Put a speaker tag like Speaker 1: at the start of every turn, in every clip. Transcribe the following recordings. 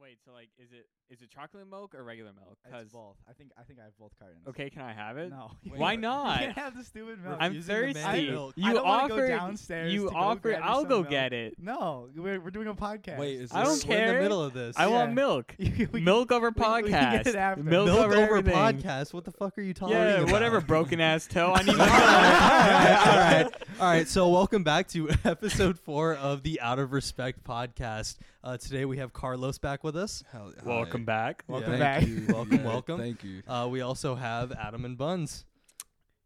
Speaker 1: Wait, so like, is it is it chocolate milk or regular milk?
Speaker 2: It's
Speaker 1: Because
Speaker 2: both. I think I think I have both cartons.
Speaker 1: okay, can I have it?
Speaker 2: No.
Speaker 1: Why
Speaker 2: You can't
Speaker 1: not?
Speaker 2: have the stupid milk.
Speaker 1: I'm
Speaker 3: Using the man
Speaker 1: thirsty.
Speaker 3: milk.
Speaker 2: I
Speaker 1: You
Speaker 2: don't wanna go
Speaker 1: offered.
Speaker 2: downstairs
Speaker 1: you
Speaker 2: to go
Speaker 1: offered.
Speaker 2: grab you
Speaker 1: I'll
Speaker 2: some
Speaker 1: go
Speaker 2: milk.
Speaker 1: get it.
Speaker 2: no, we're, we're doing a podcast.
Speaker 3: Wait, is
Speaker 1: I don't
Speaker 3: this- we're in
Speaker 1: care.
Speaker 3: the middle of this.
Speaker 1: I want
Speaker 2: Yeah.
Speaker 1: milk.
Speaker 2: We can-
Speaker 1: Milk over
Speaker 2: we- we can get
Speaker 1: podcast.
Speaker 2: it after.
Speaker 1: Milk,
Speaker 3: Milk
Speaker 1: over,
Speaker 3: over
Speaker 1: everything.
Speaker 3: podcast. What the fuck are you talking
Speaker 1: Yeah,
Speaker 3: about?
Speaker 1: whatever. Broken ass toe. I need.
Speaker 3: all right, all
Speaker 1: my
Speaker 3: right, all right. All right, So, welcome back to episode four of the Out of Respect podcast. Uh, today we have Carlos back with us.
Speaker 4: Hell, hi.
Speaker 1: Welcome back.
Speaker 2: Welcome
Speaker 3: Thank
Speaker 2: back.
Speaker 3: you. Welcome,
Speaker 4: Yeah,
Speaker 3: welcome.
Speaker 4: Thank you.
Speaker 3: Uh, we also have Adam and Buns.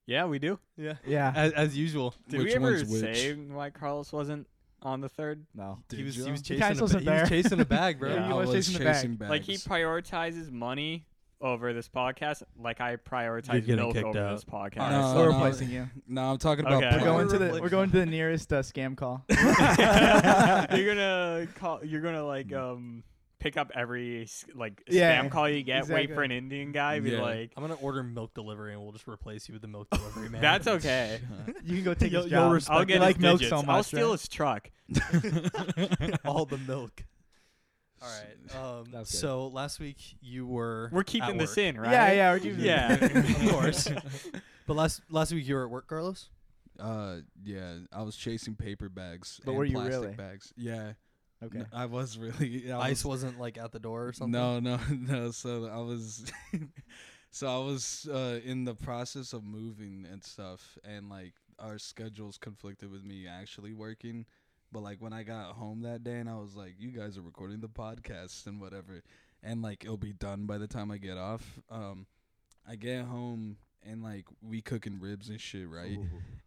Speaker 1: Yeah, we do.
Speaker 3: Yeah.
Speaker 2: Yeah.
Speaker 3: As, as usual.
Speaker 1: Did we
Speaker 4: Which
Speaker 1: ever
Speaker 4: one's which?
Speaker 1: say why Carlos wasn't on the third?
Speaker 2: No.
Speaker 3: he
Speaker 4: Did
Speaker 3: was
Speaker 4: ya?
Speaker 3: he was
Speaker 2: You
Speaker 3: chasing
Speaker 2: guys
Speaker 3: a, ba-
Speaker 2: wasn't
Speaker 3: he was
Speaker 2: there.
Speaker 3: chasing a bag, bro.
Speaker 2: Yeah.
Speaker 4: I
Speaker 2: you
Speaker 4: was
Speaker 2: was chasing the bag.
Speaker 4: chasing bags.
Speaker 1: Like he prioritizes money over this podcast, like I prioritize
Speaker 3: getting
Speaker 1: milk
Speaker 3: kicked
Speaker 1: over
Speaker 3: out.
Speaker 1: this podcast.
Speaker 4: All right,
Speaker 2: No,
Speaker 4: so
Speaker 2: we're
Speaker 4: now-
Speaker 2: replacing you.
Speaker 4: no, I'm talking about.
Speaker 1: Okay.
Speaker 2: We're going to
Speaker 4: prior-
Speaker 2: the we're going to the nearest uh, scam call.
Speaker 1: you're gonna call. You're gonna like um pick up every s- like
Speaker 2: Yeah,
Speaker 1: spam call you get. Wait
Speaker 2: exactly.
Speaker 1: for an Indian guy. Be
Speaker 4: Yeah.
Speaker 1: like,
Speaker 3: I'm gonna order milk delivery and we'll just replace you with the milk delivery man.
Speaker 1: that's okay.
Speaker 2: You can go take
Speaker 3: You'll-
Speaker 2: his
Speaker 3: you'll
Speaker 2: job.
Speaker 3: respect
Speaker 1: I'll
Speaker 2: You
Speaker 1: get
Speaker 2: like
Speaker 1: his
Speaker 2: milk
Speaker 1: digits.
Speaker 2: so much.
Speaker 1: I'll steal
Speaker 2: right?
Speaker 1: his truck.
Speaker 3: all the milk. All right. Um,
Speaker 2: was good.
Speaker 3: so last week you were
Speaker 1: We're
Speaker 3: at
Speaker 1: keeping this
Speaker 3: work.
Speaker 1: in, right?
Speaker 2: Yeah, yeah, we're keeping it.
Speaker 1: Yeah.
Speaker 3: of course. But last last week you were at work, Carlos.
Speaker 4: Uh, yeah, I was chasing paper bags.
Speaker 2: But
Speaker 4: and
Speaker 2: were you
Speaker 4: plastic
Speaker 2: really?
Speaker 4: Bags. Yeah.
Speaker 2: Okay.
Speaker 4: N- I was really. I
Speaker 3: Ice
Speaker 4: was,
Speaker 3: wasn't like at the door or something.
Speaker 4: No, no, no. So I was. so I was uh, in the process of moving and stuff, and like our schedules conflicted with me actually working. But like when I got home that day, and I was like, "You guys are recording the podcast and whatever," and like it'll be done by the time I get off. Um, I get home and like we cooking ribs and shit, right?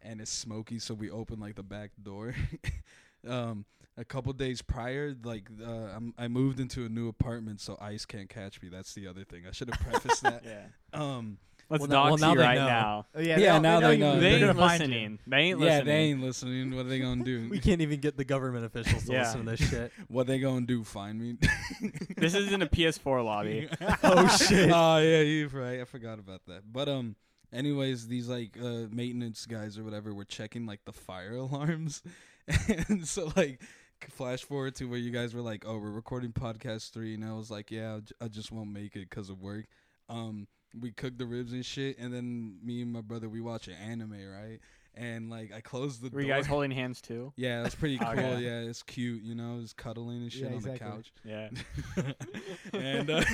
Speaker 4: and it's smoky, so we open like the back door. um, a couple days prior, like uh, I'm, I moved into a new apartment, so ice can't catch me. That's the other thing. I should have prefaced that.
Speaker 1: yeah.
Speaker 4: Um,
Speaker 1: Let's
Speaker 3: Well, now- well,
Speaker 1: dox
Speaker 3: now
Speaker 1: you
Speaker 3: they
Speaker 1: right
Speaker 3: know.
Speaker 1: now.
Speaker 2: Oh, yeah,
Speaker 4: Yeah,
Speaker 2: all-
Speaker 4: now they
Speaker 2: you-
Speaker 4: know.
Speaker 2: they're
Speaker 1: They
Speaker 2: gonna
Speaker 1: ain't
Speaker 2: find you.
Speaker 1: listening. They ain't
Speaker 4: yeah,
Speaker 1: listening.
Speaker 4: they ain't listening. What are they gonna do?
Speaker 3: We can't even get the government officials to
Speaker 1: Yeah.
Speaker 3: listen to this shit.
Speaker 4: what they gonna do? Find me?
Speaker 1: This is in a PS4 lobby.
Speaker 3: oh shit.
Speaker 4: oh yeah, you're right. I forgot about that. But um, anyways, these like uh, maintenance guys or whatever were checking like the fire alarms, and so like flash forward to where you guys were like, oh, we're recording podcast three, and I was like, yeah, I j- I just won't make it because of work. Um, we cooked the ribs and shit, and then me and my brother we watch an anime, right? And like I closed the
Speaker 1: Were
Speaker 4: door.
Speaker 1: you guys holding hands too?
Speaker 4: yeah, that's pretty cool.
Speaker 1: Okay.
Speaker 4: Yeah, it's cute. You know, it's cuddling and shit
Speaker 2: Yeah,
Speaker 4: on
Speaker 2: exactly.
Speaker 4: the couch.
Speaker 1: Yeah.
Speaker 4: And uh,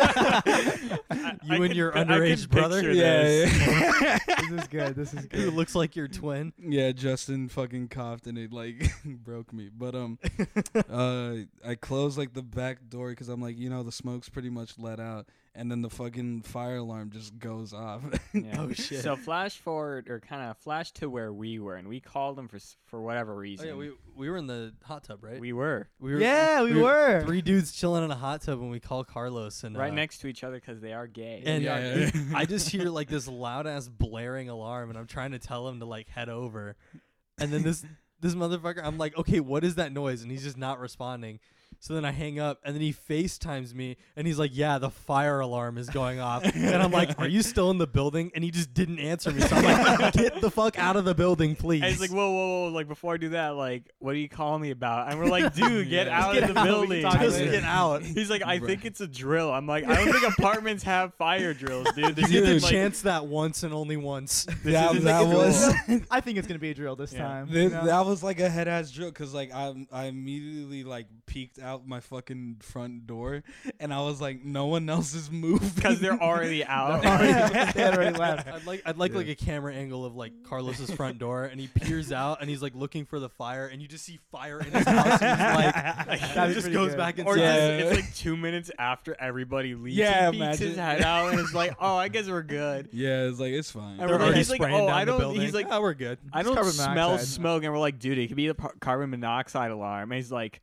Speaker 1: I-
Speaker 3: You
Speaker 1: I
Speaker 3: and
Speaker 1: could
Speaker 3: your
Speaker 1: pi- I could
Speaker 3: underage brother?
Speaker 1: picture
Speaker 4: Yeah,
Speaker 1: this.
Speaker 2: This is good. This is
Speaker 3: Who
Speaker 2: good.
Speaker 3: looks like your twin?
Speaker 4: Yeah, Justin fucking coughed and it like broke me. But um, uh, I closed like the back door because I'm like, you know, the smoke's pretty much let out, and then the fucking fire alarm just goes off.
Speaker 1: Yeah.
Speaker 3: Oh, shit.
Speaker 1: So flash forward or kind of flash to where we were, and we called them for s- for whatever
Speaker 3: Oh,
Speaker 1: reason.
Speaker 3: yeah, we we were in the hot tub, right?
Speaker 1: We were
Speaker 3: we
Speaker 2: Yeah, we were.
Speaker 3: three dudes chilling in a hot tub when we call Carlos and
Speaker 1: right
Speaker 3: uh,
Speaker 1: next to each other because they are gay.
Speaker 3: And
Speaker 4: Yeah,
Speaker 3: I,
Speaker 4: yeah,
Speaker 3: I just hear like this loud ass blaring alarm, and I'm trying to tell him to like head over, and then this this motherfucker, I'm like, okay, what is that noise? And he's just not responding. So then I hang up, and then he FaceTimes me, and he's like, yeah, the fire alarm is going off, and I'm like, are you still in the building? And he just didn't answer me, so I'm like, get the fuck out of the building, please.
Speaker 1: And he's like, whoa, whoa, whoa! Like before I do that, like, what are you calling me about? And we're like, dude, get
Speaker 3: Yeah.
Speaker 1: out
Speaker 3: Get
Speaker 1: of the
Speaker 2: out. We
Speaker 1: building.
Speaker 2: talked
Speaker 3: just
Speaker 2: later.
Speaker 3: get out. Did
Speaker 1: He's like, I
Speaker 4: Bruh.
Speaker 1: think it's a drill. I'm like, I don't think apartments have fire drills, dude. This
Speaker 3: you get
Speaker 1: isn't
Speaker 3: to
Speaker 1: like,
Speaker 3: chance that once and only once.
Speaker 1: This
Speaker 4: That-
Speaker 1: isn't
Speaker 4: that
Speaker 1: like a
Speaker 4: was-
Speaker 1: drill.
Speaker 2: I think it's gonna be a drill this
Speaker 1: Yeah.
Speaker 2: time. you
Speaker 4: This,
Speaker 2: know?
Speaker 4: that was like a head ass joke because like I I immediately like peeked out my fucking front door and I was like, no one else is moving
Speaker 1: because they're already out.
Speaker 2: they had already left.
Speaker 3: I'd like I'd like like a camera angle of like Carlos's front door, and he peers out, and he's like looking for the fire, and you just see fire in his house. And he's like,
Speaker 2: That'd
Speaker 3: and
Speaker 2: be
Speaker 3: just
Speaker 2: pretty
Speaker 3: goes
Speaker 2: good.
Speaker 3: back
Speaker 1: Or
Speaker 3: inside.
Speaker 4: Yeah.
Speaker 1: just, it's like two minutes after everybody leaves.
Speaker 4: Yeah,
Speaker 1: he peeks his
Speaker 4: imagine.
Speaker 1: head out and it's like, oh, I guess we're good.
Speaker 4: Yeah, it's like it's
Speaker 1: And
Speaker 4: fine.
Speaker 3: They're
Speaker 1: we're
Speaker 3: already
Speaker 1: he's like,
Speaker 3: spraying
Speaker 1: oh,
Speaker 3: down
Speaker 1: I
Speaker 3: the
Speaker 1: don't.
Speaker 3: building.
Speaker 1: He's like,
Speaker 3: "Ah, we're good.
Speaker 1: I
Speaker 2: It's
Speaker 1: don't
Speaker 2: carbon
Speaker 1: smell
Speaker 2: monoxide.
Speaker 1: smoke, and we're like, dude, it could be the par- carbon monoxide alarm. And he's like,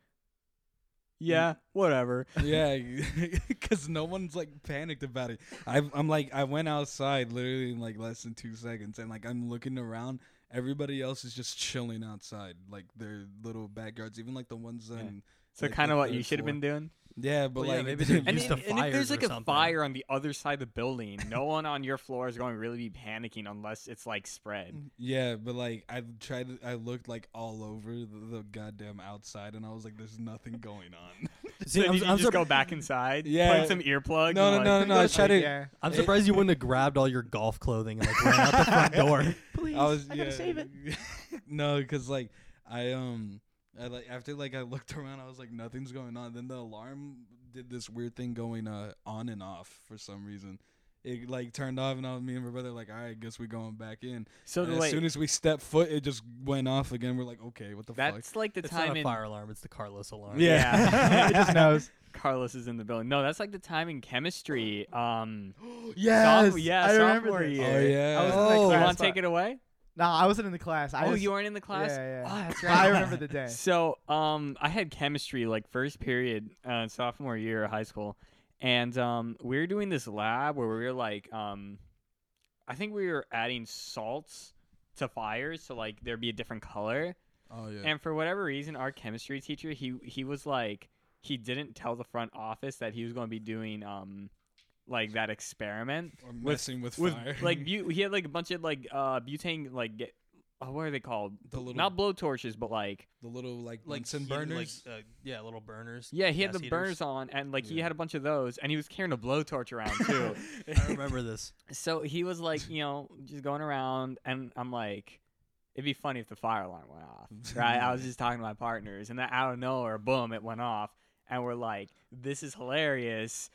Speaker 1: yeah, whatever.
Speaker 4: yeah, because no one's like panicked about it. I, I'm like, I went outside literally in like less than two seconds, and like I'm looking around. Everybody else is just chilling outside, like their little backyards, even like the ones
Speaker 1: Yeah.
Speaker 4: in.
Speaker 1: So
Speaker 4: like,
Speaker 1: kind
Speaker 4: the
Speaker 1: of what
Speaker 4: third
Speaker 1: you should have
Speaker 4: floor.
Speaker 1: been doing.
Speaker 4: Yeah, but
Speaker 3: Well, yeah,
Speaker 4: like
Speaker 3: maybe they're
Speaker 1: And,
Speaker 3: used
Speaker 1: i-
Speaker 3: to
Speaker 1: and if
Speaker 3: fires
Speaker 1: there's
Speaker 3: or
Speaker 1: like a
Speaker 3: something.
Speaker 1: fire on the other side of the building, no one on your floor is going to really be panicking unless it's like
Speaker 4: Mm.
Speaker 1: spread.
Speaker 4: yeah, but like I tried. I looked like all over the, the goddamn outside, and I was like, "There's nothing going on."
Speaker 1: So
Speaker 3: See,
Speaker 1: if
Speaker 3: I'm,
Speaker 1: you
Speaker 3: su-
Speaker 1: can
Speaker 3: I'm,
Speaker 1: just
Speaker 3: sur-
Speaker 1: go back inside,
Speaker 4: Yeah.
Speaker 1: put in some earplugs.
Speaker 4: No,
Speaker 1: and,
Speaker 4: no, no,
Speaker 1: like-
Speaker 4: no, no. I tried to.
Speaker 2: Yeah.
Speaker 3: I'm surprised you wouldn't have grabbed all your golf clothing and like ran out the front door.
Speaker 2: Please,
Speaker 4: I was.
Speaker 2: gotta
Speaker 4: yeah. no, because like I um, I like after like I looked around, I was like, nothing's going on. Then the alarm did this weird thing going uh on and off for some reason. It like turned off, and I was, me and my brother like, all right, guess we're going back in.
Speaker 1: So
Speaker 4: And
Speaker 1: the,
Speaker 4: as
Speaker 1: like,
Speaker 4: soon as we stepped foot, it just went off again. We're like, okay, what the fuck?
Speaker 1: that's like the
Speaker 3: It's
Speaker 1: time
Speaker 3: not a
Speaker 1: in
Speaker 3: fire alarm. It's the Carlos alarm.
Speaker 4: Yeah.
Speaker 2: it just knows.
Speaker 1: Carlos is in the building. No, that's like the time in chemistry. Um,
Speaker 4: yes.
Speaker 1: soph- yeah,
Speaker 2: I remember
Speaker 1: sophomore
Speaker 2: this.
Speaker 1: year.
Speaker 4: Oh yeah.
Speaker 2: I was
Speaker 3: Oh.
Speaker 2: in
Speaker 1: You
Speaker 2: that
Speaker 1: want
Speaker 2: class.
Speaker 1: to take it away?
Speaker 2: No, I wasn't in the class. I
Speaker 1: oh,
Speaker 2: just,
Speaker 1: you weren't in the class.
Speaker 2: Yeah, yeah.
Speaker 1: Oh, that's
Speaker 2: I
Speaker 1: right.
Speaker 2: remember the day.
Speaker 1: So, um, I had chemistry like first period, uh, sophomore year of high school, and um, we were doing this lab where we were like, um, I think we were adding salts to fires, so like there'd be a different color.
Speaker 4: oh yeah.
Speaker 1: And for whatever reason, our chemistry teacher he he was like he didn't tell the front office that he was going to be doing um like that experiment
Speaker 4: or messing with,
Speaker 1: with
Speaker 4: fire.
Speaker 1: like bu- he had like a bunch of like uh butane like ga- oh, what are they called?
Speaker 4: the little
Speaker 1: Not blowtorches, but like
Speaker 4: the little like
Speaker 3: Like
Speaker 4: Bunsen
Speaker 3: heat-
Speaker 4: burners.
Speaker 3: Like, uh, yeah, little burners.
Speaker 1: yeah, he had
Speaker 3: gas
Speaker 1: the
Speaker 3: heaters.
Speaker 1: burners on and like he
Speaker 4: Yeah.
Speaker 1: had a bunch of those and he was carrying a blowtorch around too.
Speaker 3: I remember this.
Speaker 1: so he was like, you know, just going around, and I'm like, it'd be funny if the fire alarm went off, right? I was just talking to my partners, and then out of nowhere, boom, it went off, and we're like, this is hilarious.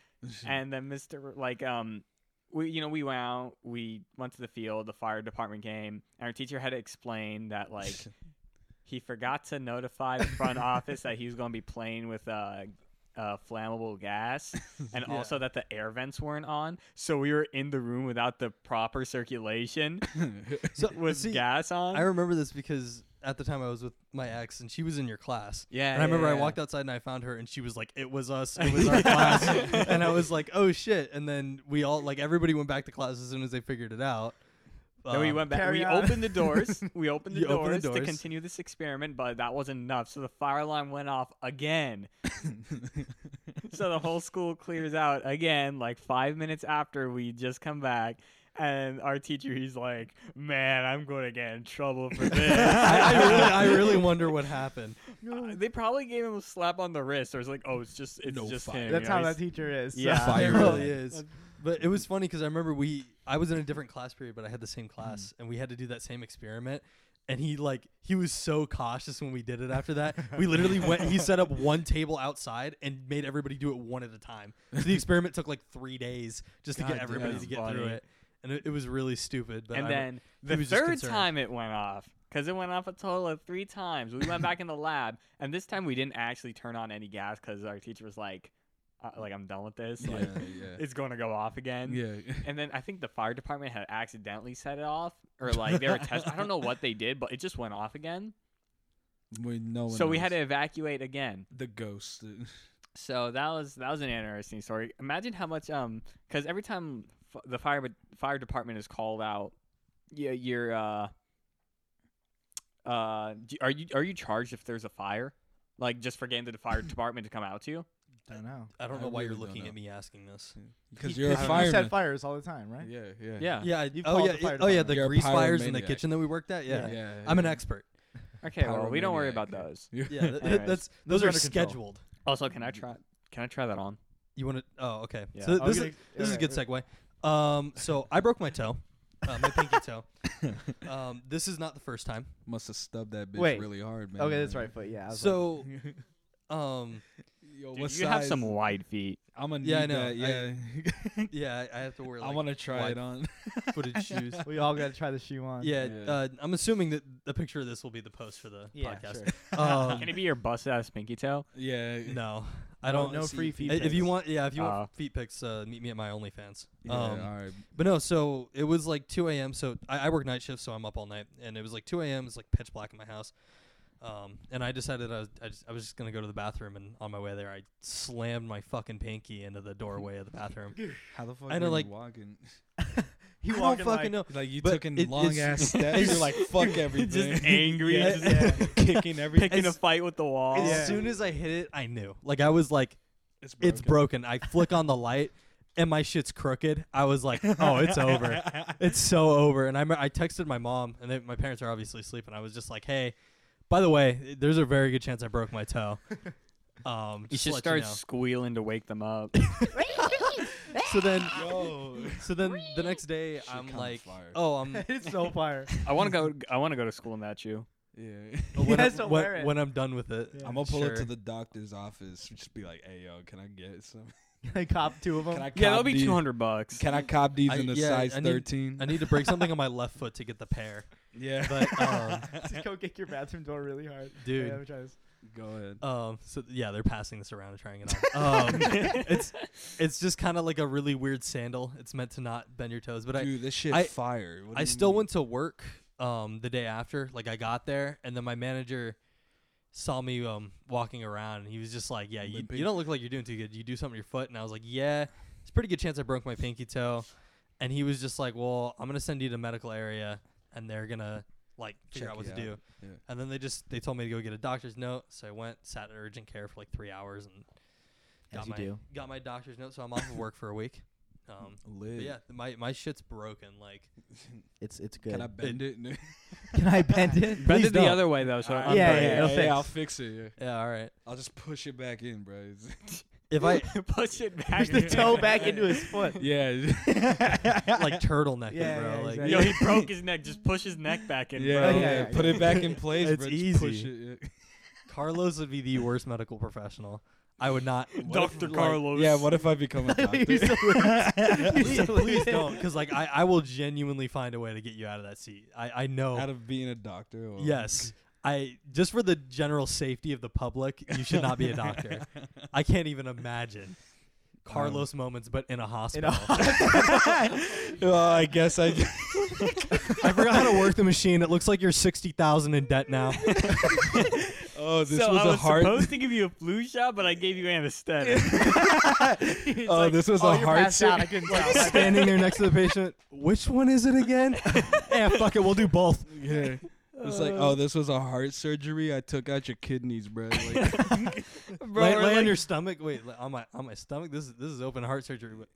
Speaker 1: And then Mr. like um, we you know we went out, we went to the field, the fire department came, and our teacher had to explain that like he forgot to notify the front office that he was going to be playing with uh, uh, flammable gas and
Speaker 3: Yeah.
Speaker 1: also that the air vents weren't on. So we were in the room without the proper circulation
Speaker 3: So,
Speaker 1: with
Speaker 3: see,
Speaker 1: gas on.
Speaker 3: I remember this because at the time I was with my ex and she was in your class.
Speaker 1: yeah,
Speaker 3: And I remember
Speaker 1: yeah,
Speaker 3: I
Speaker 1: yeah.
Speaker 3: walked outside and I found her and she was like, "It was us. It was our class." And I was like, "Oh shit!" And then we all like everybody went back to class as soon as they figured it out.
Speaker 1: Then we
Speaker 3: Um,
Speaker 1: went back.
Speaker 2: Carry
Speaker 1: We
Speaker 2: on.
Speaker 1: opened the doors. We opened the,
Speaker 3: You
Speaker 1: doors,
Speaker 3: opened the
Speaker 1: to
Speaker 3: doors.
Speaker 1: continue this experiment, but that wasn't enough. So the fire alarm went off again. so the whole school clears out again. Like five minutes after we just come back, and our teacher he's like, "Man, I'm going to get in trouble for
Speaker 3: I,
Speaker 1: this."
Speaker 3: I really, I really wonder what happened.
Speaker 1: Uh, they probably gave him a slap on the wrist, or it's like, "Oh, it's just it's
Speaker 4: No
Speaker 1: just
Speaker 4: fire.
Speaker 1: him."
Speaker 2: That's
Speaker 1: you know,
Speaker 2: how
Speaker 1: he's-
Speaker 2: that teacher is. so-
Speaker 1: Yeah.
Speaker 3: It
Speaker 4: Fire
Speaker 3: really
Speaker 4: red.
Speaker 3: is. But it was funny because I remember we, I was in a different class period, but I had the same class, and we had to do that same experiment. And he like he was so cautious when we did it. After that, we literally went. He set up one table outside and made everybody do it one at a time. So the experiment took like three days just to
Speaker 1: God
Speaker 3: get everybody
Speaker 1: damn.
Speaker 3: to get through
Speaker 1: Funny.
Speaker 3: it, and it, it was really stupid. But
Speaker 1: and
Speaker 3: I-
Speaker 1: then the
Speaker 3: was just
Speaker 1: third
Speaker 3: concerned.
Speaker 1: time it went off because it went off a total of three times. We went back in the lab, and this time we didn't actually turn on any gas because our teacher was like, uh, "Like I'm done with this.
Speaker 4: yeah,
Speaker 1: Like
Speaker 4: yeah.
Speaker 1: it's going to go off again."
Speaker 4: yeah.
Speaker 1: And then I think the fire department had accidentally set it off, or like they were test. I don't know what they did, but it just went off again.
Speaker 4: We no one
Speaker 1: so we
Speaker 4: knows.
Speaker 1: had to evacuate again.
Speaker 4: the ghost.
Speaker 1: So that was that was an interesting story. Imagine how much um because every time f- the fire fire department is called out, yeah, you're uh uh do, are you are you charged if there's a fire? Like just for getting the fire department to come out to you?
Speaker 2: I don't know.
Speaker 3: I don't
Speaker 4: I
Speaker 3: know why
Speaker 4: really
Speaker 3: you're
Speaker 4: don't
Speaker 3: looking
Speaker 4: know.
Speaker 3: at me asking this.
Speaker 4: Because
Speaker 2: I
Speaker 4: you're a
Speaker 2: don't know, You
Speaker 4: fireman.
Speaker 2: said fires all the time, right?
Speaker 4: yeah, yeah,
Speaker 1: Yeah.
Speaker 3: Yeah.
Speaker 2: You've
Speaker 3: oh
Speaker 2: called
Speaker 3: yeah.
Speaker 2: the fire
Speaker 3: it- oh yeah.
Speaker 2: department.
Speaker 3: The
Speaker 4: You're a
Speaker 3: grease fires in the
Speaker 4: pyromaniac.
Speaker 3: kitchen that we worked at.
Speaker 4: yeah,
Speaker 3: Yeah.
Speaker 4: yeah.
Speaker 3: I'm an expert.
Speaker 1: Okay, well we don't worry
Speaker 4: Pyromaniac.
Speaker 1: about those.
Speaker 3: Yeah. th-
Speaker 1: Anyways.
Speaker 3: that's
Speaker 2: Those
Speaker 3: those
Speaker 2: are
Speaker 3: are
Speaker 2: under control.
Speaker 3: scheduled.
Speaker 1: Also, can I try can I try that on?
Speaker 3: You want to? Oh, okay.
Speaker 1: Yeah.
Speaker 3: So
Speaker 2: I
Speaker 3: this
Speaker 2: was
Speaker 3: is
Speaker 2: gonna-
Speaker 3: this is a
Speaker 2: okay,
Speaker 3: good segue. Um, so I broke my toe, uh, my pinky toe. Um, this is not the first time.
Speaker 4: Must have stubbed that bitch
Speaker 2: Wait.
Speaker 4: really hard, man.
Speaker 2: Okay, that's right foot. Yeah. I was like-
Speaker 3: So, um,
Speaker 4: Yo,
Speaker 1: Dude,
Speaker 4: what
Speaker 1: you have some
Speaker 4: size?
Speaker 1: wide feet.
Speaker 4: I'm gonna
Speaker 3: Yeah, I
Speaker 4: need
Speaker 3: know.
Speaker 4: that,
Speaker 3: I-
Speaker 4: yeah.
Speaker 3: yeah, I, I have to wear
Speaker 4: I
Speaker 3: like
Speaker 4: want to try it on.
Speaker 3: footed shoes.
Speaker 2: we all got to try the shoe on.
Speaker 3: Yeah,
Speaker 4: Yeah.
Speaker 3: uh, I'm assuming that the picture of this will be the post for the
Speaker 2: Yeah,
Speaker 3: podcast.
Speaker 2: sure.
Speaker 3: Um,
Speaker 1: Can it be your bust ass pinky toe?
Speaker 4: yeah.
Speaker 3: no, I don't.
Speaker 2: no
Speaker 3: know.
Speaker 2: free feet.
Speaker 3: if you
Speaker 2: pics. Ah.
Speaker 3: want, yeah, if you
Speaker 1: Uh,
Speaker 3: want feet pics, uh, meet me at my OnlyFans.
Speaker 4: Yeah,
Speaker 3: um,
Speaker 4: all right.
Speaker 3: But no, so it was like 2 a.m. So I, I work night shifts, so I'm up all night, and it was like 2 a.m. It's like pitch black in my house, um, and I decided I was I, just, I was just gonna go to the bathroom, and on my way there, I slammed my fucking pinky into the doorway of the bathroom.
Speaker 4: How the fuck
Speaker 3: I
Speaker 4: I
Speaker 3: know,
Speaker 4: know,
Speaker 3: like-
Speaker 4: you walking?
Speaker 2: He
Speaker 3: I don't
Speaker 2: walking
Speaker 3: fucking
Speaker 2: like-
Speaker 3: know.
Speaker 4: Like you
Speaker 3: But
Speaker 4: took in
Speaker 3: it-
Speaker 4: long
Speaker 3: it's-
Speaker 4: ass steps. You're like fuck everything.
Speaker 1: Just angry,
Speaker 4: Yeah,
Speaker 1: just
Speaker 4: yeah. kicking everything.
Speaker 1: picking a fight with the wall.
Speaker 3: As
Speaker 2: Yeah.
Speaker 3: soon as I hit it, I knew. Like I was like,
Speaker 4: It's
Speaker 3: It's broken. I flick on the light and my shit's crooked. I was like, oh, it's over. It's so over. And I, me- I texted my mom, and they, my parents are obviously asleep, and I was just like, hey, by the way, there's a very good chance I broke my toe. Um,
Speaker 1: You
Speaker 3: just
Speaker 1: should
Speaker 3: to let
Speaker 1: start
Speaker 3: know.
Speaker 1: squealing to wake them up.
Speaker 3: So then,
Speaker 4: Yo.
Speaker 3: so then the next day,
Speaker 4: Shit
Speaker 3: I'm
Speaker 4: kinda
Speaker 3: like,
Speaker 4: fire.
Speaker 3: oh, I'm
Speaker 2: it's so fire.
Speaker 1: I want to go. I want to go to school in that shoe.
Speaker 4: Yeah.
Speaker 3: But when,
Speaker 2: Yeah,
Speaker 3: I'm,
Speaker 2: so
Speaker 3: when-
Speaker 2: wear it.
Speaker 3: when I'm done with it,
Speaker 4: I'm gonna pull
Speaker 3: Oh, sure.
Speaker 4: it to the doctor's office. and Just be like, "Hey, yo, can I get some?
Speaker 2: I cop two of them.
Speaker 4: Can I? Cop
Speaker 1: Yeah, that'll be
Speaker 4: these-
Speaker 1: two hundred bucks.
Speaker 4: Can I cop these
Speaker 3: I-
Speaker 4: in a
Speaker 3: yeah,
Speaker 4: size
Speaker 3: I need-
Speaker 4: 13?
Speaker 3: I need to break something on my left foot to get the pair.
Speaker 4: yeah,
Speaker 3: But um,
Speaker 2: Just go kick your bathroom door really hard.
Speaker 3: Dude.
Speaker 2: Wait, let me try this.
Speaker 4: go ahead.
Speaker 3: um, so yeah, they're passing this around and trying it on. Um, it's it's just kind of like a really weird sandal. It's meant to not bend your toes, but I
Speaker 4: Dude, this shit
Speaker 3: I-
Speaker 4: fire. What do
Speaker 3: I
Speaker 4: you
Speaker 3: still
Speaker 4: mean?
Speaker 3: went to work um the day after. Like I got there and then my manager saw me um walking around and he was just like, Yeah, you,
Speaker 4: Limping.
Speaker 3: you don't look like you're doing too good. You do something to your foot and I was like, Yeah, it's a pretty good chance I broke my pinky toe. And he was just like, Well, I'm gonna send you to medical area and they're gonna like figure
Speaker 4: Check
Speaker 3: out what
Speaker 4: you
Speaker 3: to do.
Speaker 4: out. Yeah.
Speaker 3: And then they just they told me to go get a doctor's note. So I went, sat in urgent care for like three hours and got
Speaker 2: As you
Speaker 3: my
Speaker 2: do.
Speaker 3: got my doctor's note, so I'm off of work for a week. Um but
Speaker 4: Lit.
Speaker 3: yeah, my my shit's broken. Like
Speaker 2: It's it's good.
Speaker 4: Can I bend it? No.
Speaker 2: Can I bend it?
Speaker 1: Bend
Speaker 2: Please
Speaker 1: it the
Speaker 2: don't.
Speaker 1: other way though. So
Speaker 4: All
Speaker 1: it
Speaker 4: right,
Speaker 2: Yeah,
Speaker 1: unbraids.
Speaker 2: yeah, it'll
Speaker 4: yeah, I'll
Speaker 2: fix.
Speaker 4: fix it. Yeah.
Speaker 3: yeah, all right.
Speaker 4: I'll just push it back in, bro. It's-
Speaker 3: If I
Speaker 1: push it back.
Speaker 2: Push the toe back into his
Speaker 4: Oh,
Speaker 2: foot.
Speaker 4: yeah,
Speaker 3: like turtleneck,
Speaker 2: Yeah,
Speaker 3: bro.
Speaker 2: yeah,
Speaker 3: like
Speaker 2: exactly.
Speaker 1: Yo, he broke his neck. Just push his neck back in,
Speaker 4: yeah,
Speaker 1: bro.
Speaker 2: Okay.
Speaker 4: yeah. Put it back in place,
Speaker 3: It's
Speaker 4: bro. Just push
Speaker 3: easy.
Speaker 4: it, yeah.
Speaker 3: Carlos would be the worst medical professional. I would not. what if,
Speaker 1: Doctor
Speaker 3: like-
Speaker 1: Carlos.
Speaker 4: Yeah, what if I become a doctor?
Speaker 2: You're so lit. You're so
Speaker 3: Please, please
Speaker 2: lit.
Speaker 3: don't, because like I, I will genuinely find a way to get you out of that seat. I, I know.
Speaker 4: Out of being a doctor? Well,
Speaker 3: yes, I just for the general safety of the public, you should not be a doctor. I can't even imagine Carlos moments, but in a
Speaker 2: In a
Speaker 3: hospital.
Speaker 4: Um, well, Oh, I guess I.
Speaker 3: I forgot how to work the machine. It looks like you're sixty thousand in debt now.
Speaker 4: Oh, this
Speaker 1: so
Speaker 4: was
Speaker 1: I
Speaker 4: a
Speaker 1: was
Speaker 4: heart.
Speaker 1: supposed to give you a flu shot, but I gave you anesthetic.
Speaker 2: He's
Speaker 4: Oh,
Speaker 2: like,
Speaker 4: this was
Speaker 2: oh,
Speaker 4: a
Speaker 2: you're
Speaker 4: hard.
Speaker 2: passed out. I couldn't tell. I
Speaker 3: Standing there next to the patient. Which one is it again? yeah, fuck it. We'll do both.
Speaker 4: Yeah. It's like, oh, this was a heart surgery. I took out your kidneys, bro. Like,
Speaker 1: Bro,
Speaker 3: lay
Speaker 1: or
Speaker 3: lay on
Speaker 1: like-
Speaker 3: your stomach. Wait, lay- on my on my stomach. This is this is open heart surgery. but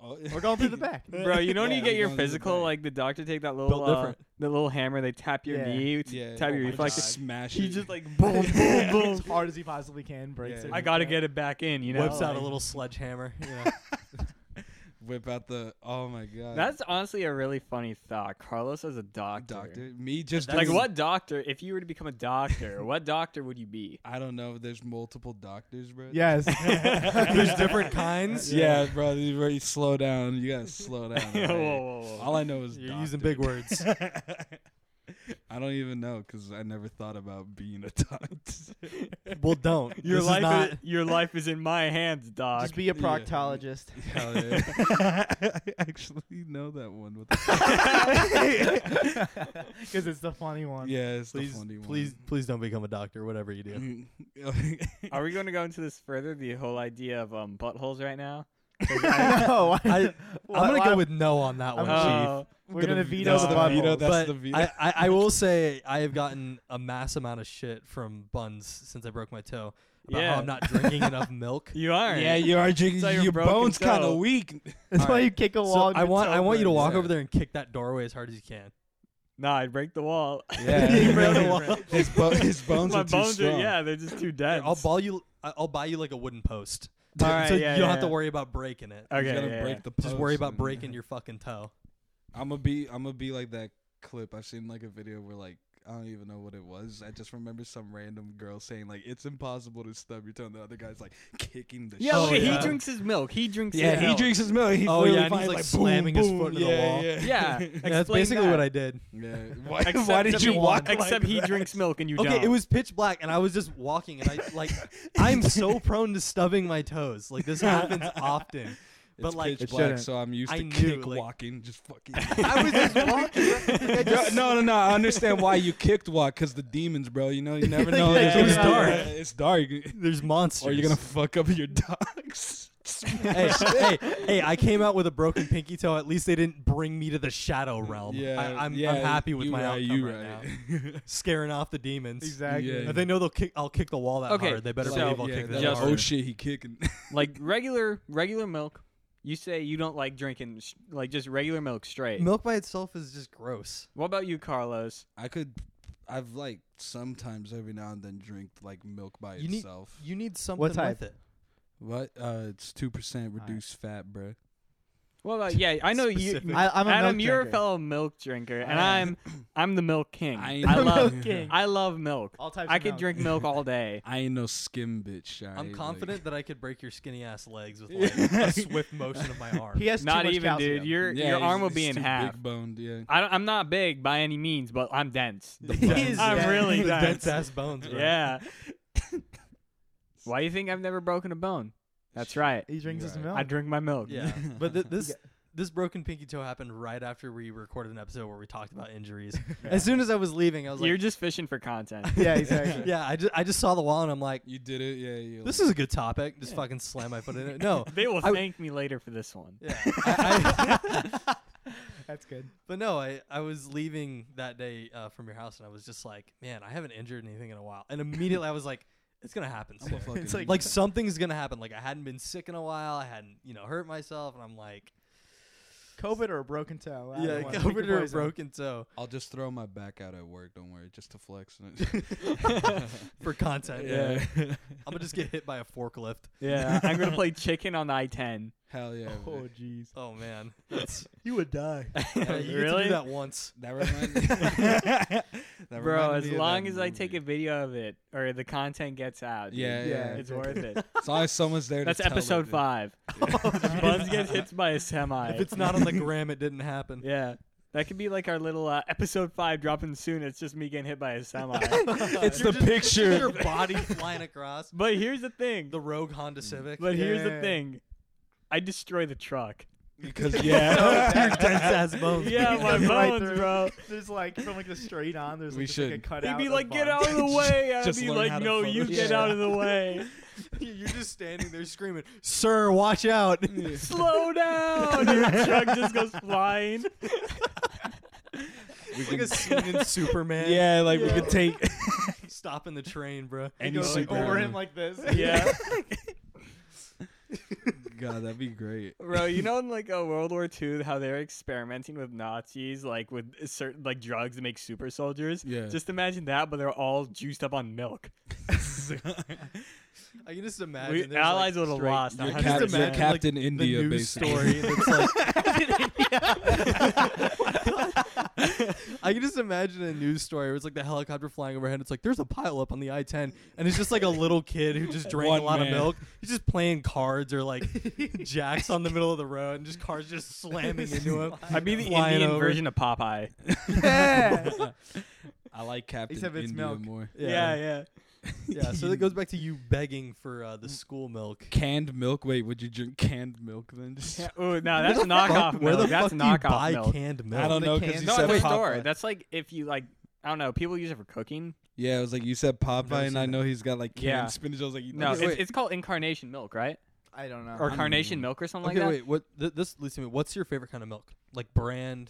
Speaker 4: oh,
Speaker 2: We're going through the back.
Speaker 1: Bro, you know when
Speaker 4: Yeah,
Speaker 1: you get
Speaker 4: we're
Speaker 1: your
Speaker 4: going to the
Speaker 1: physical,
Speaker 4: back.
Speaker 1: like the doctor take that little
Speaker 3: Built
Speaker 1: uh,
Speaker 3: different.
Speaker 1: the little hammer, they tap your
Speaker 2: Yeah.
Speaker 1: knee, t-
Speaker 4: yeah,
Speaker 1: tap
Speaker 4: oh
Speaker 1: your
Speaker 4: my
Speaker 1: reflex.
Speaker 4: God.
Speaker 1: just-
Speaker 4: smash
Speaker 1: He
Speaker 4: it.
Speaker 1: just like boom, boom,
Speaker 2: as
Speaker 1: boom.
Speaker 2: hard as he possibly can. Breaks
Speaker 4: Yeah.
Speaker 2: it.
Speaker 1: I gotta get it back in, you know.
Speaker 3: Whips out a
Speaker 1: like-
Speaker 3: little sledgehammer. You know?
Speaker 4: whip out the. Oh my god.
Speaker 1: That's honestly a really funny thought. Carlos as a doctor.
Speaker 4: doctor. Me just
Speaker 1: Like
Speaker 4: doing-
Speaker 1: what doctor? If you were to become a doctor, what doctor would you be?
Speaker 4: I don't know. There's multiple doctors, bro.
Speaker 2: Yes.
Speaker 3: There's different kinds.
Speaker 4: Yeah, bro. You already slow down. You gotta slow down.
Speaker 1: Whoa,
Speaker 4: alright?
Speaker 1: whoa, whoa.
Speaker 4: All I know is
Speaker 3: You're
Speaker 4: doctor.
Speaker 3: using big words.
Speaker 4: I don't even know because I never thought about being a doctor.
Speaker 3: well, don't.
Speaker 1: Your
Speaker 3: This is
Speaker 1: life, is
Speaker 3: not-
Speaker 1: your life is in my hands, doc.
Speaker 2: Just be a
Speaker 4: Yeah.
Speaker 2: proctologist.
Speaker 4: Hell yeah. I actually know that one. What the
Speaker 2: Because it's the funny one.
Speaker 4: yeah, it's
Speaker 3: please,
Speaker 4: the funny one.
Speaker 3: please, please don't become a doctor. Whatever you do.
Speaker 1: Are we going to go into this further? The whole idea of um, buttholes right now.
Speaker 2: no, I,
Speaker 3: I,
Speaker 2: Why-
Speaker 3: I'm gonna
Speaker 2: why-
Speaker 3: go with no on that one,
Speaker 2: I'm-
Speaker 3: Chief.
Speaker 1: Oh,
Speaker 2: we're gonna veto
Speaker 4: that's
Speaker 2: the
Speaker 4: the
Speaker 2: butthole.
Speaker 4: veto, that's
Speaker 3: but
Speaker 4: the veto.
Speaker 3: I, I, I will say I have gotten a mass amount of shit from buns since I broke my toe about
Speaker 1: Yeah.
Speaker 3: how oh, I'm not drinking enough milk.
Speaker 1: you are.
Speaker 4: yeah, you are drinking.
Speaker 1: So your
Speaker 4: your
Speaker 1: broken
Speaker 4: bones kind
Speaker 1: toe.
Speaker 4: of weak.
Speaker 2: That's why
Speaker 3: Alright.
Speaker 2: you kick a
Speaker 3: So
Speaker 2: wall.
Speaker 3: I want I want you to walk
Speaker 4: Yeah.
Speaker 3: over there and kick that doorway as hard as you can.
Speaker 1: Nah, I'd break the wall.
Speaker 4: Yeah,
Speaker 3: Bro,
Speaker 2: really
Speaker 3: the wall-
Speaker 2: ripped.
Speaker 4: his, bo- his bones
Speaker 1: My
Speaker 4: are too
Speaker 1: bones
Speaker 4: strong.
Speaker 1: are yeah, they're just too dense.
Speaker 3: I'll buy you I- I'll buy you like a wooden post.
Speaker 1: All right,
Speaker 3: so
Speaker 1: yeah,
Speaker 3: you don't
Speaker 1: yeah,
Speaker 3: have to
Speaker 1: yeah.
Speaker 3: worry about breaking it.
Speaker 4: He's
Speaker 1: Okay,
Speaker 4: gonna
Speaker 1: yeah,
Speaker 4: break
Speaker 1: yeah.
Speaker 4: the
Speaker 3: Just worry about breaking your fucking toe.
Speaker 4: I'm gonna be. I'm gonna be like that clip. I've seen like a video where like I don't even know what it was. I just remember some random girl saying like it's impossible to stub your toe. And the other guy's like kicking the.
Speaker 1: Yeah,
Speaker 4: shit
Speaker 3: Oh,
Speaker 1: look,
Speaker 4: out
Speaker 1: he
Speaker 4: of
Speaker 3: yeah.
Speaker 1: drinks his milk. He drinks.
Speaker 4: Yeah,
Speaker 1: his
Speaker 4: he
Speaker 1: milk.
Speaker 4: drinks his milk. He
Speaker 3: Oh,
Speaker 4: really
Speaker 3: yeah, and he's,
Speaker 4: finds,
Speaker 3: like,
Speaker 4: boom,
Speaker 3: slamming his
Speaker 4: boom.
Speaker 3: foot into the
Speaker 4: yeah,
Speaker 3: wall.
Speaker 4: Yeah,
Speaker 1: Yeah,
Speaker 3: Yeah, that's
Speaker 1: explain
Speaker 3: basically
Speaker 1: that.
Speaker 3: what I did.
Speaker 4: yeah. Why,
Speaker 1: Except
Speaker 4: why did
Speaker 1: that
Speaker 4: you
Speaker 1: he-
Speaker 4: walk? like
Speaker 1: Except he
Speaker 4: that?
Speaker 1: drinks milk and you
Speaker 3: Okay,
Speaker 1: don't.
Speaker 3: it was pitch black, and I was just walking, and I like I'm so prone to stubbing my toes. Like this happens often. But
Speaker 4: It's
Speaker 3: like
Speaker 4: pitch
Speaker 2: It
Speaker 4: black,
Speaker 2: shouldn't.
Speaker 4: so I'm used
Speaker 3: I
Speaker 4: to
Speaker 3: knew,
Speaker 4: kick
Speaker 3: like-
Speaker 4: walking. Just fucking.
Speaker 3: I was just walking. like, I
Speaker 4: Yo,
Speaker 3: just-
Speaker 4: no, no, no. I understand why you kicked walk because the demons, bro. You know, you never know.
Speaker 3: Yeah,
Speaker 4: There's
Speaker 1: it was
Speaker 4: gonna be-
Speaker 3: dark.
Speaker 4: yeah, It's dark.
Speaker 3: There's monsters.
Speaker 4: Or you're gonna fuck up your dogs.
Speaker 3: hey, hey, hey, I came out with a broken pinky toe. At least they didn't bring me to the shadow realm.
Speaker 4: Yeah,
Speaker 3: I, I'm,
Speaker 4: yeah,
Speaker 3: I'm happy with
Speaker 4: you
Speaker 3: my
Speaker 4: right,
Speaker 3: outcome
Speaker 4: you
Speaker 3: right, now.
Speaker 4: right.
Speaker 3: Scaring off the demons.
Speaker 2: exactly.
Speaker 4: Yeah.
Speaker 3: If they know they'll kick, I'll kick the wall that
Speaker 1: Okay,
Speaker 3: hard. They better
Speaker 1: so-
Speaker 3: believe I'll
Speaker 4: yeah,
Speaker 3: kick
Speaker 4: that-
Speaker 3: that
Speaker 1: Justin.
Speaker 3: hard.
Speaker 4: oh shit, he kicking.
Speaker 1: like regular regular milk. You say you don't like drinking sh- like just regular milk straight.
Speaker 3: Milk by itself is just gross.
Speaker 1: What about you, Carlos?
Speaker 4: I could. I've like sometimes every now and then drink like milk by
Speaker 3: You need-
Speaker 4: itself.
Speaker 3: You need something
Speaker 2: type?
Speaker 3: with it.
Speaker 4: what? Uh, it's two percent reduced fat, bro.
Speaker 1: Well, about yeah, I know you.
Speaker 3: Specific.
Speaker 2: I, I'm a
Speaker 1: Adam,
Speaker 2: milk
Speaker 1: you're a
Speaker 2: drinker.
Speaker 1: fellow milk drinker, and
Speaker 4: I
Speaker 1: I'm I'm the milk king.
Speaker 4: I
Speaker 1: I,
Speaker 4: ain't no-
Speaker 1: love
Speaker 2: Milk king.
Speaker 1: I love milk.
Speaker 2: All types.
Speaker 1: I
Speaker 2: of
Speaker 1: could
Speaker 2: milk.
Speaker 1: drink milk all day.
Speaker 4: I ain't no skim bitch. alright?
Speaker 3: I'm
Speaker 4: Like-
Speaker 3: confident that I could break your skinny ass legs with like a swift motion of my arm.
Speaker 2: He has too
Speaker 1: Not
Speaker 2: much
Speaker 1: even, dude.
Speaker 2: calcium.
Speaker 1: Your
Speaker 4: Yeah,
Speaker 1: your
Speaker 4: he's-
Speaker 1: arm will be
Speaker 4: he's
Speaker 1: in
Speaker 4: too
Speaker 1: half.
Speaker 4: Big boned, yeah.
Speaker 1: I don't, I'm not big by any means, but I'm dense.
Speaker 2: He is
Speaker 1: I'm
Speaker 2: dense.
Speaker 1: really
Speaker 3: The
Speaker 1: dense.
Speaker 3: dense ass bones. Bro.
Speaker 1: Yeah. Why do you think I've never broken a bone? That's right.
Speaker 2: He drinks his
Speaker 4: Right.
Speaker 2: milk.
Speaker 1: I drink my milk.
Speaker 3: Yeah. But th- this this broken pinky toe happened right after we recorded an episode where we talked about injuries. As soon as I was leaving, I was
Speaker 1: You're
Speaker 3: like,
Speaker 1: just fishing for content.
Speaker 2: yeah, exactly.
Speaker 3: "Yeah, I just I just saw the wall and I'm like,
Speaker 4: You did it, yeah. You
Speaker 3: this is a good topic." Just fucking slam my foot in it. No,
Speaker 1: They will
Speaker 3: I-
Speaker 1: thank me later for this one.
Speaker 3: yeah. I, I,
Speaker 2: That's good.
Speaker 3: but no, I I was leaving that day uh, from your house and I was just like, "Man, I haven't injured anything in a while." And immediately I was like, "It's gonna happen."
Speaker 4: I'm a
Speaker 3: soon."
Speaker 4: fucking.
Speaker 2: It's like-
Speaker 3: like something's gonna happen. Like I hadn't been sick in a while. I hadn't you know hurt myself, and I'm like,
Speaker 2: COVID or a broken toe. I
Speaker 3: yeah,
Speaker 2: don't know. Pick
Speaker 3: covered
Speaker 2: your
Speaker 3: or
Speaker 2: poison.
Speaker 3: broken toe
Speaker 4: I'll just throw my back out at work. Don't worry, just to flex.
Speaker 3: for content.
Speaker 4: yeah.
Speaker 3: I'm gonna just get hit by a forklift.
Speaker 1: Yeah, I'm gonna play chicken on the I-10.
Speaker 4: Hell yeah.
Speaker 2: Oh
Speaker 4: man.
Speaker 2: jeez.
Speaker 3: Oh man, That's,
Speaker 2: You would die.
Speaker 3: yeah, you get to
Speaker 1: Really?
Speaker 3: do that once.
Speaker 4: That reminds that
Speaker 1: Bro,
Speaker 4: reminded
Speaker 1: as
Speaker 4: me of
Speaker 1: long
Speaker 4: that
Speaker 1: as I take
Speaker 4: movie.
Speaker 1: a video of it or the content gets out, dude,
Speaker 2: Yeah,
Speaker 4: Yeah, yeah.
Speaker 1: it's worth it.
Speaker 4: It's always someone's there.
Speaker 1: That's
Speaker 4: to tell
Speaker 1: episode
Speaker 4: it.
Speaker 1: five. Buns gets hit by a semi.
Speaker 3: If it's not on the gram, it didn't happen.
Speaker 1: yeah, that could be like our little uh, episode five dropping soon. It's just me getting hit by a semi.
Speaker 3: it's
Speaker 4: the picture.
Speaker 3: Your body flying across
Speaker 1: but here's the thing.
Speaker 3: the rogue Honda Civic.
Speaker 1: But here's the
Speaker 2: Yeah.
Speaker 1: thing. I destroy the truck.
Speaker 4: Because
Speaker 3: Your
Speaker 4: yeah,
Speaker 3: dense ass bones.
Speaker 1: Yeah, my
Speaker 2: Goes right
Speaker 1: bones,
Speaker 2: through.
Speaker 1: bro.
Speaker 2: There's like from like the straight on. There's
Speaker 4: We
Speaker 2: like, just, like a
Speaker 4: should.
Speaker 2: cutout.
Speaker 1: He'd be
Speaker 2: of
Speaker 1: like, "Get
Speaker 2: Bonds."
Speaker 1: out of the way!" I'd
Speaker 4: Just
Speaker 1: be
Speaker 4: learn how
Speaker 1: like,
Speaker 4: to
Speaker 1: "No, you
Speaker 4: Photoshop.
Speaker 1: get out of the way.
Speaker 3: You're just standing there screaming, "Sir, watch out!"
Speaker 1: Slow down!" Your truck just goes flying.
Speaker 4: we
Speaker 3: like
Speaker 4: can,
Speaker 3: a scene in Superman.
Speaker 4: yeah, like
Speaker 2: Yeah.
Speaker 4: we could take
Speaker 3: stopping the train, bro.
Speaker 2: He
Speaker 4: any
Speaker 2: goes like,
Speaker 4: Superman.
Speaker 2: over him like this.
Speaker 1: Yeah,
Speaker 4: God, that'd be great.
Speaker 1: bro. You know, in like a World War II, how they're experimenting with Nazis, like with certain like drugs to make super soldiers.
Speaker 4: Yeah.
Speaker 1: Just imagine that, but they're all juiced up on milk.
Speaker 3: I can just imagine.
Speaker 1: We,
Speaker 3: there's,
Speaker 1: allies would
Speaker 3: like,
Speaker 1: have
Speaker 3: straight-
Speaker 1: lost.
Speaker 4: You're,
Speaker 1: 100%.
Speaker 4: cap-
Speaker 3: Just
Speaker 4: you're
Speaker 3: imagine,
Speaker 4: Captain
Speaker 3: the
Speaker 4: India,
Speaker 3: news story.
Speaker 4: basically.
Speaker 3: That's like, I can just imagine a news story where it's like the helicopter flying overhead. It's like there's a pileup on the I-10, and it's just like a little kid who just drank
Speaker 4: One
Speaker 3: a lot of
Speaker 4: man.
Speaker 3: milk. He's just playing cards or like jacks on the middle of the road, and just cars just slamming into him.
Speaker 1: I'd be the
Speaker 3: flying
Speaker 1: Indian
Speaker 3: over.
Speaker 1: version of Popeye.
Speaker 2: Yeah.
Speaker 4: I like Captain
Speaker 2: Except it's
Speaker 4: India
Speaker 2: milk.
Speaker 4: more.
Speaker 1: Yeah, yeah.
Speaker 3: yeah. So that goes back to you begging for uh, the school milk.
Speaker 4: Canned milk. Wait, would you drink canned milk then? Just,
Speaker 1: Oh no, that's
Speaker 3: Where the
Speaker 1: knockoff.
Speaker 3: fuck-
Speaker 1: milk.
Speaker 3: Where the
Speaker 1: that's
Speaker 3: fuck
Speaker 1: knockoff
Speaker 3: do you buy
Speaker 1: milk.
Speaker 3: canned milk?
Speaker 4: I don't
Speaker 2: the
Speaker 4: know because
Speaker 2: canned-
Speaker 4: you
Speaker 1: No, at
Speaker 4: said
Speaker 1: the
Speaker 4: Popeye.
Speaker 1: store. That's like if you like, I don't know. People use it for cooking.
Speaker 4: yeah, it was like you said
Speaker 3: never
Speaker 4: Popeye,
Speaker 3: seen
Speaker 4: and I
Speaker 3: that.
Speaker 4: know he's got like canned
Speaker 1: Yeah.
Speaker 4: spinach. I was like,
Speaker 1: No,
Speaker 4: okay,
Speaker 1: it's,
Speaker 4: wait. Mm.
Speaker 1: it's called incarnation milk, right?
Speaker 2: I don't know.
Speaker 1: Or
Speaker 4: don't
Speaker 1: carnation
Speaker 4: know.
Speaker 1: milk or something
Speaker 3: Okay,
Speaker 1: like that.
Speaker 3: wait. What th- this leads to me? What's your favorite kind of milk? Like brand,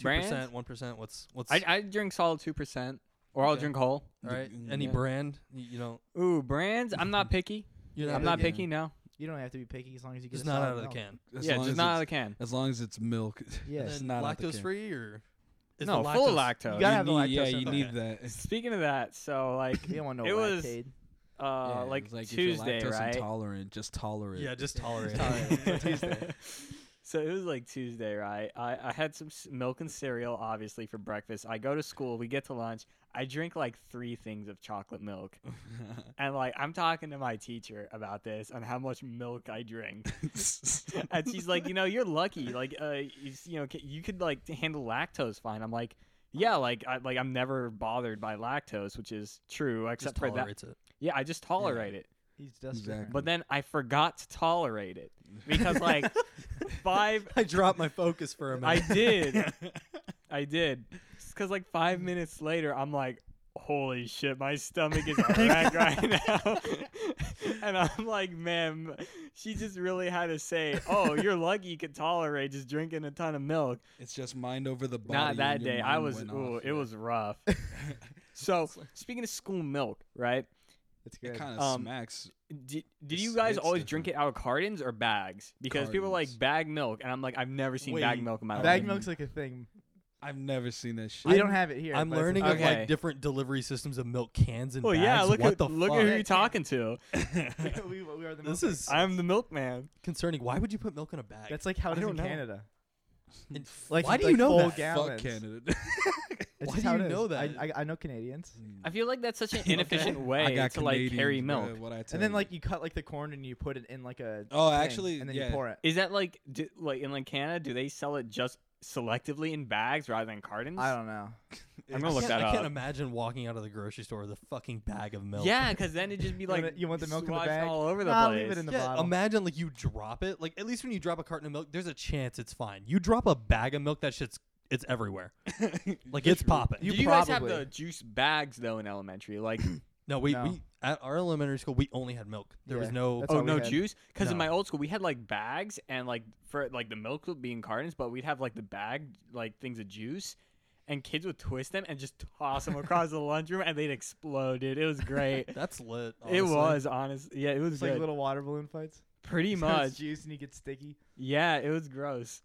Speaker 3: two
Speaker 1: Brand?
Speaker 3: percent, one percent. What's what's
Speaker 1: I, I drink solid two percent, or I'll
Speaker 3: Okay.
Speaker 1: drink whole.
Speaker 3: all right?
Speaker 4: Mm,
Speaker 3: Any
Speaker 1: yeah.
Speaker 3: brand? You, you don't.
Speaker 1: Ooh, brands. I'm not picky.
Speaker 3: You
Speaker 2: Yeah,
Speaker 3: know,
Speaker 1: I'm not
Speaker 2: yeah.
Speaker 1: picky. No.
Speaker 2: you don't have to be picky as long as you get
Speaker 3: Just
Speaker 2: a
Speaker 3: not
Speaker 2: solid
Speaker 3: out of the
Speaker 2: milk.
Speaker 3: can.
Speaker 4: as
Speaker 1: yeah,
Speaker 4: long
Speaker 1: just
Speaker 4: as
Speaker 1: not out
Speaker 4: it's-
Speaker 1: of the can.
Speaker 4: As long as it's milk,
Speaker 2: Yeah.
Speaker 4: It's
Speaker 3: And
Speaker 4: not out the can.
Speaker 3: lactose free or is
Speaker 1: no,
Speaker 3: the
Speaker 1: full of
Speaker 3: lactose-
Speaker 1: lactose.
Speaker 2: You gotta have the
Speaker 4: need, yeah,
Speaker 2: lactose
Speaker 4: you
Speaker 2: in
Speaker 4: need
Speaker 3: it.
Speaker 4: that.
Speaker 1: Speaking of that, so like,
Speaker 2: You don't want no
Speaker 1: It was-
Speaker 2: lactaid.
Speaker 1: uh,
Speaker 4: Yeah,
Speaker 1: like,
Speaker 4: it's like if
Speaker 1: Tuesday,
Speaker 4: you're lactose
Speaker 1: right?
Speaker 4: Intolerant, just tolerate.
Speaker 3: Oh, Yeah, just tolerate. it.
Speaker 2: Tolerate
Speaker 1: so it was like Tuesday, right? I, I had some s- milk and cereal, obviously, for breakfast. I go to school. We get to lunch. I drink like three things of chocolate milk. And like, I'm talking to my teacher about this and how much milk I drink. and she's like, you know, you're lucky. Like, uh, you, s- you know, c- you could like handle lactose fine. I'm like, yeah, like, I, like I'm never bothered by lactose, which is true,
Speaker 3: Just
Speaker 1: except for that.
Speaker 3: tolerates it.
Speaker 1: Yeah, I just tolerate it.
Speaker 2: He's just
Speaker 4: Exactly.
Speaker 1: But then I forgot to tolerate it because like five.
Speaker 3: I dropped my focus for a
Speaker 1: I
Speaker 3: minute.
Speaker 1: did, I did, because like five minutes later, I'm like, holy shit, my stomach is wrecked right now. and I'm like, ma'am, she just really had to say, oh, you're lucky you could tolerate just drinking a ton of milk.
Speaker 4: It's just mind over the body.
Speaker 1: Not
Speaker 4: and
Speaker 1: that
Speaker 4: your
Speaker 1: day. I
Speaker 4: mind
Speaker 1: was,
Speaker 4: went
Speaker 1: ooh,
Speaker 4: off,
Speaker 1: it
Speaker 4: yeah.
Speaker 1: was rough. so speaking of school milk, right?
Speaker 2: It's
Speaker 4: It
Speaker 2: good.
Speaker 4: kind of
Speaker 1: Um,
Speaker 4: smacks.
Speaker 1: Did, did you
Speaker 4: It's-
Speaker 1: guys
Speaker 4: it's
Speaker 1: always drink it out of cartons or bags? Because people are like
Speaker 4: Cartons.
Speaker 1: bag milk, and I'm like, I've never seen bag
Speaker 3: Wait,
Speaker 1: milk in my
Speaker 2: Bag
Speaker 1: life.
Speaker 2: milk's like a thing.
Speaker 4: I've never seen that shit.
Speaker 2: We don't have it here.
Speaker 3: I'm
Speaker 2: but it's a
Speaker 3: learning
Speaker 2: thing.
Speaker 3: of
Speaker 1: Okay.
Speaker 3: like different delivery systems of milk cans and
Speaker 1: Well,
Speaker 3: bags.
Speaker 1: Oh, yeah. Look
Speaker 3: what
Speaker 1: at
Speaker 3: the
Speaker 1: look
Speaker 3: fuck?
Speaker 1: at who you're talking to.
Speaker 2: we, we are the
Speaker 3: This
Speaker 2: milk
Speaker 3: is-
Speaker 2: bag.
Speaker 1: I'm the milkman.
Speaker 3: concerning. Why would you put milk in a bag?
Speaker 2: That's like how it
Speaker 1: I
Speaker 2: is
Speaker 1: don't
Speaker 2: in
Speaker 1: know.
Speaker 2: Canada.
Speaker 3: And
Speaker 2: Like
Speaker 3: why do
Speaker 2: like
Speaker 3: you know
Speaker 2: full
Speaker 3: that?
Speaker 4: Fuck
Speaker 2: Gallons.
Speaker 4: Canada.
Speaker 2: It's
Speaker 3: Why
Speaker 2: just
Speaker 3: do
Speaker 2: how
Speaker 3: you
Speaker 2: it is.
Speaker 3: know that?
Speaker 2: I, I, I know Canadians.
Speaker 1: I feel like that's such an inefficient
Speaker 4: I
Speaker 1: way to
Speaker 4: got
Speaker 1: like carry
Speaker 4: Canadians, bruh,
Speaker 1: milk.
Speaker 4: what I tell
Speaker 2: And then
Speaker 4: you.
Speaker 2: like you cut like the corn and you put it in like a.
Speaker 4: Oh,
Speaker 2: thing,
Speaker 4: actually,
Speaker 2: and then
Speaker 4: yeah.
Speaker 2: you pour it.
Speaker 1: Is that like do, like in like Canada? Do they sell it just selectively in bags rather than cartons?
Speaker 2: I don't know.
Speaker 1: I'm gonna look
Speaker 3: can't,
Speaker 1: that
Speaker 3: I
Speaker 1: up.
Speaker 3: can't imagine walking out of the grocery store with a fucking bag of milk.
Speaker 1: Yeah, because then it'd just be
Speaker 2: You
Speaker 1: like
Speaker 2: wanna- you want the milk in the
Speaker 1: swashed
Speaker 2: bag?
Speaker 1: all over the
Speaker 2: Nah,
Speaker 1: place.
Speaker 2: leave it in the
Speaker 3: Yeah,
Speaker 2: bottle.
Speaker 3: imagine like you drop it. Like at least when you drop a carton of milk, there's a chance it's fine. You drop a bag of milk, that shit's it's everywhere. like it's popping.
Speaker 2: You
Speaker 1: Did you guys have
Speaker 2: probably-
Speaker 1: the juice bags though in elementary? Like,
Speaker 3: no, we
Speaker 2: No.
Speaker 3: we at our elementary school we only had milk. There was
Speaker 2: Yeah,
Speaker 3: no
Speaker 2: that's
Speaker 1: oh
Speaker 2: all we
Speaker 1: no
Speaker 2: had.
Speaker 1: juice? Because in
Speaker 3: No.
Speaker 1: my old school we had like bags and like for like the milk would be in cartons, but we'd have like the bag like things of juice, and kids would twist them and just toss them across the lunchroom and they'd explode. Dude, it was great.
Speaker 3: That's lit.
Speaker 1: It
Speaker 3: honestly.
Speaker 1: was honestly, yeah, it was
Speaker 2: It's like
Speaker 1: good.
Speaker 2: little water balloon fights.
Speaker 1: pretty
Speaker 2: So it's
Speaker 1: much.
Speaker 2: juice and you get sticky.
Speaker 1: Yeah, it was gross.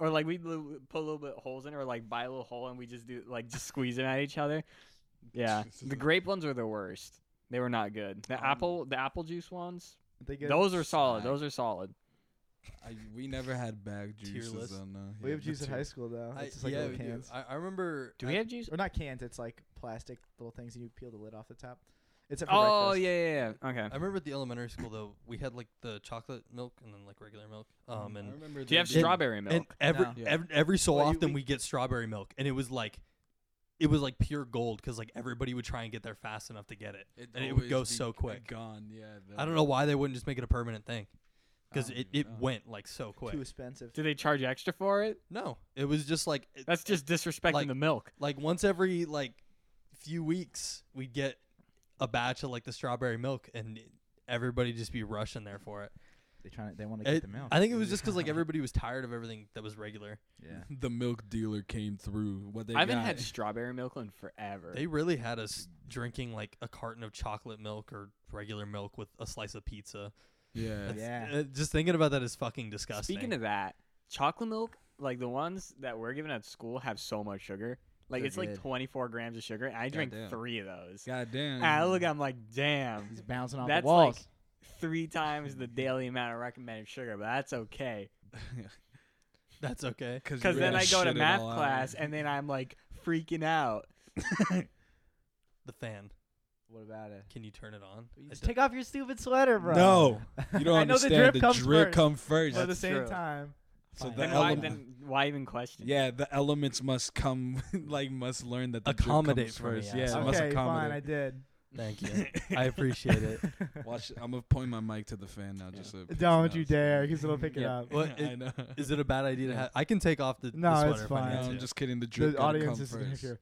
Speaker 1: Or like we would put a little bit holes in, it, or like buy a little hole and we just do like just squeeze them at each other. Yeah, the grape ones were the worst. They were not good. The
Speaker 4: Um,
Speaker 1: apple, the apple juice ones,
Speaker 2: They get,
Speaker 1: those are solid.
Speaker 4: Snack.
Speaker 1: Those are solid.
Speaker 4: I, we never had bag
Speaker 3: Tier
Speaker 4: juices.
Speaker 3: list.
Speaker 4: I don't know.
Speaker 2: we
Speaker 4: Yeah,
Speaker 2: have juice at
Speaker 4: tier-
Speaker 2: high school though.
Speaker 3: I,
Speaker 2: It's just like
Speaker 3: yeah,
Speaker 2: little
Speaker 3: we do.
Speaker 2: cans.
Speaker 3: I, I remember.
Speaker 1: Do we
Speaker 3: I-
Speaker 1: have juice?
Speaker 2: Or not cans. It's like plastic little things and you peel the lid off the top. Except for
Speaker 1: Oh
Speaker 2: breakfast.
Speaker 1: yeah, yeah, yeah. Okay.
Speaker 3: I remember at the elementary school though we had like the chocolate milk and then like regular milk. Um
Speaker 4: I
Speaker 3: and
Speaker 4: remember
Speaker 1: Do you have
Speaker 4: there being-
Speaker 1: strawberry milk?
Speaker 3: and every
Speaker 2: No.
Speaker 4: Yeah.
Speaker 3: every, every so
Speaker 2: Well, you-
Speaker 3: often
Speaker 2: we-
Speaker 3: we get strawberry milk and it was like it was like pure gold because like everybody would try and get there fast enough to get it. and it would
Speaker 4: always
Speaker 3: go
Speaker 4: be
Speaker 3: so quick.
Speaker 4: Gone. Yeah.
Speaker 3: I don't know why they wouldn't just make it a permanent thing because
Speaker 4: don't
Speaker 3: it, it
Speaker 4: even know.
Speaker 3: went like so quick.
Speaker 2: Too expensive.
Speaker 1: do they charge extra for it?
Speaker 3: no, it was just like it-
Speaker 1: That's just disrespecting
Speaker 3: Like-
Speaker 1: the milk.
Speaker 3: like once every like few weeks we'd get a batch of like the strawberry milk and everybody just be rushing there for it.
Speaker 2: They trying to. They want to
Speaker 3: It-
Speaker 2: get the milk.
Speaker 3: I think it was just because like everybody was tired of everything that was regular.
Speaker 2: Yeah.
Speaker 4: The milk dealer came through. What they
Speaker 1: I haven't
Speaker 4: got.
Speaker 1: had strawberry milk in forever.
Speaker 3: They really had us drinking like a carton of chocolate milk or regular milk with a slice of pizza.
Speaker 4: Yeah.
Speaker 3: That's-
Speaker 2: Yeah.
Speaker 3: uh, just thinking about that is fucking disgusting.
Speaker 1: Speaking of that, chocolate milk, like the ones that we're given at school, have so much sugar. Like
Speaker 2: They're
Speaker 1: it's like
Speaker 2: good.
Speaker 1: 24 grams of sugar. And I drank
Speaker 4: Goddamn.
Speaker 1: three of those.
Speaker 4: God damn.
Speaker 1: And
Speaker 2: Ah,
Speaker 1: I look, I'm like, damn,
Speaker 2: He's bouncing off
Speaker 1: That's
Speaker 2: the walls.
Speaker 1: like- three times the daily amount of recommended sugar, but that's okay.
Speaker 3: that's okay.
Speaker 1: Because then I go to math class and then I'm like freaking out.
Speaker 3: The fan,
Speaker 2: what about it?
Speaker 3: can you turn it on? Is that-
Speaker 2: Take off your stupid sweater, bro.
Speaker 4: No, you don't
Speaker 2: I know the
Speaker 4: understand.
Speaker 2: drip comes
Speaker 4: drip
Speaker 2: first.
Speaker 4: come first.
Speaker 2: But at the
Speaker 1: That's
Speaker 2: same
Speaker 1: true.
Speaker 2: time,
Speaker 4: So
Speaker 2: fine.
Speaker 4: the
Speaker 1: Then why,
Speaker 4: element-
Speaker 1: then why even question?
Speaker 4: Yeah, the elements must come, like must learn that the drip
Speaker 3: Accommodate
Speaker 4: comes
Speaker 3: for me,
Speaker 4: first. yeah,
Speaker 3: asshole.
Speaker 4: it must
Speaker 2: okay, fine. I
Speaker 4: accommodate.
Speaker 2: did.
Speaker 3: Thank you. I appreciate it.
Speaker 4: Watch, I'm gonna point my mic to the fan now. Just so it picks it
Speaker 2: Don't
Speaker 4: up.
Speaker 2: you dare, because it'll pick it
Speaker 3: Yeah.
Speaker 2: up.
Speaker 3: Well,
Speaker 4: I
Speaker 3: it-
Speaker 4: know.
Speaker 3: Is it a bad idea to
Speaker 4: Yeah.
Speaker 3: have? I can take off the. the
Speaker 2: No, it's
Speaker 3: sweater if I
Speaker 4: No,
Speaker 3: need
Speaker 2: fine.
Speaker 4: I'm
Speaker 3: to.
Speaker 4: just kidding. The drip
Speaker 2: The
Speaker 4: gotta
Speaker 2: audience
Speaker 4: come
Speaker 2: is gonna
Speaker 4: first.
Speaker 2: hear.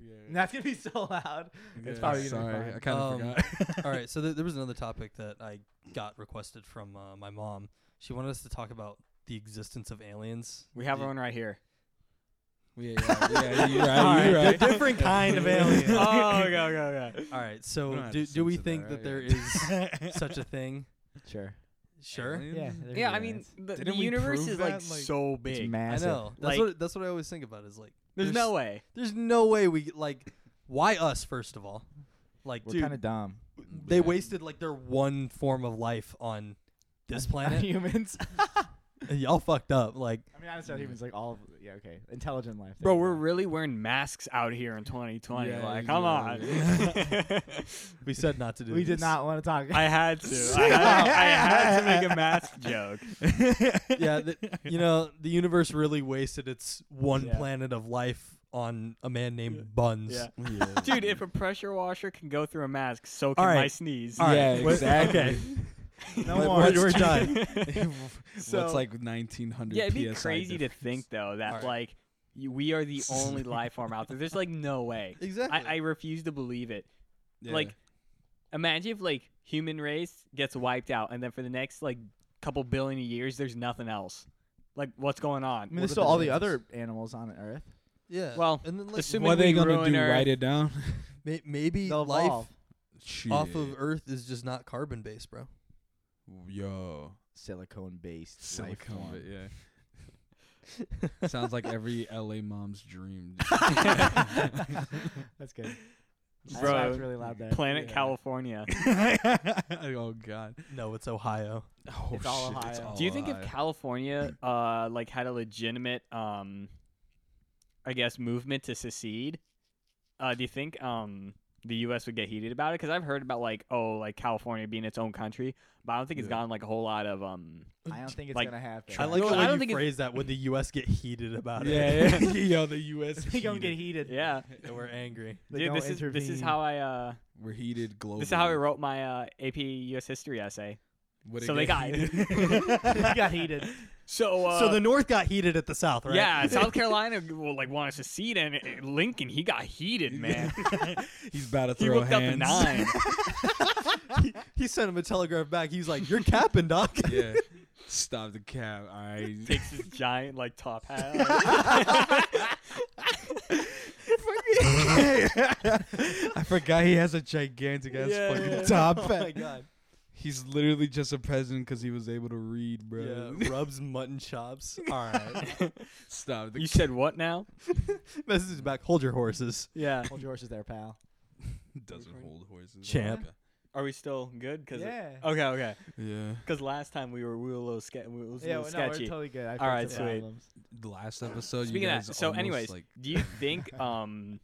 Speaker 4: Yeah.
Speaker 2: That's gonna be so loud.
Speaker 4: Yeah,
Speaker 2: probably gonna be
Speaker 4: sorry.
Speaker 2: fine.
Speaker 4: I kind of
Speaker 3: Um,
Speaker 4: forgot.
Speaker 3: All right, so th- there was another topic that I got requested from uh, my mom. She wanted us to talk about the existence of aliens.
Speaker 1: We have
Speaker 3: Do-
Speaker 1: our one right here.
Speaker 4: Yeah, yeah, yeah, you're
Speaker 3: All
Speaker 4: right. You're
Speaker 3: right,
Speaker 4: right.
Speaker 3: they're different kind of alien.
Speaker 1: oh, okay, okay, okay.
Speaker 3: All right,
Speaker 4: We
Speaker 3: so
Speaker 4: don't have
Speaker 3: do,
Speaker 4: to
Speaker 3: do we
Speaker 4: censor
Speaker 3: think
Speaker 4: that,
Speaker 3: that, there
Speaker 4: right?
Speaker 3: is such a thing?
Speaker 2: Sure.
Speaker 3: Sure.
Speaker 2: Yeah. there'd
Speaker 1: Yeah,
Speaker 2: be
Speaker 1: I mean,
Speaker 2: aliens.
Speaker 1: the, the
Speaker 4: Didn't we
Speaker 1: universe
Speaker 4: prove
Speaker 1: is like,
Speaker 4: that? Like,
Speaker 1: so
Speaker 2: it's
Speaker 1: big.
Speaker 3: I
Speaker 2: massive.
Speaker 3: know.
Speaker 1: Like-
Speaker 3: That's what that's what I always think about is like
Speaker 1: There's no way.
Speaker 3: There's no way we like why us first of all. Like
Speaker 2: We're
Speaker 3: dude,
Speaker 2: kind of dumb.
Speaker 3: they wasted like their one form of life on this planet.
Speaker 2: humans.
Speaker 3: and y'all fucked up. Like
Speaker 2: I mean, honestly, humans like all. Of, yeah, okay. Intelligent life.
Speaker 1: Bro, we're really wearing masks out here in 2020.
Speaker 4: Yeah,
Speaker 1: like,
Speaker 4: yeah,
Speaker 1: come
Speaker 4: yeah.
Speaker 1: on.
Speaker 3: we said not to do.
Speaker 2: We
Speaker 3: this.
Speaker 2: did not want to talk.
Speaker 1: I had to. I had, I had to make a mask joke.
Speaker 3: Yeah, th- you know the universe really wasted its one
Speaker 1: Yeah.
Speaker 3: planet of life on a man named Buns.
Speaker 1: Yeah.
Speaker 4: Yeah.
Speaker 1: Dude, if a pressure washer can go through a mask, so can
Speaker 3: All right.
Speaker 1: my sneeze.
Speaker 3: All right.
Speaker 4: Yeah,
Speaker 3: what-
Speaker 4: exactly.
Speaker 3: Okay.
Speaker 2: no
Speaker 4: What-
Speaker 2: more.
Speaker 4: what's-
Speaker 3: We're done.
Speaker 4: so, What's like 1900
Speaker 1: yeah, it'd be
Speaker 4: PSI
Speaker 1: crazy to
Speaker 4: difference?
Speaker 1: think though that
Speaker 3: All right.
Speaker 1: like y- we are the only life form out there. There's like no way.
Speaker 3: Exactly.
Speaker 1: I, I refuse to believe it.
Speaker 4: Yeah.
Speaker 1: Like, imagine if like human race gets wiped out, and then for the next like couple billion years, there's nothing else. Like, what's going on?
Speaker 2: I mean,
Speaker 1: What
Speaker 2: there's
Speaker 1: are
Speaker 2: still all the
Speaker 1: chances?
Speaker 2: other animals on Earth.
Speaker 3: Yeah.
Speaker 1: Well,
Speaker 3: and then like
Speaker 1: assuming
Speaker 4: What are they
Speaker 1: we
Speaker 4: gonna
Speaker 1: ruin
Speaker 4: do?
Speaker 1: Earth-
Speaker 4: Write it down?
Speaker 3: may- maybe
Speaker 2: They'll
Speaker 3: life
Speaker 2: evolve.
Speaker 3: off of
Speaker 4: Shit.
Speaker 3: Earth is just not carbon based, bro.
Speaker 4: Yo.
Speaker 2: Silicone based.
Speaker 4: Silicone, but yeah. Sounds like every LA mom's dream.
Speaker 2: That's good. That's
Speaker 1: Bro,
Speaker 2: why it's really loud there.
Speaker 1: Planet
Speaker 4: Yeah.
Speaker 1: California.
Speaker 4: oh God.
Speaker 3: No, it's Ohio.
Speaker 4: Oh
Speaker 2: It's all
Speaker 4: shit, it's
Speaker 2: Ohio.
Speaker 1: Do you think if
Speaker 4: Ohio.
Speaker 1: California uh like had a legitimate um I guess movement to secede, uh do you think um the US would get heated about it cuz I've heard about like oh like California being its own country, but I don't think it's
Speaker 4: Yeah.
Speaker 1: gotten like a whole lot of um
Speaker 2: I don't think it's
Speaker 1: Like,
Speaker 2: gonna happen.
Speaker 3: I like
Speaker 1: No,
Speaker 3: the
Speaker 1: I
Speaker 3: way
Speaker 1: don't
Speaker 3: you
Speaker 1: think it's-
Speaker 3: phrase that. When the U.S. get heated about it,
Speaker 4: Yeah, yeah. Yo, the U.S.
Speaker 2: they gonna get
Speaker 4: heated.
Speaker 2: heated.
Speaker 1: yeah.
Speaker 3: and we're angry.
Speaker 2: They
Speaker 1: Dude,
Speaker 2: don't
Speaker 1: this is this is
Speaker 2: intervene.
Speaker 1: how I uh
Speaker 4: We're heated globally.
Speaker 1: this is how I wrote my uh AP US history essay.
Speaker 4: Would it
Speaker 1: so they
Speaker 4: get
Speaker 1: got
Speaker 2: They got heated.
Speaker 1: So uh
Speaker 3: so the North got heated at the South, right?
Speaker 1: yeah, South Carolina will like want to secede, and uh, Lincoln he got heated, man.
Speaker 4: He's about to
Speaker 1: he
Speaker 4: throw
Speaker 1: looked up a
Speaker 4: hands.
Speaker 1: nine.
Speaker 3: he, he sent him a telegraph back. He's like, "You're capping, doc."
Speaker 4: yeah. Stop the cap. All right.
Speaker 1: takes his giant like top hat.
Speaker 4: I forgot he has a gigantic ass
Speaker 3: Yeah,
Speaker 4: fucking
Speaker 3: yeah.
Speaker 4: top
Speaker 3: Oh
Speaker 4: hat.
Speaker 3: my god.
Speaker 4: He's literally just a president because he was able to read, bro.
Speaker 3: Yeah, rubs mutton chops. All right.
Speaker 4: Stop the
Speaker 1: you said what now?
Speaker 3: Message back. Hold your horses.
Speaker 1: Yeah.
Speaker 2: Hold your horses there, pal.
Speaker 4: doesn't hold horses.
Speaker 3: Champ.
Speaker 4: Okay.
Speaker 1: Are we still good? Cause it-
Speaker 2: Yeah.
Speaker 1: okay, okay.
Speaker 4: Yeah.
Speaker 1: Because last time we were we were a little, ske- we was a
Speaker 2: yeah,
Speaker 1: little
Speaker 2: well, no, we're
Speaker 1: sketchy.
Speaker 2: totally good. I fixed
Speaker 1: right,
Speaker 2: the
Speaker 1: sweet.
Speaker 2: problems.
Speaker 4: The last episode.
Speaker 1: Speaking
Speaker 4: you
Speaker 1: of
Speaker 4: guys
Speaker 1: that, so
Speaker 4: almost,
Speaker 1: anyways,
Speaker 4: like,
Speaker 1: do you think um,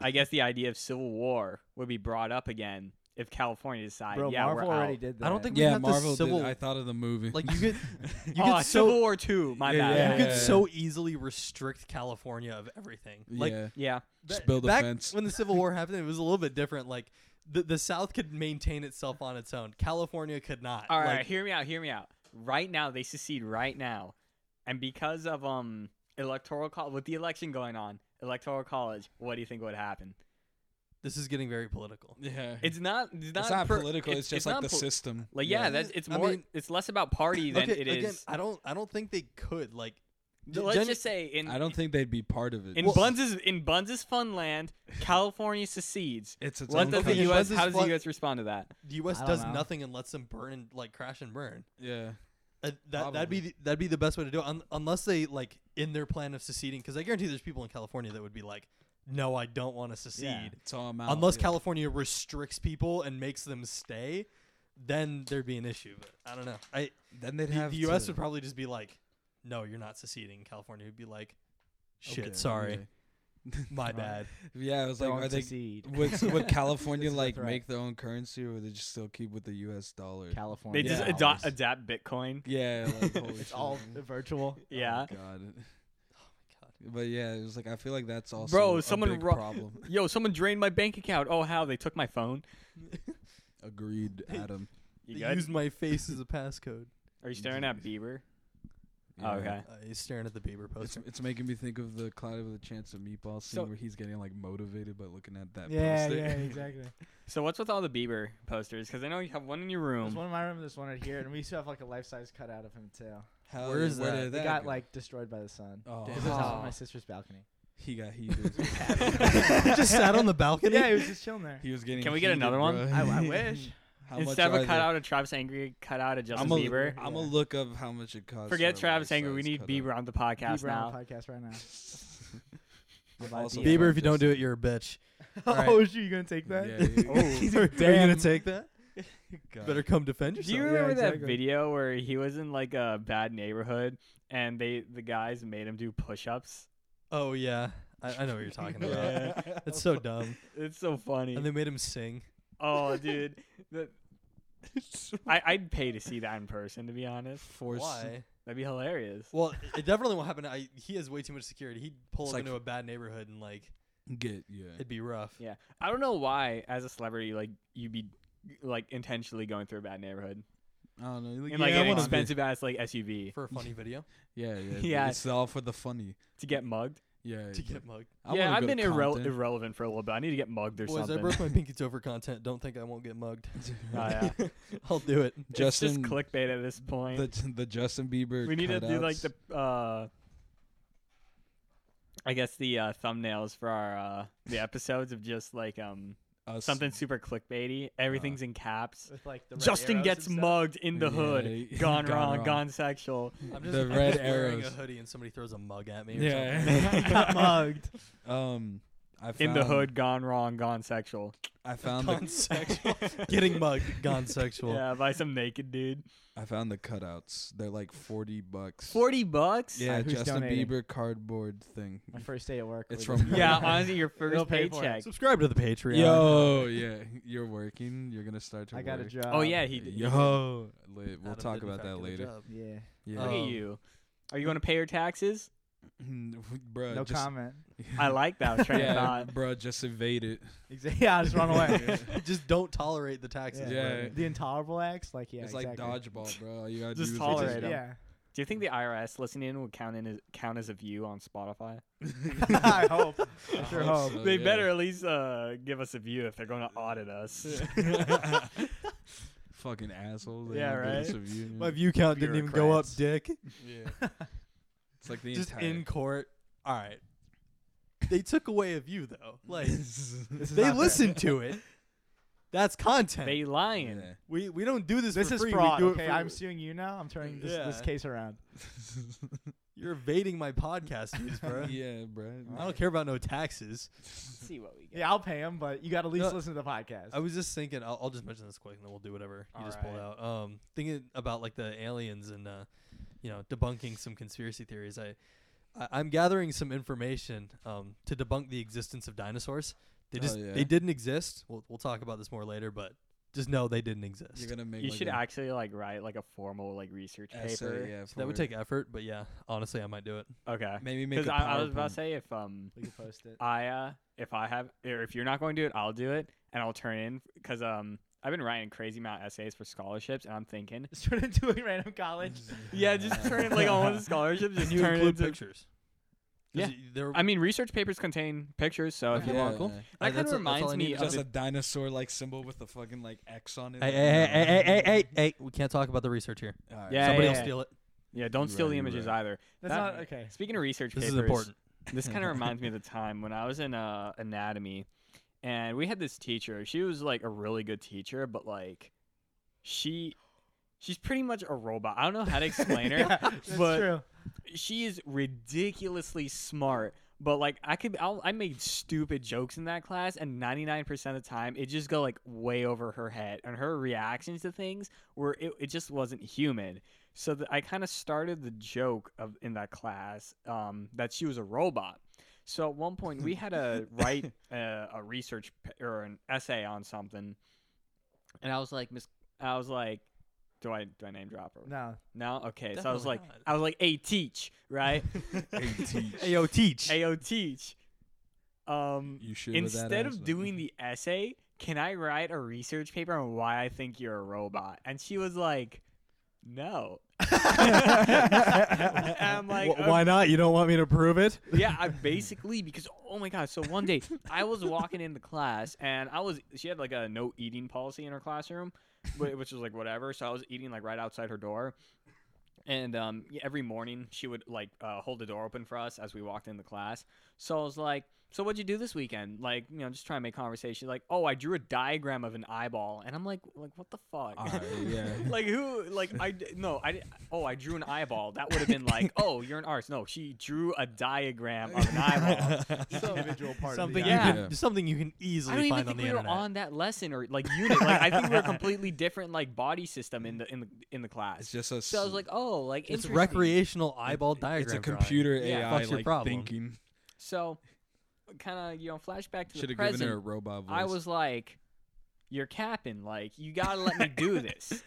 Speaker 1: I guess the idea of civil war would be brought up again if California decided,
Speaker 2: Bro,
Speaker 1: yeah,
Speaker 2: Marvel
Speaker 1: we're
Speaker 2: already
Speaker 1: out.
Speaker 2: did that.
Speaker 3: I don't think we
Speaker 4: yeah,
Speaker 3: have
Speaker 4: Marvel.
Speaker 3: the
Speaker 4: did-
Speaker 3: civil.
Speaker 4: I thought of the movie.
Speaker 3: like you could, you could
Speaker 1: Oh,
Speaker 3: so
Speaker 1: Civil War Two. My
Speaker 4: Yeah,
Speaker 1: bad.
Speaker 4: yeah,
Speaker 3: you
Speaker 4: yeah,
Speaker 3: could
Speaker 4: yeah.
Speaker 3: so easily restrict California of everything. Like
Speaker 4: yeah.
Speaker 1: yeah.
Speaker 4: Just
Speaker 3: ba-
Speaker 4: build a
Speaker 3: back
Speaker 4: fence.
Speaker 3: when the Civil War happened, it was a little bit different. Like the the South could maintain itself on its own. California could not.
Speaker 1: All right,
Speaker 3: Like,
Speaker 1: hear me out. Hear me out. Right now, they secede right now, and because of um electoral col with the election going on, electoral college. What do you think would happen?
Speaker 3: this is getting very political.
Speaker 4: Yeah.
Speaker 1: It's not. It's not,
Speaker 4: It's not
Speaker 1: per-
Speaker 4: political. It's, just
Speaker 1: not
Speaker 4: like the
Speaker 1: pol-
Speaker 4: system.
Speaker 1: Like yeah, that's it's
Speaker 3: I
Speaker 1: more.
Speaker 3: mean-
Speaker 1: it's less about party than
Speaker 3: okay,
Speaker 1: it
Speaker 3: again,
Speaker 1: is.
Speaker 3: I don't I don't think they could like.
Speaker 1: Th- Let's
Speaker 3: genu-
Speaker 1: just say in
Speaker 4: I don't think they'd be part of it.
Speaker 1: in Bunz's in Bunz's fun land, California secedes.
Speaker 4: It's its
Speaker 1: What
Speaker 4: own
Speaker 1: does the
Speaker 4: country.
Speaker 3: country.
Speaker 1: U.S.
Speaker 3: Bunz's
Speaker 1: How does the
Speaker 3: fun-
Speaker 1: U.S. respond to that?
Speaker 3: the U.S.
Speaker 2: I don't
Speaker 3: does
Speaker 2: know.
Speaker 3: nothing and lets them burn and like crash and burn.
Speaker 4: Yeah.
Speaker 3: Uh, that that'd
Speaker 4: Probably.
Speaker 3: be the, that'd be the best way to do it, un- unless they like in their plan of seceding. Because I guarantee there's people in California that would be like, "No, I don't want to secede."
Speaker 4: It's all I'm out.
Speaker 3: Unless
Speaker 4: yeah.
Speaker 3: California restricts people and makes them stay, then there'd be an issue. But I don't know. I
Speaker 4: then they'd
Speaker 3: the,
Speaker 4: have
Speaker 3: the U.S.
Speaker 4: to-
Speaker 3: would probably just be like, "No, you're not seceding." California would be like, "Shit,
Speaker 4: Okay,
Speaker 3: sorry,
Speaker 4: okay.
Speaker 3: my
Speaker 4: Alright.
Speaker 3: bad."
Speaker 4: Yeah, I was like,
Speaker 2: Don't
Speaker 4: are they?
Speaker 2: secede.
Speaker 4: Would, would California
Speaker 2: This is a
Speaker 4: like
Speaker 2: threat.
Speaker 4: make their own currency, or would they just still keep with the U.S. dollar?
Speaker 2: California.
Speaker 1: They just
Speaker 4: Yeah.
Speaker 1: adopt, adapt Bitcoin.
Speaker 4: yeah, like, holy
Speaker 2: It's
Speaker 4: shit.
Speaker 2: all
Speaker 4: Oh,
Speaker 2: virtual.
Speaker 1: Yeah.
Speaker 4: God.
Speaker 3: God.
Speaker 4: But yeah, it was like I feel like that's also
Speaker 1: Bro,
Speaker 4: a
Speaker 1: someone
Speaker 4: big
Speaker 1: ro-
Speaker 4: problem.
Speaker 1: Yo, someone drained my bank account. Oh, how they took my phone.
Speaker 4: Agreed, Adam.
Speaker 1: You
Speaker 3: They
Speaker 1: good?
Speaker 3: used my face as a passcode.
Speaker 1: Are you staring at Bieber? Oh, okay.
Speaker 3: Uh, he's staring at the Bieber
Speaker 4: It's,
Speaker 3: poster.
Speaker 4: it's making me think of the Cloud with a Chance of Meatball scene
Speaker 1: So-
Speaker 4: where he's getting like motivated by looking at that
Speaker 2: Yeah,
Speaker 4: poster.
Speaker 2: yeah, exactly.
Speaker 1: So what's with all the Bieber posters? Because I know you have one in your
Speaker 2: There's
Speaker 1: room.
Speaker 2: one in my room, there's one right here, and we still have like a life size cutout of him too.
Speaker 4: How,
Speaker 3: Where is that?
Speaker 4: did
Speaker 2: It got
Speaker 4: go?
Speaker 2: like destroyed by the sun.
Speaker 4: Oh.
Speaker 2: Because it's on
Speaker 1: Aw.
Speaker 2: my sister's balcony.
Speaker 4: he got heated.
Speaker 3: he just sat on the balcony.
Speaker 2: yeah, he was just chilling there.
Speaker 4: he was getting.
Speaker 1: Can we get
Speaker 4: heated,
Speaker 1: another one?
Speaker 4: bro.
Speaker 2: I, I wish.
Speaker 4: How much
Speaker 1: Instead of
Speaker 4: are
Speaker 1: a
Speaker 4: they?
Speaker 1: cutout of Travis Angry, cutout of Justin
Speaker 4: I'm a,
Speaker 1: Bieber.
Speaker 4: I'm a
Speaker 2: Yeah.
Speaker 4: look of how much it costs.
Speaker 1: Forget
Speaker 4: for a
Speaker 1: Travis Angry.
Speaker 4: life-size
Speaker 1: We need
Speaker 4: cutout.
Speaker 1: Bieber on the podcast
Speaker 2: Bieber on
Speaker 1: now.
Speaker 2: the podcast right now.
Speaker 4: I'm
Speaker 2: About
Speaker 4: also
Speaker 3: Bieber, if you
Speaker 4: focused.
Speaker 3: don't do it, you're a bitch. Alright.
Speaker 2: Oh, shit, you gonna take that?
Speaker 4: Yeah, yeah, yeah.
Speaker 3: Are you gonna
Speaker 2: Damn.
Speaker 3: take that?
Speaker 4: God.
Speaker 3: Better come defend
Speaker 1: Do you
Speaker 3: yourself.
Speaker 1: remember that
Speaker 2: exactly.
Speaker 1: video where he was in like a bad neighborhood and they the guys made him do push-ups?
Speaker 3: Oh yeah, I, I know what you're talking about.
Speaker 4: Yeah.
Speaker 3: That's so dumb.
Speaker 1: It's so funny.
Speaker 3: And they made him sing.
Speaker 1: oh, dude, The- I, I'd pay to see that in person. To be honest,
Speaker 4: Force.
Speaker 3: Why?
Speaker 1: that'd be hilarious.
Speaker 3: Well, it- it definitely won't happen. I, he has way too much security. He'd pull
Speaker 4: It's
Speaker 3: up
Speaker 4: like-
Speaker 3: into a bad neighborhood and like
Speaker 4: Get yeah.
Speaker 3: it'd be rough.
Speaker 1: Yeah. I don't know why, as a celebrity, like you'd be like intentionally going through a bad neighborhood
Speaker 4: I don't know.
Speaker 1: in
Speaker 4: yeah,
Speaker 1: like
Speaker 4: I
Speaker 1: an
Speaker 4: wanna be-
Speaker 1: expensive ass like SUV
Speaker 3: For a funny video.
Speaker 4: Yeah, yeah,
Speaker 1: Yeah.
Speaker 4: It's all for the funny.
Speaker 1: to get mugged.
Speaker 4: Yeah.
Speaker 3: to
Speaker 4: it's
Speaker 3: get
Speaker 4: like,
Speaker 3: mugged.
Speaker 4: I
Speaker 1: yeah,
Speaker 4: wanna
Speaker 1: I've
Speaker 4: go to
Speaker 1: been irre-
Speaker 4: Compton.
Speaker 1: irrelevant for a little bit. I need to get mugged or
Speaker 3: Boys, I
Speaker 1: something.
Speaker 3: broke my pinky toe for content. Don't think I won't get mugged.
Speaker 1: yeah.
Speaker 3: I'll do it.
Speaker 1: it's just
Speaker 4: Justin,
Speaker 1: clickbait at this point.
Speaker 4: the the Justin Bieber.
Speaker 1: we need to do like
Speaker 4: cutouts.
Speaker 1: the uh I guess the uh, thumbnails for our uh, the episodes of just like um
Speaker 4: Us-
Speaker 1: something super clickbaity. Everything's in caps.
Speaker 2: With like the red
Speaker 1: Justin
Speaker 2: arrows
Speaker 1: gets
Speaker 2: and stuff.
Speaker 1: mugged in the
Speaker 4: Yeah,
Speaker 1: hood.
Speaker 4: he-
Speaker 1: Gone,
Speaker 4: gone
Speaker 1: wrong,
Speaker 4: wrong.
Speaker 1: Gone sexual.
Speaker 3: I'm just,
Speaker 4: The
Speaker 3: I'm
Speaker 4: red
Speaker 3: just wearing a
Speaker 4: arrows.
Speaker 3: hoodie and somebody throws a mug at me. Or
Speaker 4: Yeah.
Speaker 3: something.
Speaker 2: Got mugged.
Speaker 4: Um, I found,
Speaker 1: In the hood. Gone wrong. Gone sexual.
Speaker 4: I found
Speaker 3: Gone
Speaker 4: the
Speaker 3: sexual. Getting mugged. Gone sexual.
Speaker 1: Yeah, by some naked dude.
Speaker 4: I found the cutouts. They're like forty bucks.
Speaker 1: Forty bucks.
Speaker 4: Yeah,
Speaker 2: Uh, who's
Speaker 4: Justin
Speaker 2: donating?
Speaker 4: Bieber cardboard thing.
Speaker 2: My first day at work.
Speaker 4: It's
Speaker 2: we
Speaker 4: from-
Speaker 2: just-
Speaker 1: Yeah, honestly, your
Speaker 2: They'll
Speaker 1: first
Speaker 2: pay for it.
Speaker 1: paycheck.
Speaker 3: Subscribe to the Patreon.
Speaker 4: Yo, yeah, you're working. You're gonna start to.
Speaker 2: I got a
Speaker 4: work.
Speaker 2: job.
Speaker 1: Oh yeah, he.
Speaker 4: Yo, Lit- we'll
Speaker 3: Adam
Speaker 4: talk
Speaker 3: did in
Speaker 4: about
Speaker 3: fact get a
Speaker 4: that later.
Speaker 3: job.
Speaker 2: Yeah.
Speaker 4: Yeah,
Speaker 1: Look at
Speaker 3: Um,
Speaker 1: you. Are you going to pay your taxes?
Speaker 4: bro.
Speaker 2: No comment.
Speaker 1: I like that train of
Speaker 4: yeah,
Speaker 1: thought.
Speaker 4: bro. Just evade it.
Speaker 2: Exactly. Yeah, I just run away.
Speaker 3: Just don't tolerate the taxes.
Speaker 2: Yeah.
Speaker 3: bro.
Speaker 4: Yeah.
Speaker 2: the intolerable acts, like yeah,
Speaker 4: it's
Speaker 2: exactly.
Speaker 4: like dodgeball, bro. All You gotta
Speaker 1: Just
Speaker 4: do is
Speaker 1: tolerate
Speaker 2: Just-
Speaker 1: them.
Speaker 2: yeah.
Speaker 1: Do you think the IRS listening would count in as, count as a view on Spotify?
Speaker 2: I hope.
Speaker 4: I
Speaker 2: sure
Speaker 4: hope
Speaker 2: hope.
Speaker 4: so,
Speaker 1: they
Speaker 4: yeah.
Speaker 1: better at least uh, give us a view if they're going to audit us.
Speaker 4: Fucking assholes.
Speaker 1: Yeah, right?
Speaker 3: My view count didn't even go up, dick.
Speaker 4: yeah. It's like the
Speaker 3: Just
Speaker 4: entire.
Speaker 3: in court. All right. They took away a view though. Like
Speaker 2: This is not
Speaker 3: they
Speaker 2: fair.
Speaker 3: listened to it. That's content.
Speaker 1: they lying.
Speaker 4: Yeah.
Speaker 3: we we don't do this.
Speaker 2: This
Speaker 3: for
Speaker 2: is
Speaker 3: free.
Speaker 2: fraud.
Speaker 3: We do it
Speaker 2: okay,
Speaker 3: for-
Speaker 2: I'm suing you now. I'm turning this, this
Speaker 3: Yeah.
Speaker 2: case around.
Speaker 3: You're evading my podcast views, bro.
Speaker 4: yeah, bro.
Speaker 3: I don't care about no taxes.
Speaker 1: Let's see what we get.
Speaker 2: Yeah, I'll pay him, but you got to at least
Speaker 3: No.
Speaker 2: listen to the podcast.
Speaker 3: I was just thinking. I'll, I'll just mention this quick, and then we'll do whatever you
Speaker 1: All
Speaker 3: just pulled
Speaker 1: right.
Speaker 3: out. Um, thinking about like the aliens and uh, you know, debunking some conspiracy theories. I, I I'm gathering some information um to debunk the existence of dinosaurs. They
Speaker 4: Oh,
Speaker 3: just
Speaker 4: yeah?
Speaker 3: they didn't exist. We'll we'll talk about this more later, but just know they didn't exist.
Speaker 4: You're gonna make.
Speaker 1: You
Speaker 4: like
Speaker 1: should
Speaker 4: a
Speaker 1: actually like write like a formal like research
Speaker 4: essay,
Speaker 1: paper.
Speaker 4: Yeah,
Speaker 3: So that would
Speaker 4: for-
Speaker 3: take effort, but yeah, honestly, I might do it.
Speaker 1: Okay.
Speaker 4: Maybe make.
Speaker 1: Because
Speaker 4: a
Speaker 1: I, I was about
Speaker 4: PowerPoint.
Speaker 1: to say if um
Speaker 2: we can post it.
Speaker 1: I uh if I have or if you're not going to do it, I'll do it and I'll turn in because um I've been writing crazy amount of essays for scholarships and I'm thinking
Speaker 2: Just turn into a random college.
Speaker 1: Yeah, just turn it like on one of the scholarships. Just
Speaker 3: Can you
Speaker 1: turn it
Speaker 3: include
Speaker 1: into.
Speaker 3: pictures? 'Cause
Speaker 1: Yeah.
Speaker 3: y- there-
Speaker 1: I mean, research papers contain pictures, so if you
Speaker 4: Yeah. Oh,
Speaker 1: want,
Speaker 4: cool.
Speaker 1: that
Speaker 3: Uh,
Speaker 1: kind of
Speaker 3: that's a- that's all
Speaker 1: reminds
Speaker 3: I
Speaker 1: me
Speaker 3: needed.
Speaker 1: of.
Speaker 4: Just
Speaker 1: the-
Speaker 4: a dinosaur like symbol with the fucking like X on it.
Speaker 3: Hey,
Speaker 4: like,
Speaker 3: hey, hey,
Speaker 4: no.
Speaker 3: hey, hey, hey, hey, hey, we can't talk about the research here.
Speaker 4: Alright.
Speaker 1: Yeah,
Speaker 3: Somebody
Speaker 1: yeah,
Speaker 3: will
Speaker 1: yeah.
Speaker 3: steal it.
Speaker 1: yeah, don't
Speaker 4: You're
Speaker 1: steal
Speaker 4: right,
Speaker 1: the
Speaker 4: you're
Speaker 1: images
Speaker 4: right.
Speaker 1: either.
Speaker 2: That's
Speaker 1: That-
Speaker 2: not okay.
Speaker 1: Speaking of research
Speaker 3: This
Speaker 1: papers,
Speaker 3: is important.
Speaker 1: this kind of reminds me of the time when I was in uh, anatomy, and we had this teacher. She was like a really good teacher, but like, she, she's pretty much a robot. I don't know how to explain her,
Speaker 2: Yeah, that's
Speaker 1: but
Speaker 2: true.
Speaker 1: she is ridiculously smart but like i could I'll, i made stupid jokes in that class and 99% of the time it just go like way over her head and her reactions to things were it, it just wasn't human so th- i kind of started the joke of in that class um, that she was a robot so at one point we had to write a, a research p- or an essay on something and i was like miss i was like do i do i name drop her
Speaker 2: No,
Speaker 1: no. Okay. so I was
Speaker 3: Definitely
Speaker 1: like,
Speaker 3: not.
Speaker 1: I was like, "Hey, teach, right?
Speaker 4: Hey, teach.
Speaker 3: Ayo, teach.
Speaker 1: hey, yo, teach." Um,
Speaker 4: You should. with that
Speaker 1: instead
Speaker 4: ass,
Speaker 1: of
Speaker 4: though.
Speaker 1: doing the essay, can I write a research paper on why I think you're a robot? And she was like, "No." And I'm like, um,
Speaker 3: Wh- why not? You don't want me to prove it?
Speaker 1: yeah, I basically because oh my god. So one day I was walking into class and I was she had like a no eating policy in her classroom, wh- which was like whatever. So I was eating like right outside her door, and um, yeah, every morning she would like uh, hold the door open for us as we walked into class. So I was like, so what'd you do this weekend? Like you know, just trying to make conversation. Like oh, I drew a diagram of an eyeball, and I'm like, like what the fuck?
Speaker 4: Alright, yeah.
Speaker 1: like who like i d- no i d- oh i drew an eyeball that would have been like oh you're an artist no she drew a diagram of an eyeball So-
Speaker 2: individual part.
Speaker 3: Something
Speaker 2: of the
Speaker 3: you
Speaker 1: Yeah.
Speaker 3: can, something you can
Speaker 1: i
Speaker 3: easily
Speaker 1: don't even
Speaker 3: find on
Speaker 1: think
Speaker 3: the
Speaker 1: we were
Speaker 3: internet.
Speaker 1: on that lesson or like unit like i think we were completely different like body system in the in the in the
Speaker 4: It's
Speaker 1: class
Speaker 4: just a.
Speaker 1: so i was like oh like
Speaker 3: it's
Speaker 1: interesting.
Speaker 3: recreational eyeball diagram.
Speaker 4: It's a
Speaker 3: drawing.
Speaker 4: computer
Speaker 1: Yeah.
Speaker 4: AI
Speaker 3: Fuck's your
Speaker 4: like
Speaker 3: problem.
Speaker 4: thinking.
Speaker 1: so kind of you know flashback to
Speaker 4: Should
Speaker 1: the
Speaker 4: have given
Speaker 1: present
Speaker 4: her a robot voice.
Speaker 1: i was like you're capping like you gotta let me do this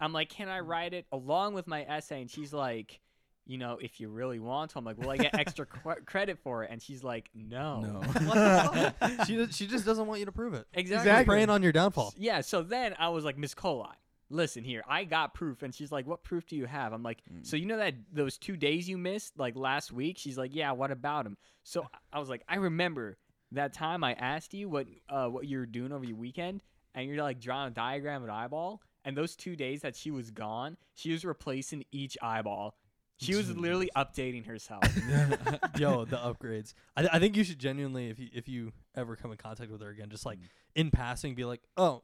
Speaker 1: i'm like can i write it along with my essay and she's like you know, if you really want to, I'm like, will I get extra qu- credit for it? And she's like,
Speaker 4: no.
Speaker 3: What the fuck? she, does, she just doesn't want you to prove it.
Speaker 1: Exactly.
Speaker 3: She's preying on your downfall.
Speaker 1: Yeah. So then I was like, Miss Coli, listen here, I got proof. And she's like, what proof do you have? I'm like, so you know that those two days you missed, like last week? She's like, yeah, what about them? So I was like, I remember that time I asked you what uh, what you were doing over your weekend, and you're like drawing a diagram of an eyeball. And those two days that she was gone, she was replacing each eyeball. She was literally updating herself.
Speaker 3: Yo, the upgrades. I, I think you should genuinely, if you if you ever come in contact with her again, just like in passing, be like, oh,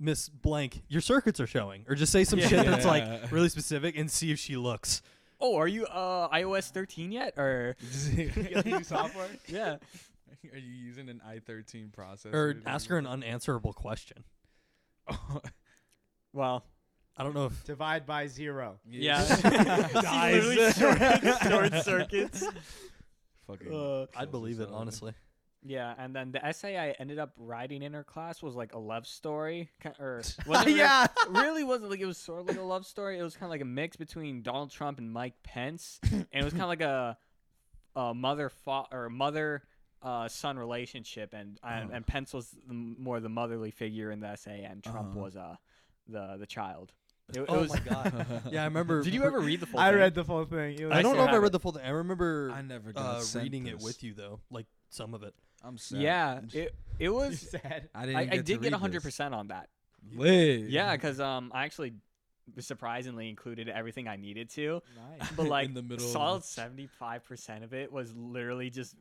Speaker 3: Miss Blank, your circuits are showing, or just say some shit that's
Speaker 4: Yeah.
Speaker 3: like really specific and see if she looks.
Speaker 1: oh, are you uh, iOS 13 yet? Or
Speaker 4: new software?
Speaker 1: yeah,
Speaker 4: Are you using an i13 processor?
Speaker 3: Or ask her an unanswerable question.
Speaker 1: well,
Speaker 3: I don't know if
Speaker 2: Divide by zero.
Speaker 1: yeah.
Speaker 4: Dies.
Speaker 1: She literally short, short circuits.
Speaker 4: Fucking.
Speaker 3: Uh, I'd
Speaker 4: kills
Speaker 3: believe it
Speaker 4: herself.
Speaker 3: honestly.
Speaker 1: Yeah, and then the essay I ended up writing in her class was like a love story, ki- or wasn't re-
Speaker 2: Yeah.
Speaker 1: really wasn't like it was sort of like a love story. It was kind of like a mix between Donald Trump and Mike Pence, and it was kind of like a, a mother fa- or mother uh, son relationship, and uh,
Speaker 4: Oh.
Speaker 1: and- and Pence was the, m- more the motherly figure in the essay, and Trump
Speaker 4: Uh-huh.
Speaker 1: was uh the the child. It, it
Speaker 3: oh
Speaker 1: was.
Speaker 3: my god. yeah, I remember.
Speaker 1: Did you ever read the full?
Speaker 2: I
Speaker 1: thing?
Speaker 2: read the full thing. It was
Speaker 3: I don't know if I
Speaker 1: have
Speaker 3: read
Speaker 1: it.
Speaker 3: the full thing. I remember
Speaker 4: I never got
Speaker 3: uh,
Speaker 4: sent
Speaker 3: reading it
Speaker 4: this.
Speaker 3: with you though, like some of it.
Speaker 4: I'm sad.
Speaker 1: Yeah, it it was.
Speaker 2: sad.
Speaker 4: I didn't.
Speaker 1: I,
Speaker 4: get
Speaker 1: I
Speaker 4: to
Speaker 1: did
Speaker 4: read
Speaker 1: get
Speaker 4: this.
Speaker 1: hundred percent on that.
Speaker 4: Lit.
Speaker 1: Yeah, because um, I actually surprisingly included everything I needed to,
Speaker 2: Nice.
Speaker 1: but
Speaker 4: In
Speaker 1: like
Speaker 4: the middle of
Speaker 1: solid
Speaker 4: the-
Speaker 1: seventy five percent of it was literally just.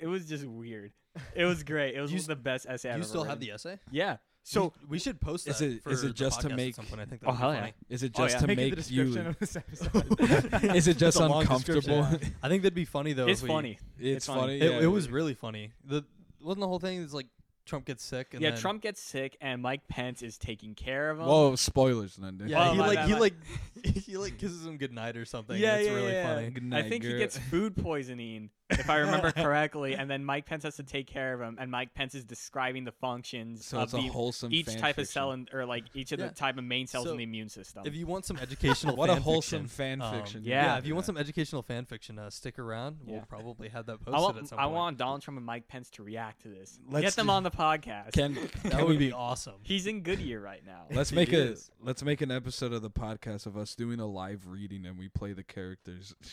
Speaker 1: It was just weird. It was great. It was
Speaker 3: You
Speaker 1: the best essay.
Speaker 3: Do
Speaker 1: I've
Speaker 3: you
Speaker 1: ever
Speaker 3: still have
Speaker 1: written.
Speaker 3: the essay?
Speaker 1: yeah. So
Speaker 3: we, we should post that.
Speaker 4: Is it-
Speaker 3: for
Speaker 4: is it
Speaker 3: the
Speaker 4: just to
Speaker 3: podcast at
Speaker 4: make-
Speaker 3: some point. I think
Speaker 1: Oh,
Speaker 3: that'd be
Speaker 1: hell yeah.
Speaker 3: funny.
Speaker 4: Is it
Speaker 1: Oh,
Speaker 4: just
Speaker 1: yeah.
Speaker 4: to
Speaker 2: Make it
Speaker 4: make
Speaker 2: the description
Speaker 4: you?
Speaker 2: of this episode.
Speaker 4: Is
Speaker 3: That's
Speaker 4: it just
Speaker 3: a long
Speaker 4: uncomfortable?
Speaker 3: description. I think that'd be funny though.
Speaker 1: it's
Speaker 3: if we-
Speaker 1: funny.
Speaker 4: It's,
Speaker 1: It's
Speaker 4: funny.
Speaker 1: funny.
Speaker 3: It,
Speaker 4: yeah.
Speaker 3: it was really funny. The wasn't the whole thing is like Trump gets sick and
Speaker 1: yeah,
Speaker 3: then-
Speaker 1: Trump gets sick and Mike Pence is taking care of him.
Speaker 4: Whoa, spoilers, then. dude.
Speaker 3: Yeah,
Speaker 1: Oh,
Speaker 3: he
Speaker 1: my
Speaker 3: like
Speaker 1: bad,
Speaker 3: he
Speaker 1: my-
Speaker 3: like he like kisses him goodnight or something.
Speaker 1: Yeah,
Speaker 3: it's
Speaker 1: yeah,
Speaker 3: really
Speaker 1: yeah.
Speaker 3: funny.
Speaker 4: Good
Speaker 1: I
Speaker 4: night,
Speaker 1: think
Speaker 4: girl.
Speaker 1: he gets food poisoning, if I remember correctly, and then Mike Pence has to take care of him. And Mike Pence is describing the functions
Speaker 4: So
Speaker 1: of
Speaker 4: it's a
Speaker 1: the,
Speaker 4: wholesome
Speaker 1: each
Speaker 4: fan
Speaker 1: type of
Speaker 4: fiction.
Speaker 1: cell and, or like each of
Speaker 3: Yeah.
Speaker 1: the type of main cells
Speaker 3: So,
Speaker 1: in the immune system.
Speaker 3: If you want some educational
Speaker 4: What a
Speaker 3: fan
Speaker 4: wholesome
Speaker 3: fiction,
Speaker 4: fan
Speaker 3: um,
Speaker 4: fiction.
Speaker 1: Yeah.
Speaker 3: if you want some educational fan fiction, uh, stick around. We'll
Speaker 1: Yeah.
Speaker 3: probably have that posted
Speaker 1: I want,
Speaker 3: at some
Speaker 1: I
Speaker 3: point.
Speaker 1: want Donald Trump and Mike Pence to react to this.
Speaker 4: Let's
Speaker 1: Get them
Speaker 4: do-
Speaker 1: on the podcast.
Speaker 4: Can
Speaker 3: that would be awesome.
Speaker 1: He's in Goodyear right now.
Speaker 4: let's
Speaker 3: He
Speaker 4: make a
Speaker 3: is.
Speaker 4: let's make an episode of the podcast of us doing a live reading and we play the characters.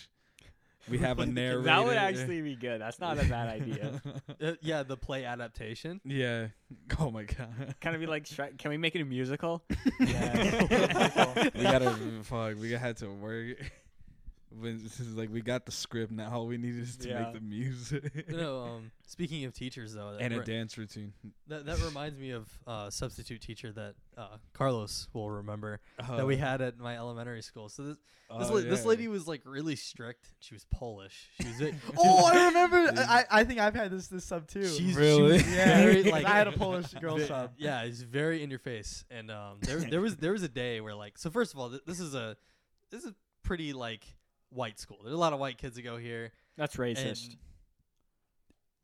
Speaker 4: We have a narrator.
Speaker 1: that would actually be good. That's not a bad idea.
Speaker 3: Uh, yeah, the play adaptation.
Speaker 4: Yeah. Oh my god.
Speaker 1: Kind of be like, Shrek. can we make it a musical?
Speaker 3: Yeah.
Speaker 4: we gotta fuck. We had to work. When this is like we got the script now, all we needed is to
Speaker 1: Yeah.
Speaker 4: make the music
Speaker 3: No, um, speaking of teachers though, that,
Speaker 4: and a
Speaker 3: re-
Speaker 4: dance routine.
Speaker 3: that, that reminds me of uh, substitute teacher that uh, Carlos will remember that
Speaker 4: Uh,
Speaker 3: we had at my elementary school. So this This,
Speaker 4: oh,
Speaker 3: la- this
Speaker 4: yeah.
Speaker 3: lady was like really strict. She was Polish. She was. ve-
Speaker 2: oh, I remember. I, I think I've had this this sub too.
Speaker 3: She's she
Speaker 4: Really?
Speaker 3: was
Speaker 2: yeah,
Speaker 3: very,
Speaker 2: because
Speaker 3: like
Speaker 2: I had a Polish
Speaker 4: Oh,
Speaker 2: girl
Speaker 3: ve-
Speaker 2: sub.
Speaker 3: Yeah, it's very in your face. And um, there there was there was a day where like so first of all th- this is a this is pretty like white school. There's a lot of white kids that go here.
Speaker 1: That's racist.
Speaker 3: and-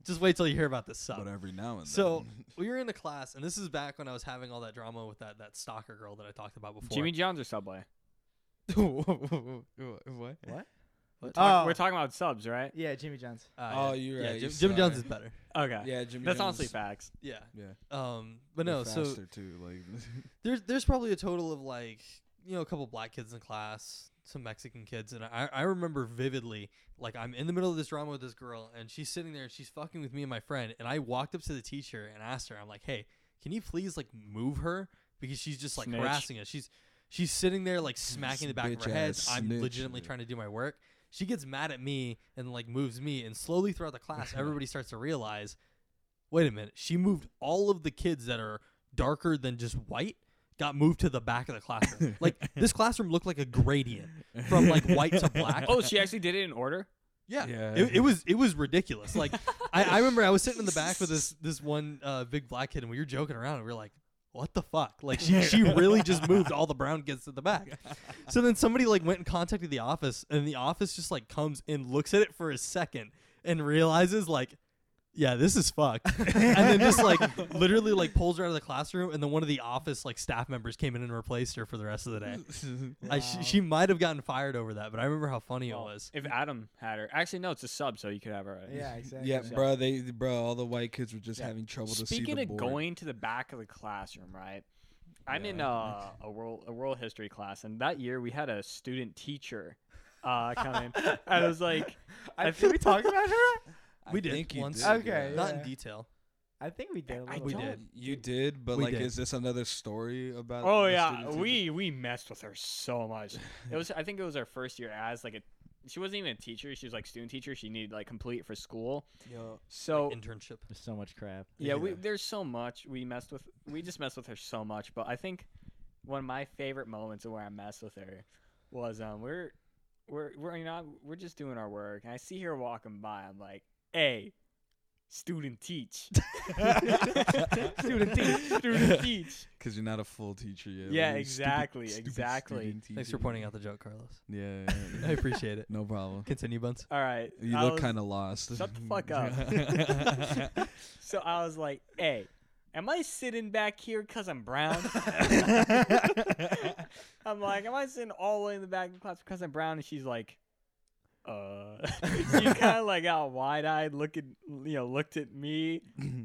Speaker 3: Just wait till you hear about this sub.
Speaker 4: but every now and then.
Speaker 3: So we were in a class, and this is back when I was having all that drama with that that stalker girl that I talked about before.
Speaker 1: Jimmy John's or Subway?
Speaker 4: what?
Speaker 1: Talk-
Speaker 2: Oh.
Speaker 1: We're talking about subs, right?
Speaker 2: Yeah, Jimmy John's.
Speaker 3: Uh,
Speaker 4: Oh,
Speaker 3: yeah.
Speaker 4: you're
Speaker 3: yeah,
Speaker 4: right,
Speaker 3: Jim,
Speaker 4: you
Speaker 3: Jimmy John's
Speaker 4: suck.
Speaker 3: is better.
Speaker 1: Okay.
Speaker 4: Yeah, Jimmy.
Speaker 1: That's
Speaker 4: John's-
Speaker 1: honestly facts.
Speaker 3: Yeah.
Speaker 4: Yeah,
Speaker 3: Um. But
Speaker 4: they're
Speaker 3: no. So
Speaker 4: faster too. Like
Speaker 3: there's there's probably a total of like you know a couple black kids in class some mexican kids and I, I remember vividly like i'm in the middle of this drama with this girl and she's sitting there and she's fucking with me and my friend and i walked up to the teacher and asked her i'm like hey can you please like move her because she's just like
Speaker 1: Snitch.
Speaker 3: harassing us she's she's sitting there like smacking the back of
Speaker 4: bitch
Speaker 3: her head
Speaker 4: ass
Speaker 3: i'm
Speaker 4: snitch,
Speaker 3: legitimately
Speaker 4: dude.
Speaker 3: trying to do my work she gets mad at me and like moves me and slowly throughout the class everybody starts to realize wait a minute she moved all of the kids that are darker than just white got moved to the back of the classroom like this classroom looked like a gradient from like white to black
Speaker 1: Oh, she actually did it in order?
Speaker 3: yeah,
Speaker 4: Yeah.
Speaker 3: It, it was it was ridiculous like I, I remember i was sitting in the back with this this one uh, big black kid and we were joking around and we were like what the fuck like she, she really just moved all the brown kids to the back so then somebody like went and contacted the office and the office just like comes and looks at it for a second and realizes like yeah this is fucked and then just like literally like pulls her out of the classroom and then one of the office like staff members came in and replaced her for the rest of the day I, she, she might have gotten fired over that but i remember how funny
Speaker 1: Well,
Speaker 3: it was
Speaker 1: If Adam had her. Actually, no, it's a sub, so you could have her. right?
Speaker 2: Yeah, exactly.
Speaker 4: yeah, bro. They, bro. All the white kids were just having trouble to see
Speaker 1: Speaking
Speaker 4: the
Speaker 1: of
Speaker 4: board.
Speaker 1: going to the back of the classroom, right? I'm in
Speaker 4: Yeah.
Speaker 1: a, a world a world history class, and that year we had a student teacher uh, come in. I was like,
Speaker 2: I,
Speaker 1: I
Speaker 2: did we talk about her?
Speaker 4: I
Speaker 3: We did
Speaker 4: think you
Speaker 3: once.
Speaker 2: Okay,
Speaker 3: Not in
Speaker 2: yeah.
Speaker 3: detail.
Speaker 2: I think we did. a
Speaker 1: I
Speaker 2: little
Speaker 3: We
Speaker 2: bit.
Speaker 3: did.
Speaker 4: You did, but
Speaker 3: We
Speaker 4: like,
Speaker 3: did.
Speaker 4: is this another story about?
Speaker 1: oh
Speaker 4: the
Speaker 1: yeah,
Speaker 4: student teacher?
Speaker 1: we we messed with her so much. It was I think it was our first year as like a she wasn't even a teacher. She was like student teacher. She needed like complete for school. So
Speaker 3: Internship.
Speaker 5: There's so much crap.
Speaker 1: yeah, we
Speaker 4: Yeah.
Speaker 1: there's so much we messed with. We just messed with her so much. But I think one of my favorite moments of where I messed with her was um we're we're we're you know we're just doing our work and I see her walking by. I'm like, hey, student teach, student teach, student teach.
Speaker 4: Because you're not a full teacher yet.
Speaker 1: Yeah,
Speaker 4: You're a stupid-
Speaker 1: exactly,
Speaker 4: stupid
Speaker 1: exactly.
Speaker 4: student
Speaker 3: Thanks
Speaker 4: teacher.
Speaker 3: for pointing out the joke, Carlos.
Speaker 4: Yeah, yeah, yeah.
Speaker 3: I appreciate it.
Speaker 4: no problem.
Speaker 3: Continue, Buns.
Speaker 1: All right,
Speaker 4: You
Speaker 1: I
Speaker 4: look
Speaker 1: was-
Speaker 4: kind of lost.
Speaker 1: Shut the fuck up. So I was like, hey, am I sitting back here because I'm brown? I'm like, am I sitting all the way in the back of the class because I'm brown? And she's like, uh, she kind of like got wide eyed, looking, you know, looked at me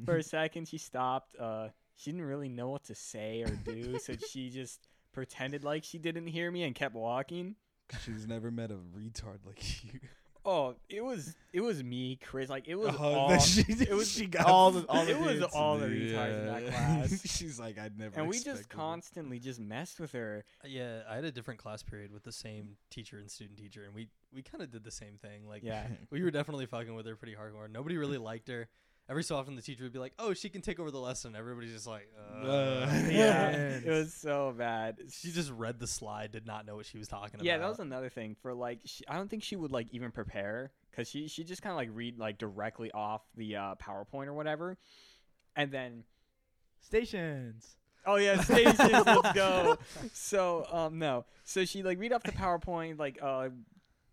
Speaker 1: for a second. She stopped. Uh, she didn't really know what to say or do, so she just pretended like she didn't hear me and kept walking.
Speaker 4: She's never met a retard like you.
Speaker 1: Oh, it was it was me, Chris. Like it was
Speaker 4: Oh,
Speaker 1: all.
Speaker 4: she,
Speaker 1: it was
Speaker 4: she got
Speaker 2: all the- all the
Speaker 1: it was
Speaker 2: dudes.
Speaker 1: all the retards in that
Speaker 4: Yeah.
Speaker 1: class.
Speaker 4: She's like, I'd never.
Speaker 1: and we just
Speaker 4: expected it."
Speaker 1: constantly just messed with her.
Speaker 3: Uh, Yeah, I had a different class period with the same teacher and student teacher, and we we kind of did the same thing. Like,
Speaker 1: Yeah,
Speaker 3: we were definitely fucking with her pretty hardcore. Nobody really liked her. Every so often, the teacher would be like, "Oh, she can take over the lesson." Everybody's just like, uh,
Speaker 4: Uh,
Speaker 1: yeah,
Speaker 4: Yes.
Speaker 1: it was so bad.
Speaker 3: She just read the slide, did not know what she was talking
Speaker 1: yeah,
Speaker 3: about.
Speaker 1: that was another thing for like. She, I don't think she would like even prepare because she she just kind of like read like directly off the uh, PowerPoint or whatever, and then
Speaker 2: Stations.
Speaker 1: Oh yeah, stations. let's go. So um no, so she like read off the PowerPoint like uh,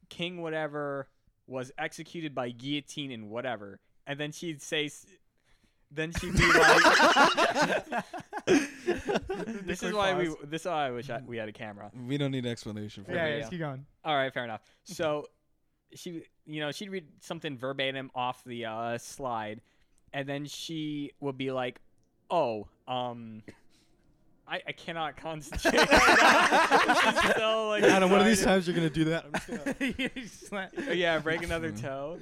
Speaker 1: King whatever was executed by guillotine and whatever, and then she'd say, s- then she'd be like, this is why we this is why I wish I, we had a camera.
Speaker 4: We don't need explanation for
Speaker 2: Yeah, yeah,
Speaker 1: we
Speaker 2: just
Speaker 1: go.
Speaker 2: keep going.
Speaker 1: All right, fair enough. So she, you know, she'd read something verbatim off the uh, slide, and then she would be like, "Oh, um, I, I cannot concentrate." right now." She's so like,
Speaker 3: Adam, one of these
Speaker 1: excited.
Speaker 3: times you're gonna do that.
Speaker 2: Just like-
Speaker 1: Yeah, break another toe.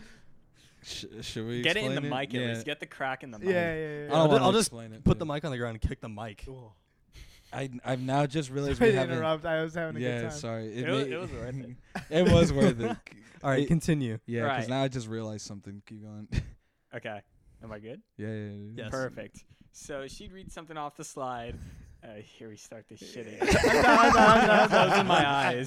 Speaker 4: Sh- should we
Speaker 1: Get it in the
Speaker 4: explain
Speaker 1: mic at
Speaker 4: Yeah.
Speaker 1: least. Get the crack in the mic.
Speaker 2: yeah, yeah,
Speaker 4: I don't
Speaker 2: yeah.
Speaker 3: I'll,
Speaker 4: wanna
Speaker 3: I'll just
Speaker 4: explain it,
Speaker 3: put
Speaker 4: yeah.
Speaker 3: the mic on the ground and kick the mic.
Speaker 4: I I've now just realized
Speaker 2: Sorry
Speaker 4: we
Speaker 2: to
Speaker 4: haven't.
Speaker 2: interrupt. I was having a
Speaker 4: yeah,
Speaker 2: good time.
Speaker 4: sorry.
Speaker 1: It was- it was worth it.
Speaker 4: it was worth it.
Speaker 3: All right,
Speaker 4: It-
Speaker 3: continue.
Speaker 4: yeah, because
Speaker 1: Right.
Speaker 4: now I just realized something. Keep going.
Speaker 1: Okay. Am I good?
Speaker 4: yeah, yeah, yeah.
Speaker 3: Yes.
Speaker 1: Perfect. So she'd read something off the slide. Uh, here we start this shit again. Closing my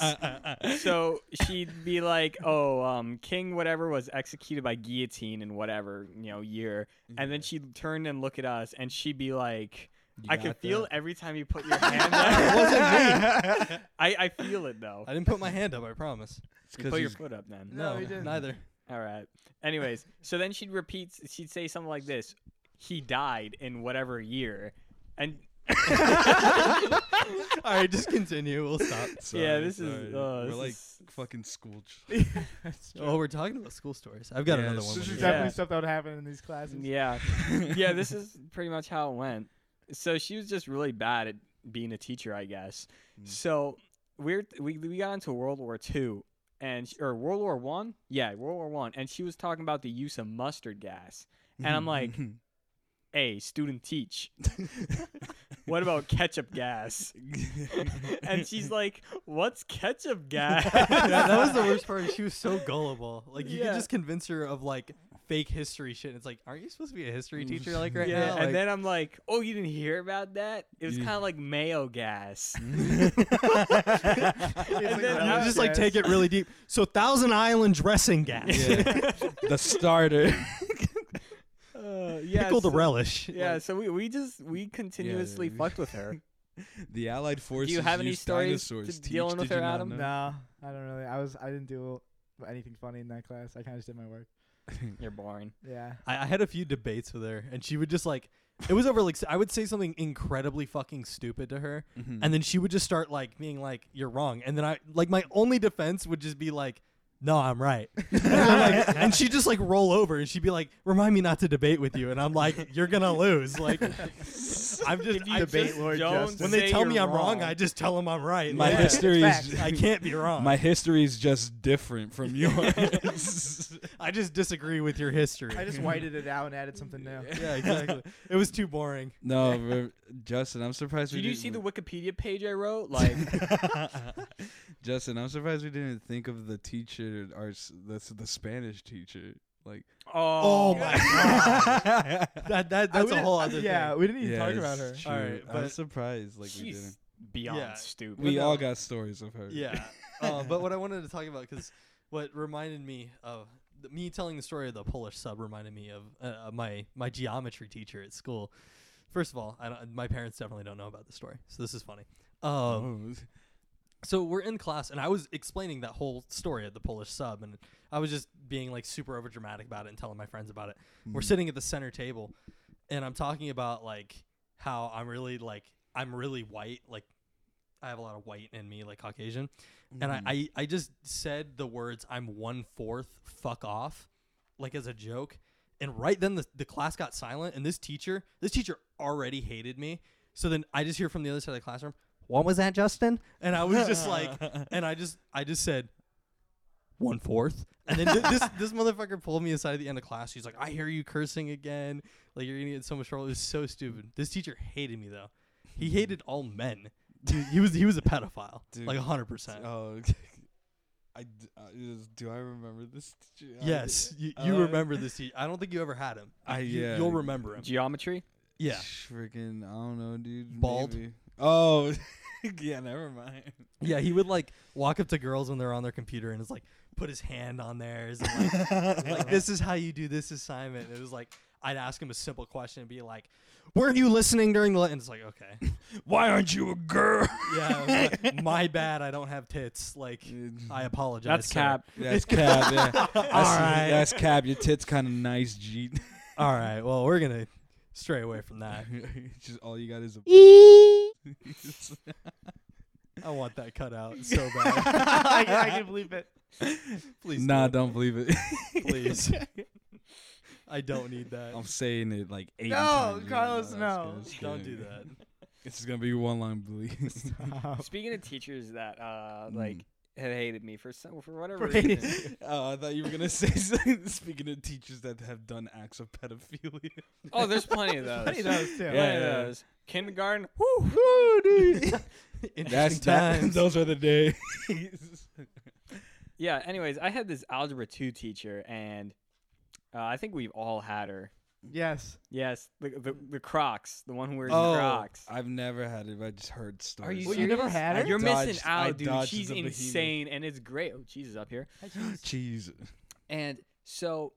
Speaker 1: eyes. So she'd be like, "Oh, um, King whatever was executed by guillotine in whatever you know year,"
Speaker 4: Mm-hmm.
Speaker 1: and then she'd turn and look at us, and she'd be like,
Speaker 4: You
Speaker 1: "I can
Speaker 4: got
Speaker 1: feel
Speaker 4: that?
Speaker 1: every time you put your hand up."
Speaker 3: It wasn't
Speaker 1: me. I, I feel it though.
Speaker 3: I didn't put my hand up. I promise.
Speaker 4: It's
Speaker 1: You
Speaker 4: 'cause
Speaker 1: put your
Speaker 4: he's-
Speaker 1: foot up then.
Speaker 2: No, he didn't.
Speaker 3: neither.
Speaker 1: All right. Anyways, so then she'd repeat. She'd say something like this: "He died in whatever year," and
Speaker 3: All right, just continue. We'll stop.
Speaker 1: yeah,
Speaker 4: Sorry,
Speaker 1: this
Speaker 4: sorry.
Speaker 1: is uh,
Speaker 4: we're
Speaker 1: this
Speaker 4: like
Speaker 1: is-
Speaker 4: fucking school. ch-
Speaker 2: That's true.
Speaker 3: Oh, we're talking about school stories. I've got
Speaker 4: Yeah,
Speaker 3: another
Speaker 4: so
Speaker 3: one. when
Speaker 4: she's
Speaker 3: you're
Speaker 2: There's
Speaker 3: done.
Speaker 1: Yeah.
Speaker 2: definitely stuff that would happen in these classes.
Speaker 1: yeah, yeah. This is pretty much how it went. So she was just really bad at being a teacher, I guess.
Speaker 4: Mm.
Speaker 1: So we're we we got into World War Two and sh- or World War One, yeah, World War One, and she was talking about the use of mustard gas, and I'm like, hey, student teach, what about ketchup gas? and she's like, "What's ketchup gas?"
Speaker 3: Yeah, that was the worst part. She was so gullible. Like you
Speaker 1: Yeah.
Speaker 3: could just convince her of like fake history shit. And it's like, aren't you supposed to be a history teacher? Like right
Speaker 1: Yeah,
Speaker 3: now.
Speaker 1: and
Speaker 3: Like,
Speaker 1: then I'm like, "Oh, you didn't hear about that? It was
Speaker 4: You-
Speaker 1: kind of like mayo gas."
Speaker 2: It's
Speaker 1: And then
Speaker 2: what
Speaker 3: you
Speaker 1: I
Speaker 2: else,
Speaker 3: just like
Speaker 2: guys?
Speaker 3: take it really deep. So Thousand Island dressing gas,
Speaker 4: Yeah. the starter.
Speaker 1: Uh, yeah,
Speaker 3: pickle the
Speaker 1: so-
Speaker 3: relish.
Speaker 1: Yeah, so we, we just we continuously
Speaker 4: we-
Speaker 1: fucked with her.
Speaker 4: The Allied forces.
Speaker 1: have any
Speaker 4: used
Speaker 1: stories
Speaker 4: dinosaurs.
Speaker 1: to
Speaker 4: Teach,
Speaker 1: dealing with
Speaker 4: did you
Speaker 1: her,
Speaker 4: not
Speaker 1: Adam?
Speaker 4: know?
Speaker 2: No, I don't really. I was. I didn't do anything funny in that class. I kind of just did my work.
Speaker 1: You're boring.
Speaker 2: Yeah.
Speaker 3: I, I had a few debates with her, and she would just like, it was over like s- I would say something incredibly fucking stupid to her,
Speaker 4: Mhm.
Speaker 1: Mm-hmm.
Speaker 3: and then she would just start like being like, "You're wrong," and then I like my only defense would just be like, no, I'm right. and, I'm like- and she'd just like roll over and she'd be like, remind me not to debate with you. And I'm like, you're going to lose. Like, I'm just, I
Speaker 2: debate
Speaker 3: just-
Speaker 2: Lord
Speaker 1: don't
Speaker 2: Justice.
Speaker 3: when they
Speaker 1: say
Speaker 3: tell me
Speaker 1: you're
Speaker 3: I'm wrong, I just tell them I'm right.
Speaker 4: My
Speaker 3: Like,
Speaker 4: history is
Speaker 2: Facts.
Speaker 3: I can't be wrong.
Speaker 4: my history is just different from yours.
Speaker 3: I just disagree with your history.
Speaker 2: I just whited it out and added something new.
Speaker 3: yeah, exactly. It was too boring.
Speaker 4: no, re- Justin, I'm surprised we
Speaker 1: Did you
Speaker 4: didn't-
Speaker 1: see the Wikipedia page I wrote? Like,
Speaker 4: Justin, I'm surprised we didn't think of the teacher, our s- that's the Spanish teacher. Like,
Speaker 1: oh,
Speaker 3: Oh my God. That, that,
Speaker 2: I
Speaker 3: that's a
Speaker 2: wouldn't-
Speaker 3: whole other
Speaker 2: yeah,
Speaker 3: thing.
Speaker 2: we didn't even
Speaker 4: yeah,
Speaker 2: talk
Speaker 4: it's
Speaker 2: about her.
Speaker 4: True.
Speaker 3: Alright,
Speaker 4: I'm
Speaker 3: but-
Speaker 4: surprised like we
Speaker 1: she's
Speaker 4: didn't.
Speaker 1: beyond
Speaker 3: Yeah.
Speaker 1: stupid.
Speaker 4: We
Speaker 3: no.
Speaker 4: all got stories of her.
Speaker 3: Yeah. uh, but what I wanted to talk about, because what reminded me of th- me telling the story of the Polish sub reminded me of uh, uh, my my geometry teacher at school. First of all, I don't, my parents definitely don't know about the story, so this is funny. Um,
Speaker 4: Oh.
Speaker 3: so we're in class and i was explaining that whole story of the polish sub and i was just being like super over dramatic about it and telling my friends about it we're sitting at the center table and i'm talking about like how i'm really like i'm really white like i have a lot of white in me like caucasian and
Speaker 4: Mm.
Speaker 3: I, I
Speaker 4: Mm-hmm.
Speaker 3: i just said the words i'm one fourth fuck off like as a joke and right then the, the class got silent and this teacher this teacher already hated me so then i just hear from the other side of the classroom what was that justin and i was just like and i just i just said one fourth and then th- this this motherfucker pulled me aside at the end of class she's like i hear you cursing again like you're gonna get in so much trouble it was so stupid this teacher hated me though he hated all men Dude, he was he was a pedophile
Speaker 4: Dude.
Speaker 3: like 100%
Speaker 4: Oh, okay. I, d- I- is- do I remember this? teacher? I-
Speaker 3: yes you, you
Speaker 4: uh,
Speaker 3: remember this teacher i don't think you ever had him
Speaker 4: I-
Speaker 3: You-
Speaker 4: yeah.
Speaker 3: you'll remember him
Speaker 1: Geometry.
Speaker 3: yeah
Speaker 4: Freaking, I don't know, dude.
Speaker 3: Bald?
Speaker 4: maybe. Oh, yeah. Never mind.
Speaker 3: Yeah, he would like walk up to girls when they're on their computer and is like put his hand on theirs and like, like, this is how you do this assignment. It was like I'd ask him a simple question and be like, "Weren't you listening during the?" le-" And it's like, okay,
Speaker 4: Why aren't you a girl?
Speaker 3: yeah, I was like, my bad. I don't have tits. Like I apologize.
Speaker 1: That's
Speaker 3: sir."
Speaker 1: cap.
Speaker 4: That's cab. Yeah. That's,
Speaker 3: right.
Speaker 4: That's cab. Your tits kind of nice, Jeet.
Speaker 3: All right. Well, we're gonna stray away from that.
Speaker 4: Just all you got is a.
Speaker 3: I want that cut out so bad.
Speaker 2: I, I can believe it.
Speaker 3: Please,
Speaker 4: nah, don't believe it.
Speaker 3: please. I don't need that.
Speaker 4: I'm saying it like eight.
Speaker 2: No,
Speaker 4: times, you know,
Speaker 2: Carlos,
Speaker 4: that's
Speaker 2: no.
Speaker 4: good, that's
Speaker 3: Don't
Speaker 4: good.
Speaker 3: do that.
Speaker 4: This is gonna be one line please.
Speaker 1: Speaking of teachers that uh like
Speaker 4: Mm.
Speaker 1: had hated me for some, for whatever
Speaker 3: hated-
Speaker 1: reason.
Speaker 4: oh, I thought you were gonna say something. Speaking of teachers that have done acts of pedophilia.
Speaker 1: Oh, there's plenty of those.
Speaker 2: Funny those too.
Speaker 1: Plenty of
Speaker 4: Yeah.
Speaker 1: those. Kindergarten. Woo.
Speaker 3: Interesting
Speaker 4: That's that,
Speaker 3: times.
Speaker 4: those are the days.
Speaker 1: Yeah. Anyways, I had this algebra two teacher, and uh, I think we've all had her.
Speaker 2: Yes.
Speaker 1: Yes, the the, the Crocs, the one who wears
Speaker 4: Oh,
Speaker 1: Crocs.
Speaker 4: I've never had it. I just heard stories.
Speaker 1: Are you
Speaker 2: Well,
Speaker 1: serious?
Speaker 2: you never had
Speaker 1: Uh,
Speaker 2: her?
Speaker 1: You're missing
Speaker 4: Dodged- I
Speaker 1: out, dude.
Speaker 4: dodged
Speaker 1: She's
Speaker 4: the behemoth.
Speaker 1: insane, and it's great. Oh, Jesus, up here.
Speaker 4: Jeez.
Speaker 1: And so,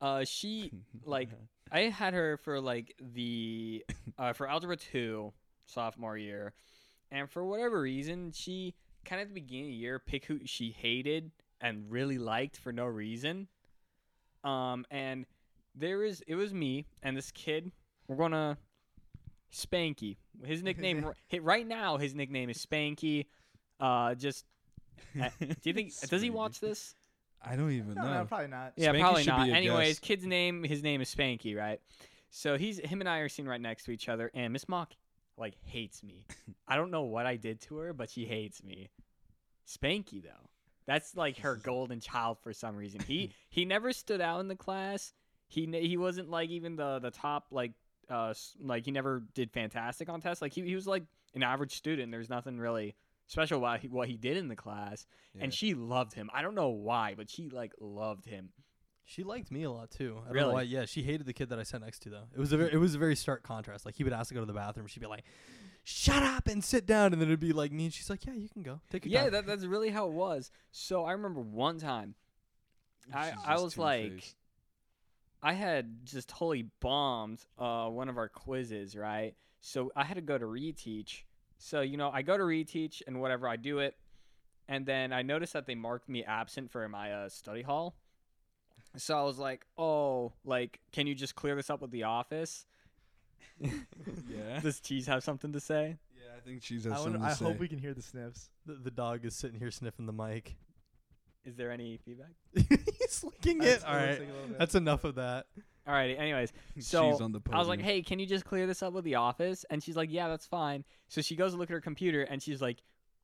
Speaker 1: uh, she like I had her for like the uh, for algebra two sophomore year, and for whatever reason, she kind of at the beginning of the year pick who she hated and really liked for no reason. Um, and there is it was me and this kid. We're gonna Spanky. His nickname r- hi- right now. His nickname is Spanky. Uh, just uh, do you think does he watch this?
Speaker 4: I don't even
Speaker 2: No,
Speaker 4: know.
Speaker 2: no, probably not.
Speaker 1: Yeah,
Speaker 4: Spanky
Speaker 1: probably
Speaker 4: should
Speaker 1: not.
Speaker 4: be a
Speaker 1: Anyways,
Speaker 4: guest.
Speaker 1: kid's name, his name is Spanky, right? So he's him and I are sitting right next to each other, and Miss Mock like hates me. I don't know what I did to her, but she hates me. Spanky though, that's like her golden child for some reason. He he never stood out in the class. He ne- he wasn't like even the the top like uh s- like he never did fantastic on tests. Like he he was like an average student. There's nothing really special about he, what he did in the class,
Speaker 4: Yeah.
Speaker 1: and she loved him. I don't know why, but she like loved him.
Speaker 3: She liked me a lot too. I Don't
Speaker 1: Really?
Speaker 3: know why. Yeah, she hated the kid that I sat next to though. It was a very, it was a very stark contrast. Like he would ask to go to the bathroom, she'd be like, "Shut up and sit down," and then it'd be like me, and she's like, "Yeah, you can go. Take your
Speaker 1: yeah,
Speaker 3: time."
Speaker 1: that, that's really how it was. So I remember one time I,
Speaker 4: She's
Speaker 1: I
Speaker 4: just
Speaker 1: was like,
Speaker 4: two-faced.
Speaker 1: I had just totally bombed uh, one of our quizzes, right? So I had to go to reteach. So, you know, I go to reteach and whatever, I do it. And then I noticed that they marked me absent for my uh, study hall. So I was like, oh, like, can you just clear this up with the office?
Speaker 4: yeah.
Speaker 1: Does Cheese have something to say?
Speaker 4: Yeah, I think she's
Speaker 2: I,
Speaker 4: has
Speaker 2: wonder,
Speaker 4: something to
Speaker 2: I
Speaker 4: say.
Speaker 2: hope we can hear the sniffs.
Speaker 3: The, the dog is sitting here sniffing the mic.
Speaker 1: Is there any feedback?
Speaker 3: He's licking it.
Speaker 2: That's-
Speaker 3: All
Speaker 2: it
Speaker 3: right,
Speaker 2: looks like a little bit.
Speaker 3: that's enough of that.
Speaker 1: Alrighty. Anyways, so
Speaker 4: She's on the podium.
Speaker 1: I was like, "Hey, can you just clear this up with the office?" And she's like, "Yeah, that's fine." So she goes to look at her computer and she's like,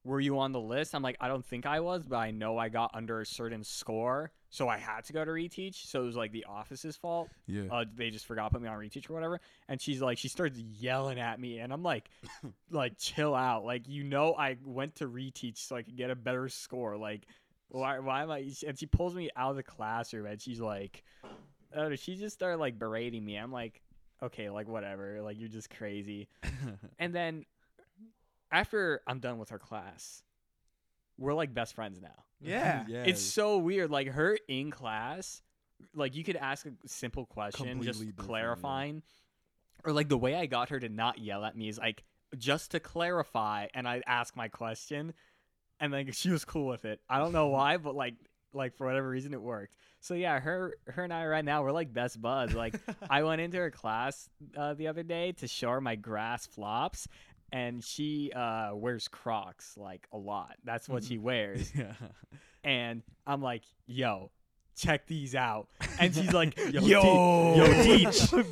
Speaker 1: "Were you on the list?" I'm like, "I don't think I was, but I know I got under a certain score, so I had to go to reteach. So it was like the office's fault.
Speaker 4: yeah,
Speaker 1: Uh, they just forgot to put me on reteach or whatever." And she's like, she starts yelling at me, and I'm like, "Like, chill out. Like, you know, I went to reteach so I could get a better score. Like, why? Why am I?" And she pulls me out of the classroom, and she's like. Oh, she just started like berating me. I'm like, okay, like whatever, like you're just crazy. and then after I'm done with her class, we're like best friends now.
Speaker 2: Yeah.
Speaker 4: yeah,
Speaker 1: It's so weird. Like her in class, like you could ask a simple question,
Speaker 4: Completely
Speaker 1: just
Speaker 4: different, yeah.
Speaker 1: clarifying. Or like the way I got her to not yell at me is like just to clarify and I ask my question and like she was cool with it. I don't know why, but like like for whatever reason it worked. So yeah, her her and I right now we're like best buds. Like I went into her class uh, the other day to show her my grass flops, and she uh, wears Crocs like a lot. That's what
Speaker 4: Mm.
Speaker 1: she wears.
Speaker 4: yeah.
Speaker 1: And I'm like, yo, check these out. And she's like, yo,
Speaker 4: Yo,
Speaker 1: yo, teach,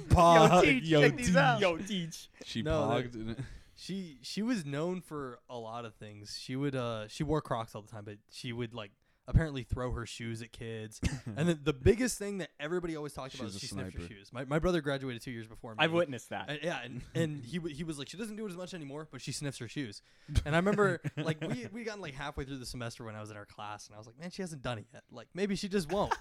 Speaker 4: Pog.
Speaker 1: yo, teach, yo, teach.
Speaker 4: She
Speaker 3: No, that-
Speaker 4: pogged. in it.
Speaker 3: She she was known for a lot of things. She would uh she wore Crocs all the time, but she would like apparently throw her shoes at kids. and then the biggest thing that everybody always talked about
Speaker 4: She's
Speaker 3: is
Speaker 4: a
Speaker 3: she sniffed her
Speaker 4: sniper.
Speaker 3: shoes. My, my brother graduated two years before me.
Speaker 1: I've witnessed that.
Speaker 3: And, yeah, and, and he w- he was like, she doesn't do it as much anymore, but she sniffs her shoes. And I remember like we we gotten like halfway through the semester when I was in our class, and I was like, man, she hasn't done it yet. Like maybe she just won't.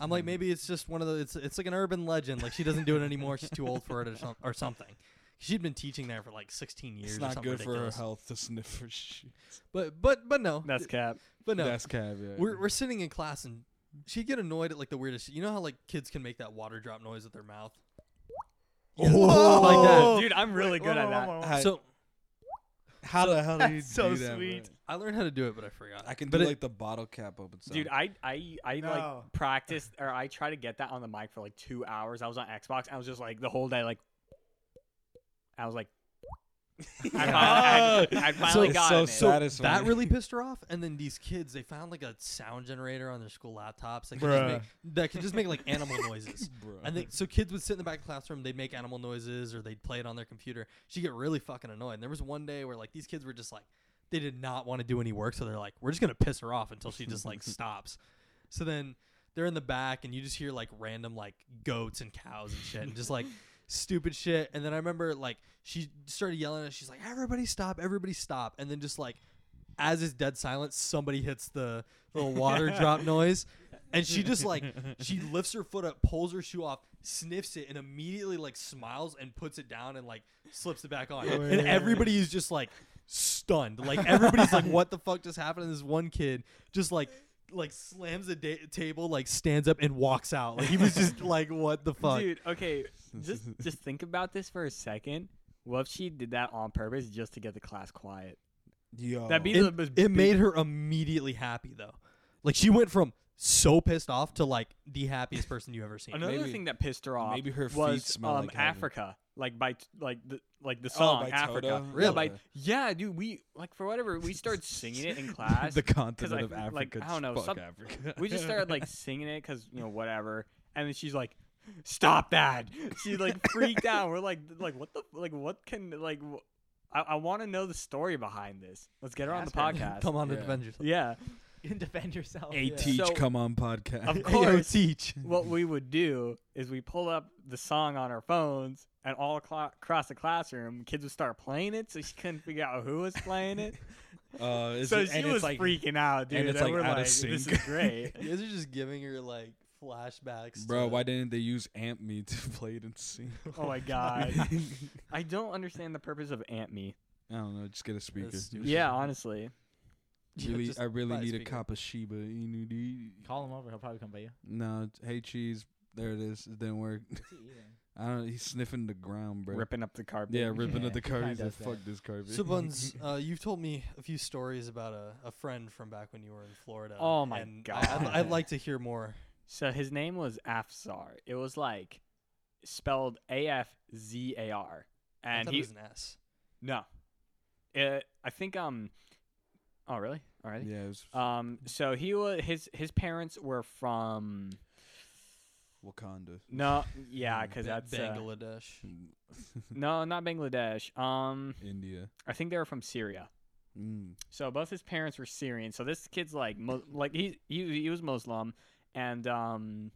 Speaker 3: I'm like, maybe it's just one of the it's it's like an urban legend. Like she doesn't do it anymore. She's too old for it or, some, or something. She'd been teaching there for like 16 years.
Speaker 4: It's
Speaker 3: or
Speaker 4: not
Speaker 3: something
Speaker 4: good for her
Speaker 3: ridiculous.
Speaker 4: health to sniff her shit.
Speaker 3: But but but no,
Speaker 1: That's cap.
Speaker 3: but no.
Speaker 4: That's cab. Yeah.
Speaker 3: we're we're sitting in class and she'd get annoyed at like the weirdest. You know how like kids can make that water drop noise with their mouth. Yeah.
Speaker 4: Oh!
Speaker 3: like that.
Speaker 1: Dude, I'm really good at that.
Speaker 4: Hi-
Speaker 3: So
Speaker 4: how the hell do you
Speaker 2: That's so
Speaker 4: do that?
Speaker 2: sweet.
Speaker 4: bro?
Speaker 3: I learned how to do it, but I forgot.
Speaker 4: I can
Speaker 3: but
Speaker 4: do
Speaker 3: it-
Speaker 4: like the bottle cap open. Sound.
Speaker 1: Dude, I I I
Speaker 2: No.
Speaker 1: like practiced or I tried to get that on the mic for like two hours. I was on Xbox. I was just like the whole day like I was like I finally, I, I finally
Speaker 3: So-
Speaker 1: got
Speaker 4: so
Speaker 1: it.
Speaker 4: so- satisfying.
Speaker 3: that really pissed her off. And then these kids, they found like a sound generator on their school laptops that could, just
Speaker 2: Bruh.
Speaker 3: make, that could just make like animal noises.
Speaker 4: Bruh.
Speaker 3: And they, so kids would sit in the back of the classroom, they'd make animal noises or they'd play it on their computer. She'd get really fucking annoyed. And there was one day where like these kids were just like, they did not want to do any work. So they're like, we're just going to piss her off until she just like stops. So then they're in the back and you just hear like random like goats and cows and shit and just like stupid shit. And then I remember like she started yelling at us. She's like, everybody stop, everybody stop. And then just like, as is dead silence, somebody hits the little water drop noise. And she just like she lifts her foot up, pulls her shoe off, sniffs it, and immediately like smiles and puts it down and like slips it back on. And everybody is just like stunned. Like everybody's like, "What the fuck just happened?" And this one kid just like like slams the da- table, like stands up and walks out. Like he was just like, "What the fuck?"
Speaker 1: Dude, okay, just just think about this for a second. What if she did that on purpose just to get the class quiet?
Speaker 4: Yo.
Speaker 1: That'd be the
Speaker 3: it,
Speaker 1: most
Speaker 3: it
Speaker 1: big-
Speaker 3: made her immediately happy though. Like she went from so pissed off to like the happiest person you ever seen.
Speaker 1: Another
Speaker 4: Maybe-
Speaker 1: thing that pissed her off
Speaker 4: maybe her feet
Speaker 1: was
Speaker 4: smell
Speaker 1: um,
Speaker 4: like heaven.
Speaker 1: Africa, like by t- like the like the
Speaker 4: Oh,
Speaker 1: song
Speaker 4: by
Speaker 1: Africa.
Speaker 4: Toto?
Speaker 1: Yeah,
Speaker 3: Really?
Speaker 1: by- yeah, dude. We like for whatever we started singing it in class.
Speaker 4: the continent
Speaker 1: I-
Speaker 4: of Africa.
Speaker 1: like, I don't know,
Speaker 4: Fuck
Speaker 1: some-
Speaker 4: Africa.
Speaker 1: we just started like singing it because you know whatever and then she's like stop that she like freaked out we're like like what the like what can like wh- i, I want to know the story behind this let's get her on the
Speaker 2: Ask
Speaker 1: podcast
Speaker 3: Come on,
Speaker 4: Yeah.
Speaker 3: and defend yourself.
Speaker 1: yeah
Speaker 2: You can defend yourself.
Speaker 4: a
Speaker 2: Yeah.
Speaker 4: teach
Speaker 1: So-
Speaker 4: come on podcast.
Speaker 1: of
Speaker 3: Hey, yo,
Speaker 1: course
Speaker 3: teach.
Speaker 1: what we would do is we pull up the song on our phones and all aclo- across the classroom kids would start playing it so she couldn't figure out who was playing it
Speaker 4: Uh, it's-
Speaker 1: so
Speaker 4: and
Speaker 1: she
Speaker 4: it's
Speaker 1: was
Speaker 4: like,
Speaker 1: freaking out dude
Speaker 4: and it's, like,
Speaker 1: we're
Speaker 4: out of
Speaker 1: like this is
Speaker 4: sync.
Speaker 1: great
Speaker 3: You guys are just giving her like flashbacks.
Speaker 4: bro,
Speaker 3: to-
Speaker 4: why didn't they use amp me to play it and sing?
Speaker 1: oh my god i don't understand the purpose of ant me
Speaker 4: I don't know. Just get a speaker.
Speaker 3: stupid.
Speaker 1: yeah honestly
Speaker 3: Yeah,
Speaker 4: Really,
Speaker 3: just
Speaker 4: I really
Speaker 3: buy a
Speaker 4: need a
Speaker 3: speaker.
Speaker 4: cop of Shiba Inu. dude.
Speaker 2: Call him over. He'll probably come by you.
Speaker 4: No, it's- hey cheese. There it is. It didn't work.
Speaker 2: What's he eating?
Speaker 4: I don't. He's sniffing the ground, bro.
Speaker 1: ripping up the carpet.
Speaker 4: yeah, ripping
Speaker 2: Yeah,
Speaker 4: at the
Speaker 2: he kinda
Speaker 4: carpet. He's like,
Speaker 2: does
Speaker 4: Fuck
Speaker 2: that.
Speaker 4: this carpet.
Speaker 3: So Buns, uh, you've told me a few stories about a, a friend from back when you were in Florida.
Speaker 1: Oh my
Speaker 3: and I- I'd,
Speaker 1: God.
Speaker 3: I'd like to hear more.
Speaker 1: So his name was Afzar. It was like spelled A F Z A R,
Speaker 3: I
Speaker 1: and
Speaker 3: thought
Speaker 1: he
Speaker 3: it was an S.
Speaker 1: no. Uh I think um Oh, really? Already?
Speaker 4: Yeah, it was
Speaker 1: Um, so he was his his parents were from
Speaker 4: Wakanda. Mm,
Speaker 1: no, yeah, because
Speaker 3: Ba-
Speaker 1: that's uh,
Speaker 3: Bangladesh.
Speaker 1: no, not Bangladesh. Um,
Speaker 4: India.
Speaker 1: I think they were from Syria.
Speaker 4: Mm.
Speaker 1: So both his parents were Syrian. So this kid's like mo- like he, he he was Muslim and um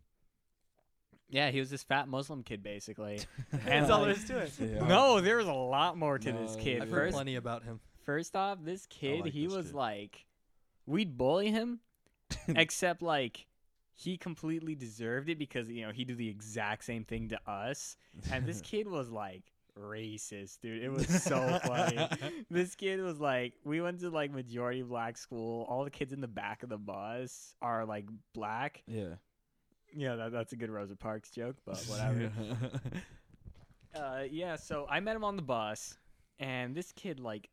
Speaker 1: yeah, he was this fat Muslim kid basically. And
Speaker 2: That's all
Speaker 1: like-
Speaker 2: there is to it.
Speaker 4: Yeah.
Speaker 1: No, there's a lot more to this
Speaker 4: No,
Speaker 1: kid.
Speaker 4: I've
Speaker 3: I've
Speaker 4: heard
Speaker 3: heard
Speaker 1: First
Speaker 3: plenty about him.
Speaker 1: first off, this kid,
Speaker 4: like
Speaker 1: he
Speaker 4: this
Speaker 1: was
Speaker 4: kid.
Speaker 1: like we'd bully him except like he completely deserved it because you know, he did the exact same thing to us. And this kid was like racist, dude. It was so funny. this kid was like, we went to like majority black school. All the kids in the back of the bus are like black.
Speaker 4: Yeah.
Speaker 1: Yeah, that, that's a good Rosa Parks joke, but whatever. uh, yeah, so I met him on the bus, and this kid like,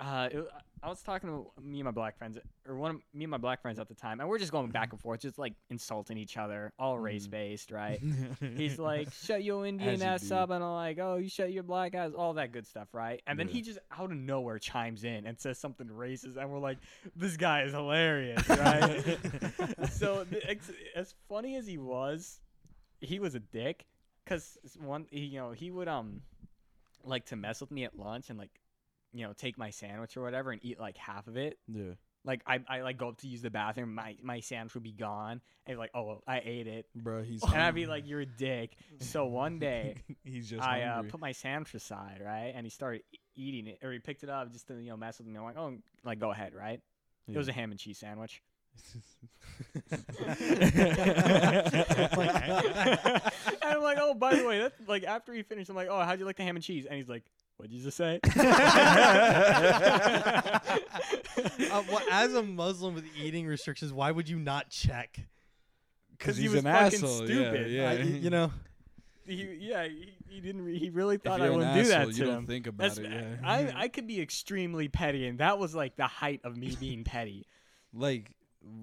Speaker 1: uh, it, I was talking to me and my black friends, or one of me and my black friends at the time, and we're just going back and forth, just like insulting each other, all race based, right? He's like, shut your Indian
Speaker 4: you
Speaker 1: ass
Speaker 4: do.
Speaker 1: up. And I'm like, oh, you shut your black ass, all that good stuff, right? And then
Speaker 4: Yeah.
Speaker 1: he just out of nowhere chimes in and says something racist. And we're like, this guy is hilarious, right? so, th- ex- as funny as he was, he was a dick. Because one, he, you know, he would, um, like to mess with me at lunch and, like, you know, take my sandwich or whatever and eat like half of it.
Speaker 4: Yeah.
Speaker 1: Like I, I like go up to use the bathroom, my my sandwich would be gone, and like, oh, well, I ate it,
Speaker 4: Bro, he's
Speaker 1: and I'd be like, "You're a dick." So one day,
Speaker 4: he's just
Speaker 1: I uh,
Speaker 4: hungry.
Speaker 1: put my sandwich aside, right, and he started e- eating it, or he picked it up just to you know mess with me. I'm like, "Oh, like go ahead, right?" It was a ham and cheese sandwich. and I'm like, "Oh, by the way, that's like after he finished, I'm like, "Oh, how'd you like the ham and cheese?" And he's like, "What'd you just say?"
Speaker 3: Uh, well, as a Muslim with eating restrictions, why would you not check?
Speaker 1: Because he
Speaker 4: he's
Speaker 1: was
Speaker 4: an
Speaker 1: fucking
Speaker 4: asshole, yeah,
Speaker 1: stupid.
Speaker 3: I-
Speaker 4: yeah.
Speaker 3: you know,
Speaker 1: He, yeah, he, he didn't. Re- he really
Speaker 4: If
Speaker 1: thought I
Speaker 4: you're an
Speaker 1: wouldn't do that
Speaker 4: asshole,
Speaker 1: to
Speaker 4: you
Speaker 1: him.
Speaker 4: don't think about
Speaker 1: That's,
Speaker 4: it. Yeah.
Speaker 1: I, I could be extremely petty, and that was like the height of me being petty.
Speaker 4: like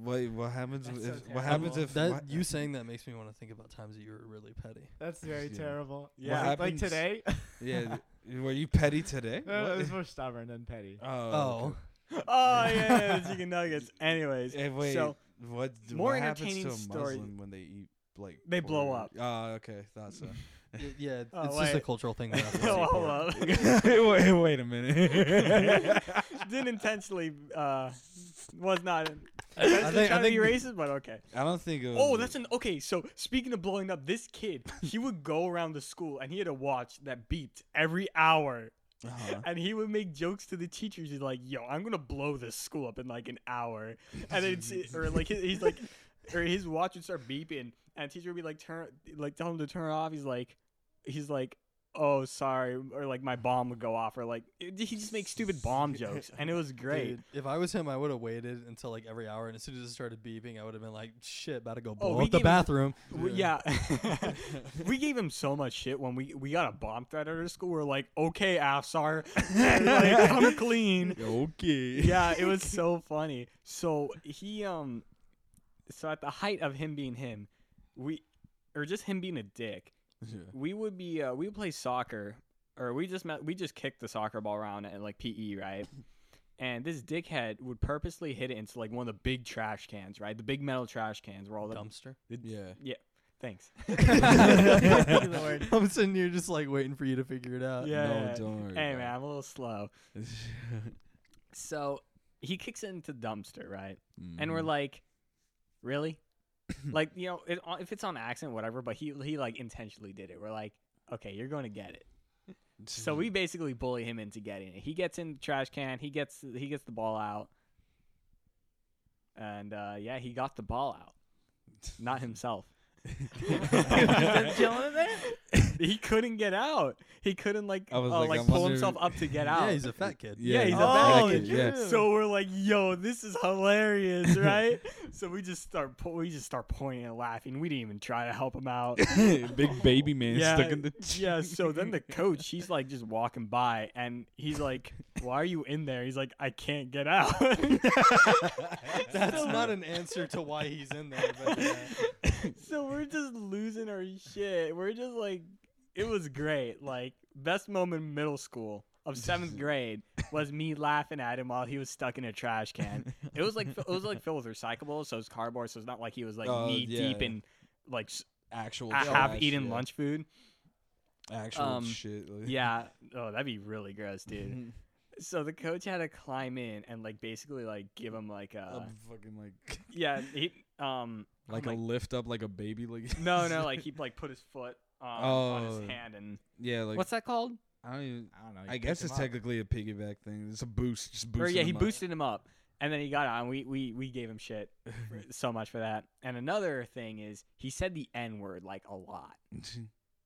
Speaker 4: what what happens
Speaker 2: That's so
Speaker 4: if
Speaker 2: terrible.
Speaker 4: what happens if
Speaker 3: that
Speaker 4: what-
Speaker 3: you saying that makes me want to think about times that you were really petty.
Speaker 2: That's very
Speaker 4: Yeah.
Speaker 2: terrible.
Speaker 1: Yeah.
Speaker 2: Like- like
Speaker 4: happens-
Speaker 2: today.
Speaker 4: yeah th- were you petty today?
Speaker 2: No, no,
Speaker 4: What?
Speaker 2: it was more stubborn than petty.
Speaker 4: Oh.
Speaker 3: Oh,
Speaker 4: okay.
Speaker 1: oh yeah, yeah, the chicken nuggets. Anyways,
Speaker 4: Eh, wait.
Speaker 1: so
Speaker 4: what d-
Speaker 1: more
Speaker 4: what happens
Speaker 1: entertaining
Speaker 4: to a
Speaker 1: story-
Speaker 4: Muslim when they eat like
Speaker 1: They blow
Speaker 4: pork?
Speaker 1: up.
Speaker 4: Oh, okay. Thought so.
Speaker 3: Y- yeah,
Speaker 1: Oh,
Speaker 3: it's just a
Speaker 1: wait.
Speaker 3: cultural thing. That happens.
Speaker 1: Oh, hold on.
Speaker 4: wait, wait a minute.
Speaker 1: didn't intentionally uh, was not
Speaker 3: I
Speaker 1: intentionally
Speaker 3: think- I
Speaker 1: trying to be
Speaker 3: think-
Speaker 1: racist, but okay.
Speaker 4: I don't think it was
Speaker 1: Oh, that's an okay. So speaking of blowing up, this kid he would go around the school and he had a watch that beeped every hour.
Speaker 4: uh-huh.
Speaker 1: And he would make jokes to the teachers. He's like, "Yo, I'm gonna blow this school up in like an hour," and then it's, or like he- he's like, or his watch would start beeping, and the teacher would be like, "Turn, like tell him to turn it off." He's like, he's like, "Oh, sorry," or like my bomb would go off, or like it- he just makes stupid bomb jokes, and it was great.
Speaker 3: Dude, if I was him, I would have waited until like every hour, and as soon as it started beeping, I would have been like, "Shit, about to go blow
Speaker 1: Oh, we
Speaker 3: up the
Speaker 1: gave him-
Speaker 3: bathroom."
Speaker 1: We- yeah, we gave him so much shit when we we got a bomb threat at our school. We're like, "Okay, Afsar, like, come clean."
Speaker 4: okay.
Speaker 1: yeah, it was so funny. So he um so at the height of him being him, we or just him being a dick,
Speaker 4: Yeah.
Speaker 1: we would be uh, we would play soccer or we just met, we just kicked the soccer ball around at like PE, right? And this dickhead would purposely hit it into like one of the big trash cans, right? The big metal trash cans where all the
Speaker 3: Dumpster.
Speaker 4: Yeah.
Speaker 1: thanks.
Speaker 3: I'm sitting here just like waiting for you to figure it out.
Speaker 1: Yeah.
Speaker 4: No, don't worry.
Speaker 1: Hey man,
Speaker 4: about
Speaker 1: I'm a little slow.
Speaker 4: it.
Speaker 1: So he kicks it into the dumpster, right? and we're
Speaker 4: Mhm.
Speaker 1: like, really? like you know, it, if it's on accident, whatever. But he he like intentionally did it. We're like, okay, you're going to get it.
Speaker 4: Mm.
Speaker 1: So
Speaker 4: Mm-hmm.
Speaker 1: we basically bully him into getting it. He gets in the trash can. He gets he gets the ball out. And uh, yeah, he got the ball out, not himself.
Speaker 2: chilling in there?
Speaker 1: he couldn't get out. He couldn't like
Speaker 4: I was
Speaker 1: uh,
Speaker 4: like,
Speaker 1: like,
Speaker 4: I
Speaker 1: pull
Speaker 4: wonder-
Speaker 1: himself up to get out.
Speaker 3: Yeah, he's a fat kid.
Speaker 1: Yeah, he's a
Speaker 4: back
Speaker 1: bad
Speaker 4: end,
Speaker 1: kid.
Speaker 4: Yeah.
Speaker 2: Dude.
Speaker 1: So we're like, "Yo, this is hilarious, right?" so we just start po- we just start pointing and laughing. We didn't even try to help him out.
Speaker 4: Big baby man
Speaker 1: yeah,
Speaker 4: stuck in the
Speaker 1: yeah. So then the coach, he's like just walking by, and he's like, "Why are you in there?" He's like, "I can't get out."
Speaker 3: That's
Speaker 1: So-
Speaker 3: not an answer to why he's in there. But, yeah.
Speaker 1: so we're just losing our shit. We're just like, it was great. Like best moment in middle school. of seventh grade was me laughing at him while he was stuck in a trash can. It was like it was like filled with recyclables, so it's cardboard. So it's not like he was like
Speaker 4: Oh,
Speaker 1: knee deep
Speaker 4: yeah.
Speaker 1: in like s-
Speaker 4: actual
Speaker 1: I have
Speaker 4: trash,
Speaker 1: eaten
Speaker 4: yeah.
Speaker 1: lunch food.
Speaker 4: Actual
Speaker 1: Um,
Speaker 4: shit. like-
Speaker 1: Yeah. Oh, that'd be really gross, dude.
Speaker 4: Mhm.
Speaker 1: so the coach had to climb in and like basically like give him like a
Speaker 4: I'm fucking like
Speaker 1: yeah. He um
Speaker 4: like
Speaker 1: I'm
Speaker 4: a lift up like a baby like
Speaker 1: no no like he like put his foot um, on
Speaker 4: Oh.
Speaker 1: his hand and
Speaker 4: yeah like
Speaker 1: what's Oh, that called?
Speaker 4: I don't even
Speaker 2: I don't know. you
Speaker 4: I
Speaker 2: pick
Speaker 4: guess
Speaker 2: him
Speaker 4: it's
Speaker 2: up.
Speaker 4: technically a piggyback thing. It's a boost, just boosting.
Speaker 1: or yeah, he
Speaker 4: him up.
Speaker 1: boosted him up, and then he got on. We we we gave him shit for- so much for that. And another thing is he said the n word like a lot,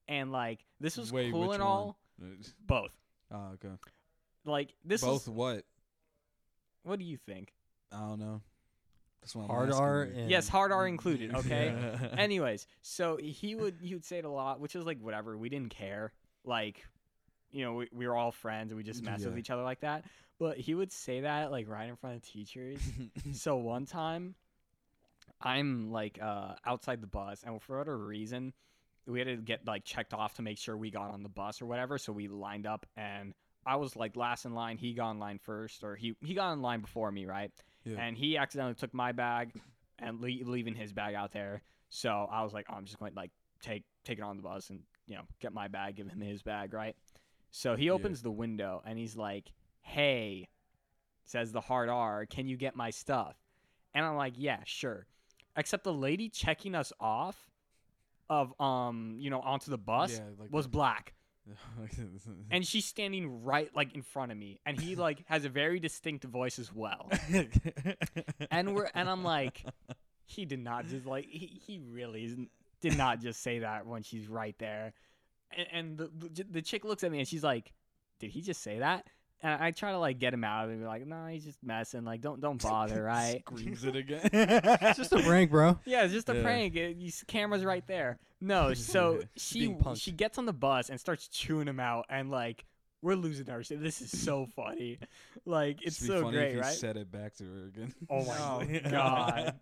Speaker 1: and like this was
Speaker 4: Wait,
Speaker 1: cool
Speaker 4: which
Speaker 1: and
Speaker 4: one?
Speaker 1: all. Both
Speaker 4: oh, okay.
Speaker 1: like this
Speaker 4: Both
Speaker 1: was.
Speaker 4: what?
Speaker 1: What do you think?
Speaker 4: I don't know. That's what I'm
Speaker 3: Hard
Speaker 4: asking
Speaker 3: R
Speaker 4: you.
Speaker 3: and
Speaker 1: Yes, hard R included. Okay.
Speaker 4: Yeah.
Speaker 1: Anyways, so he would he would say it a lot, which is like whatever. We didn't care. Like, you know, we, we were all friends and we just messed with
Speaker 4: Yeah.
Speaker 1: each other like that. But he would say that like right in front of teachers. so one time, I'm like uh, outside the bus, and for whatever reason, we had to get like checked off to make sure we got on the bus or whatever. So we lined up, and I was like last in line. He got in line first, or he he got in line before me, right?
Speaker 4: Yeah.
Speaker 1: And he accidentally took my bag and le- leaving his bag out there. So I was like, oh, I'm just going to like take take it on the bus and you know get my bag, give him his bag, right? So he
Speaker 4: Yeah.
Speaker 1: opens the window and he's like, "Hey," says the hard R, "Can you get my stuff?" And I'm like, "Yeah, sure." Except the lady checking us off of um you know onto the bus
Speaker 4: Yeah, like Mm.
Speaker 1: was black
Speaker 4: and
Speaker 1: and she's standing right like in front of me and he like has a very distinct voice as well and we're and I'm like, he did not just like he, he really isn't, did not just say that when she's right there, and, and the, the the chick looks at me and she's like, did he just say that? And I try to like get him out of it, be like, no, he's just messing. Like, don't don't bother, right?
Speaker 4: screams it again. it's
Speaker 3: It's just a prank, bro.
Speaker 1: Yeah, it's just a
Speaker 4: Yeah.
Speaker 1: prank. It, you, s- camera's right there. No, so she
Speaker 3: Being punked.
Speaker 1: she gets on the bus and starts chewing him out, and like we're losing our shit. This is so funny. Like it's
Speaker 4: be
Speaker 1: so
Speaker 4: funny
Speaker 1: great,
Speaker 4: if he
Speaker 1: right?
Speaker 4: Said it back to her again.
Speaker 1: Oh my god,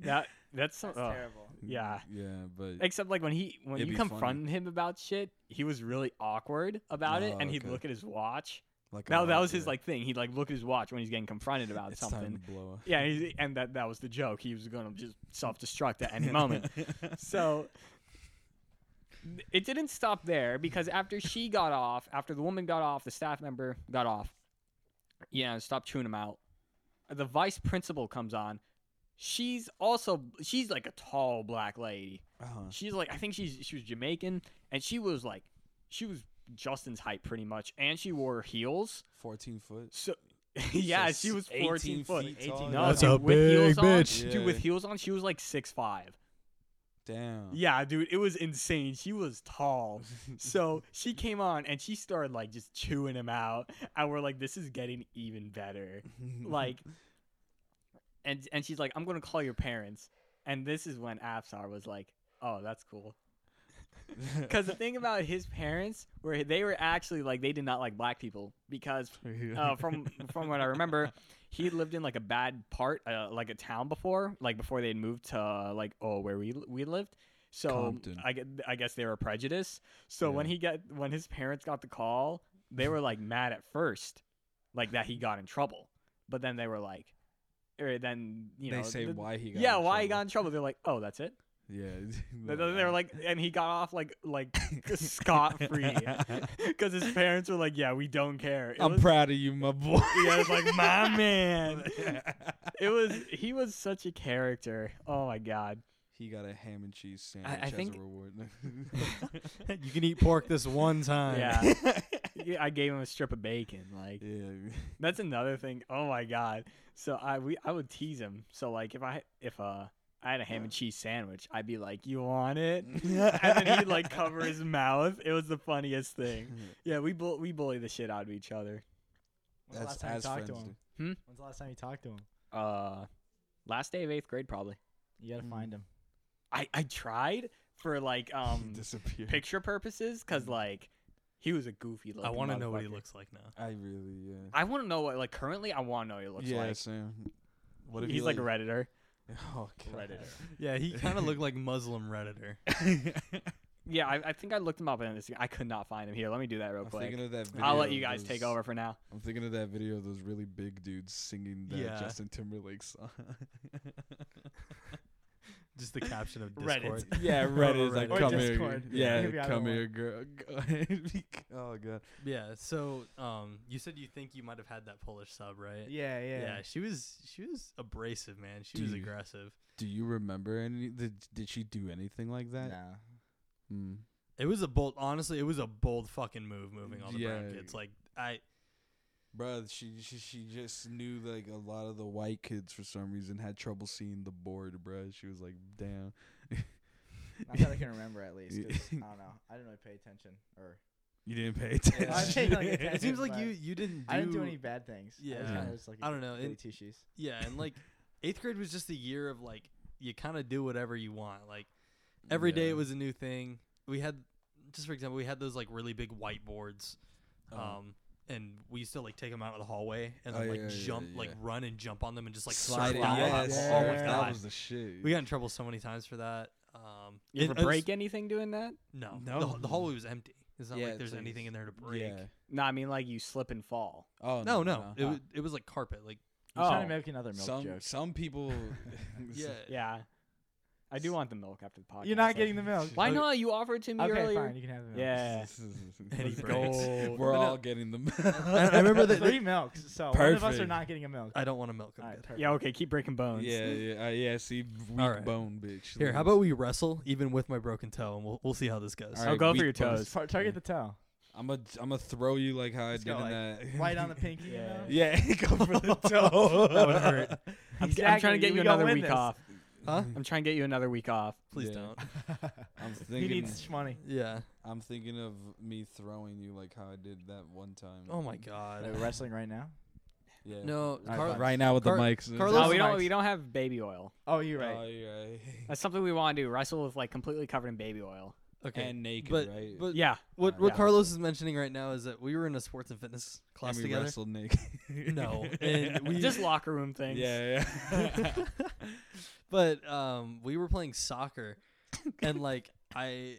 Speaker 1: that that's, so
Speaker 2: That's terrible.
Speaker 1: yeah.
Speaker 4: Yeah, but
Speaker 1: Except like when he when
Speaker 4: It'd
Speaker 1: you
Speaker 4: be
Speaker 1: confront him about shit, he was really awkward about it,
Speaker 4: Oh,
Speaker 1: and he'd
Speaker 4: okay.
Speaker 1: look at his watch.
Speaker 4: like
Speaker 1: That,
Speaker 4: a
Speaker 1: that
Speaker 4: lot,
Speaker 1: was his
Speaker 4: yeah.
Speaker 1: like thing. He'd like look at his watch when he's getting confronted about
Speaker 4: It's
Speaker 1: something.
Speaker 4: Time to blow up.
Speaker 1: Yeah, he's, and that that was the joke. He was gonna just self destruct at any moment. So it didn't stop there because after she got off, after the woman got off, the staff member got off. Yeah, stop chewing him out. The vice principal comes on. She's also she's like a tall black lady
Speaker 4: Uh-huh.
Speaker 1: she's like I think she's she was Jamaican and she was like she was Justin's height pretty much and she wore heels.
Speaker 4: Fourteen foot.
Speaker 1: So yeah,
Speaker 4: So
Speaker 1: she was 14
Speaker 4: 18
Speaker 1: foot.
Speaker 4: feet
Speaker 2: 18
Speaker 4: tall.
Speaker 1: No,
Speaker 3: That's
Speaker 1: dude,
Speaker 3: a
Speaker 1: with heels
Speaker 3: big
Speaker 1: on,
Speaker 3: bitch.
Speaker 1: Dude, with
Speaker 4: Yeah.
Speaker 1: heels on, she was like six five.
Speaker 4: Damn.
Speaker 1: Yeah, dude, it was insane. She was tall. so she came on and she started like just chewing him out. And we're like, this is getting even better. Like and and she's like, I'm gonna call your parents. And this is when Apsar was like, Oh, that's cool. Because the thing about his parents were they were actually like they did not like black people because uh, from from what I remember, he lived in like a bad part, uh, like a town before, like before they had moved to uh, like oh where we we lived. So
Speaker 4: Compton.
Speaker 1: I, gue- I guess they were prejudiced. So when
Speaker 4: Yeah.
Speaker 1: he got when his parents got the call, they were like mad at first, like that he got in trouble. But then they were like, or then you know
Speaker 4: they say
Speaker 1: the-
Speaker 4: why he got.
Speaker 1: yeah
Speaker 4: in
Speaker 1: why he got
Speaker 4: trouble.
Speaker 1: in trouble. They're like oh that's it.
Speaker 4: Yeah.
Speaker 1: They, they were like, and he got off like like scot free because his parents were like, "Yeah, we don't care." It
Speaker 4: I'm
Speaker 1: was,
Speaker 4: proud of you, my boy.
Speaker 1: yeah, it's like my man. It was he was such a character. Oh my god.
Speaker 4: He got a ham and cheese sandwich
Speaker 1: I think-
Speaker 4: as a reward.
Speaker 3: You can eat pork this one time.
Speaker 1: Yeah. Yeah, I gave him a strip of bacon. Like
Speaker 4: yeah.
Speaker 1: that's another thing. Oh my god. So I we I would tease him. So like if I if uh I had a ham and cheese sandwich, I'd be like, "You want it?" and then he'd like cover his mouth. It was the funniest thing. Yeah, we bull- we bully the shit out of each other.
Speaker 2: When's the
Speaker 4: That's
Speaker 2: last time you
Speaker 4: as
Speaker 2: talked to him?
Speaker 4: friends
Speaker 1: do. Hmm?
Speaker 2: When's the last time you talked to him?
Speaker 1: uh last day of eighth grade probably
Speaker 2: You gotta
Speaker 4: Mm.
Speaker 2: find him.
Speaker 1: i i tried for like um
Speaker 4: he disappeared.
Speaker 1: picture purposes because like he was a goofy looking
Speaker 3: I want to know what he
Speaker 1: motherfucker.
Speaker 3: looks like now.
Speaker 4: I really, yeah.
Speaker 1: i want to know what like currently i want to know what he looks
Speaker 4: yeah,
Speaker 1: like
Speaker 4: Sam. What if
Speaker 1: he's
Speaker 4: he,
Speaker 1: like, a redditor
Speaker 4: Oh, God.
Speaker 1: redditor
Speaker 3: Yeah, he kind of looked like Muslim redditor.
Speaker 1: yeah, I, I think I looked him up and it's- I could not find him here. Let me do that real
Speaker 4: I'm
Speaker 1: quick.
Speaker 4: thinking of that. Video
Speaker 1: I'll let
Speaker 4: of
Speaker 1: you guys take
Speaker 4: those-
Speaker 1: over for now.
Speaker 4: I'm thinking of that video of those really big dudes singing that
Speaker 3: Yeah.
Speaker 4: Justin Timberlake song.
Speaker 3: Just the caption of
Speaker 1: Reddit.
Speaker 3: Discord.
Speaker 4: yeah,
Speaker 3: Reddit
Speaker 4: Reddit
Speaker 3: is
Speaker 4: is
Speaker 3: like,
Speaker 4: like,
Speaker 3: Or
Speaker 4: come here,
Speaker 2: Discord.
Speaker 4: yeah,
Speaker 2: Maybe I
Speaker 4: come
Speaker 2: don't
Speaker 4: here, girl. Go ahead. oh god.
Speaker 3: Yeah. So, um, you said you think you might have had that Polish sub, right?
Speaker 2: Yeah, yeah.
Speaker 3: she was she was abrasive, man. She was
Speaker 4: Dude.
Speaker 3: aggressive.
Speaker 4: Do you remember any? Did, did she do anything like that?
Speaker 2: Nah.
Speaker 4: Mm.
Speaker 3: It was a bold. Honestly, it was a bold fucking move moving all the
Speaker 4: Yeah.
Speaker 3: brackets. Like I,
Speaker 4: Bruh, she, she she just knew like a lot of the white kids for some reason had trouble seeing the board, bruh. She was like, damn.
Speaker 2: Not that I can remember at least. 'cause I don't know. I didn't really pay attention, or
Speaker 4: You didn't pay
Speaker 2: I
Speaker 4: attention.
Speaker 2: didn't really pay
Speaker 3: it seems
Speaker 2: attention,
Speaker 3: like
Speaker 2: but
Speaker 3: you you didn't. Do,
Speaker 2: I didn't do any bad things. I was
Speaker 3: Yeah.
Speaker 2: kinda just like
Speaker 3: I don't know.
Speaker 2: goody
Speaker 3: It-
Speaker 2: two shoes.
Speaker 3: Yeah, and like eighth grade was just a year of like you kind of do whatever you want. Like every day
Speaker 4: Yeah.
Speaker 3: it was a new thing. We had just for example, we had those like really big whiteboards,
Speaker 4: Oh.
Speaker 3: um, and we used to like take them out of the hallway and
Speaker 4: Oh,
Speaker 3: then, like
Speaker 4: yeah, yeah,
Speaker 3: jump,
Speaker 4: yeah.
Speaker 3: like run and jump on them and just like
Speaker 4: Slide
Speaker 3: slide
Speaker 4: it,
Speaker 3: down.
Speaker 2: yes,
Speaker 3: Oh
Speaker 2: yeah.
Speaker 3: my
Speaker 4: that
Speaker 3: god,
Speaker 4: was the shit.
Speaker 3: we got in trouble so many times for that. Um,
Speaker 1: You
Speaker 3: it-
Speaker 1: ever
Speaker 3: it's-
Speaker 1: break anything doing that?
Speaker 3: No, no.
Speaker 4: No.
Speaker 3: The, hallway was empty. It's not
Speaker 4: Yeah,
Speaker 3: like
Speaker 4: it's
Speaker 3: there's
Speaker 4: like-
Speaker 3: anything in there to break.
Speaker 4: yeah.
Speaker 1: No, I mean like you slip and fall.
Speaker 4: Oh
Speaker 3: No, no,
Speaker 4: no.
Speaker 3: It was, it was like carpet. Like
Speaker 2: I'm trying
Speaker 1: Oh.
Speaker 2: to make another milk
Speaker 4: Some
Speaker 2: joke.
Speaker 4: some people.
Speaker 3: yeah,
Speaker 1: Yeah. I do want the milk after the podcast.
Speaker 2: You're not
Speaker 1: though.
Speaker 2: getting the milk.
Speaker 1: Why
Speaker 3: Okay.
Speaker 1: not? You offered it to me
Speaker 2: okay,
Speaker 1: earlier.
Speaker 2: fine. You can have the milk.
Speaker 1: Yeah.
Speaker 3: Any breaks.
Speaker 4: Let's go.
Speaker 1: Gold.
Speaker 4: We're
Speaker 3: But no-
Speaker 4: all getting them.
Speaker 3: I, I remember that.
Speaker 2: three milks. So one of us are
Speaker 4: Perfect.
Speaker 2: not getting a milk.
Speaker 3: I don't want to milk.
Speaker 2: All
Speaker 3: I'm
Speaker 2: right,
Speaker 3: good.
Speaker 2: perfect.
Speaker 1: Yeah, okay, keep breaking bones.
Speaker 4: Yeah, yeah, uh, yeah. See, weak
Speaker 3: Alright.
Speaker 4: bone, bitch.
Speaker 3: Here, how about we wrestle even with my broken toe, and we'll we'll see how this goes.
Speaker 1: I'll go for your toes.
Speaker 2: Tar- target the toe.
Speaker 4: I'm gonna, I'm gonna throw you like how I
Speaker 2: Let's
Speaker 4: did
Speaker 2: go,
Speaker 4: in
Speaker 2: like,
Speaker 4: that.
Speaker 2: White on the pinky.
Speaker 1: Yeah.
Speaker 2: You know?
Speaker 4: yeah, go for the toe.
Speaker 3: That would hurt.
Speaker 1: I'm, I'm
Speaker 2: Exactly,
Speaker 1: trying to get
Speaker 2: we
Speaker 1: you
Speaker 2: gonna
Speaker 1: another
Speaker 2: win
Speaker 1: week
Speaker 2: this.
Speaker 1: off.
Speaker 3: Huh?
Speaker 1: I'm trying to get you another week off.
Speaker 3: Please
Speaker 4: Yeah.
Speaker 3: don't.
Speaker 4: I'm
Speaker 2: He
Speaker 4: thinking.
Speaker 2: needs money.
Speaker 3: Yeah.
Speaker 4: I'm thinking of me throwing you like how I did that one time.
Speaker 3: Oh my god.
Speaker 2: We're wrestling right now.
Speaker 4: Yeah.
Speaker 3: No,
Speaker 2: Alright,
Speaker 3: Car-
Speaker 2: fine.
Speaker 4: Right now with
Speaker 3: Car-
Speaker 4: the mics.
Speaker 3: Carlos-
Speaker 1: No,
Speaker 2: are
Speaker 1: we don't.
Speaker 2: nice.
Speaker 1: We don't have baby oil.
Speaker 2: Oh, you're
Speaker 4: Oh,
Speaker 2: right.
Speaker 4: you're right.
Speaker 1: That's something we want to do. Wrestle with like completely covered in baby oil.
Speaker 3: okay.
Speaker 4: And naked,
Speaker 3: but
Speaker 4: right?
Speaker 3: but
Speaker 1: Yeah,
Speaker 4: Uh,
Speaker 3: what what
Speaker 1: Yeah.
Speaker 3: Carlos is mentioning right now is that we were in a sports and fitness class
Speaker 4: and we
Speaker 3: together.
Speaker 4: wrestled naked.
Speaker 3: No, and we
Speaker 1: just locker room things.
Speaker 4: Yeah, yeah.
Speaker 3: but um, we were playing soccer, and like I,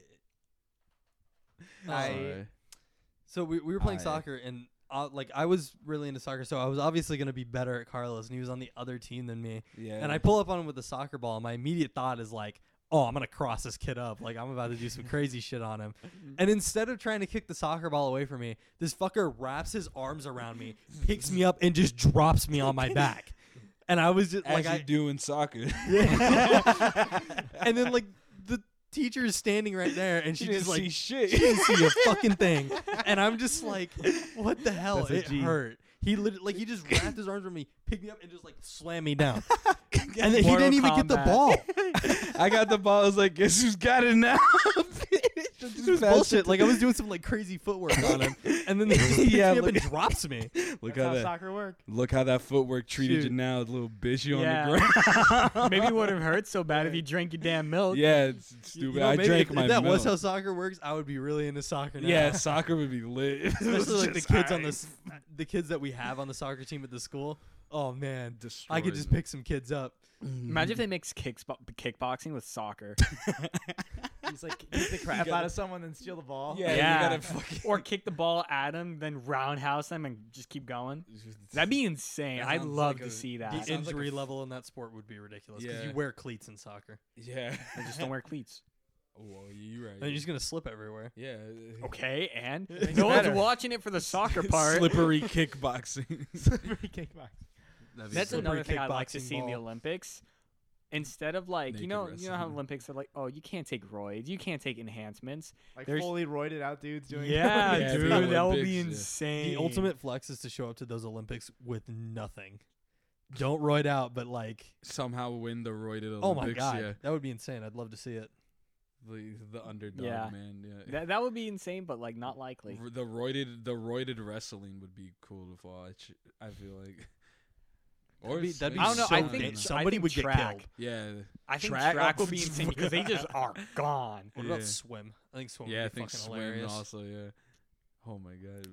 Speaker 2: I-
Speaker 3: um, so we we were playing
Speaker 4: I-
Speaker 3: soccer, and uh, like I was really into soccer, so I was obviously gonna be better at Carlos, and he was on the other team than me.
Speaker 4: yeah.
Speaker 3: And I pull up on him with a soccer ball. and My immediate thought is like, "Oh, I'm gonna cross this kid up. Like I'm about to do some crazy shit on him." And instead of trying to kick the soccer ball away from me, this fucker wraps his arms around me, picks me up, and just drops me on my back. And I was just
Speaker 4: As
Speaker 3: like,
Speaker 4: you
Speaker 3: I,
Speaker 4: do in soccer.
Speaker 3: and then like the teacher is standing right there, and she
Speaker 4: She didn't
Speaker 3: just like
Speaker 4: see shit.
Speaker 3: she didn't see a fucking thing. And I'm just like, what the hell?
Speaker 2: That's a
Speaker 3: it
Speaker 2: G.
Speaker 3: hurt. He lit like he just wrapped his arms around me, picked me up, and just like slammed me down. and then he
Speaker 1: Mortal
Speaker 3: didn't even get the
Speaker 1: Kombat.
Speaker 3: ball.
Speaker 4: I got the ball. I was like, guess who's got it now?
Speaker 3: It was bullshit. Like I was doing some like crazy footwork on him, and then he just picks
Speaker 4: Yeah,
Speaker 3: me up
Speaker 4: look-
Speaker 3: and drops me.
Speaker 4: Look
Speaker 2: That's
Speaker 4: how
Speaker 2: how
Speaker 4: that.
Speaker 2: soccer work.
Speaker 4: Look how that footwork treated you
Speaker 3: Shoot.
Speaker 4: now, little bitch. You on the
Speaker 1: Yeah.
Speaker 4: ground.
Speaker 1: Maybe it would have hurt so bad if you drank your damn milk.
Speaker 4: Yeah, it's it's
Speaker 3: You
Speaker 4: stupid.
Speaker 3: know,
Speaker 4: I
Speaker 3: maybe
Speaker 4: drank
Speaker 3: if,
Speaker 4: my
Speaker 3: if that was
Speaker 4: milk.
Speaker 3: how soccer works, I would be really into soccer now.
Speaker 4: yeah, soccer would be lit. It was
Speaker 3: especially like the
Speaker 4: just
Speaker 3: kids on the
Speaker 4: ice.
Speaker 3: s- the kids that we have on the soccer team at the school. Oh man, I could
Speaker 4: Destroys
Speaker 3: just
Speaker 4: me.
Speaker 3: pick some kids up.
Speaker 1: Imagine if they mix kicks kickboxing with soccer,
Speaker 2: He's like kick the crap out
Speaker 4: gotta-
Speaker 2: of someone and steal the ball.
Speaker 4: Yeah,
Speaker 1: Yeah.
Speaker 4: you gotta fucking.
Speaker 1: or kick the ball at them, then roundhouse them, and just keep going. That'd be insane.
Speaker 4: That
Speaker 1: I'd
Speaker 4: sounds
Speaker 1: love
Speaker 4: like
Speaker 1: to
Speaker 4: a-
Speaker 1: see
Speaker 3: The
Speaker 1: that.
Speaker 4: sounds like a
Speaker 3: injury
Speaker 4: f-
Speaker 3: level in that sport would be ridiculous because
Speaker 4: Yeah.
Speaker 3: you wear cleats in soccer.
Speaker 4: Yeah.
Speaker 1: I just don't wear cleats.
Speaker 4: Well, you're right.
Speaker 3: And you're just gonna slip everywhere.
Speaker 4: yeah. uh,
Speaker 1: Okay, and
Speaker 2: Makes
Speaker 1: no
Speaker 2: it
Speaker 1: one's
Speaker 2: better.
Speaker 1: watching it for the soccer part.
Speaker 4: Slippery kickboxing.
Speaker 2: Slippery kickbox.
Speaker 1: That's
Speaker 3: Slippery
Speaker 1: another thing I like to
Speaker 3: kickboxing
Speaker 1: see in the
Speaker 3: ball.
Speaker 1: Olympics. Instead of like you
Speaker 4: Naked
Speaker 1: know you know how
Speaker 4: wrestling.
Speaker 1: Olympics are like oh you can't take roids you can't take enhancements
Speaker 2: Like
Speaker 1: There's-
Speaker 2: fully roided out dudes doing.
Speaker 1: yeah,
Speaker 4: Yeah,
Speaker 1: dude
Speaker 4: the
Speaker 1: that would
Speaker 4: Olympics,
Speaker 1: be
Speaker 4: yeah.
Speaker 1: insane
Speaker 3: The ultimate flex is to show up to those Olympics with nothing. Don't roid out, but like,
Speaker 4: Somehow win the roided Olympics.
Speaker 3: oh my god,
Speaker 4: Yeah.
Speaker 3: that would be insane. I'd love to see it.
Speaker 4: The, the underdog
Speaker 1: Yeah.
Speaker 4: man. Yeah.
Speaker 1: that, that would be insane but like not likely
Speaker 4: R- the roided the roided wrestling would be cool to watch. I feel like. Or
Speaker 3: That'd be, that'd be
Speaker 1: I don't know,
Speaker 3: so
Speaker 1: I think-
Speaker 3: da-
Speaker 1: I
Speaker 3: somebody
Speaker 1: think
Speaker 3: would get
Speaker 1: track.
Speaker 3: killed.
Speaker 4: yeah.
Speaker 1: I think
Speaker 3: Track-
Speaker 1: track, would be insane because they just are gone
Speaker 3: What
Speaker 4: Yeah.
Speaker 3: about swim? I think swim
Speaker 4: Yeah, I
Speaker 3: would be
Speaker 4: think
Speaker 3: fucking
Speaker 4: swim
Speaker 3: hilarious.
Speaker 4: also. Yeah. Oh my god.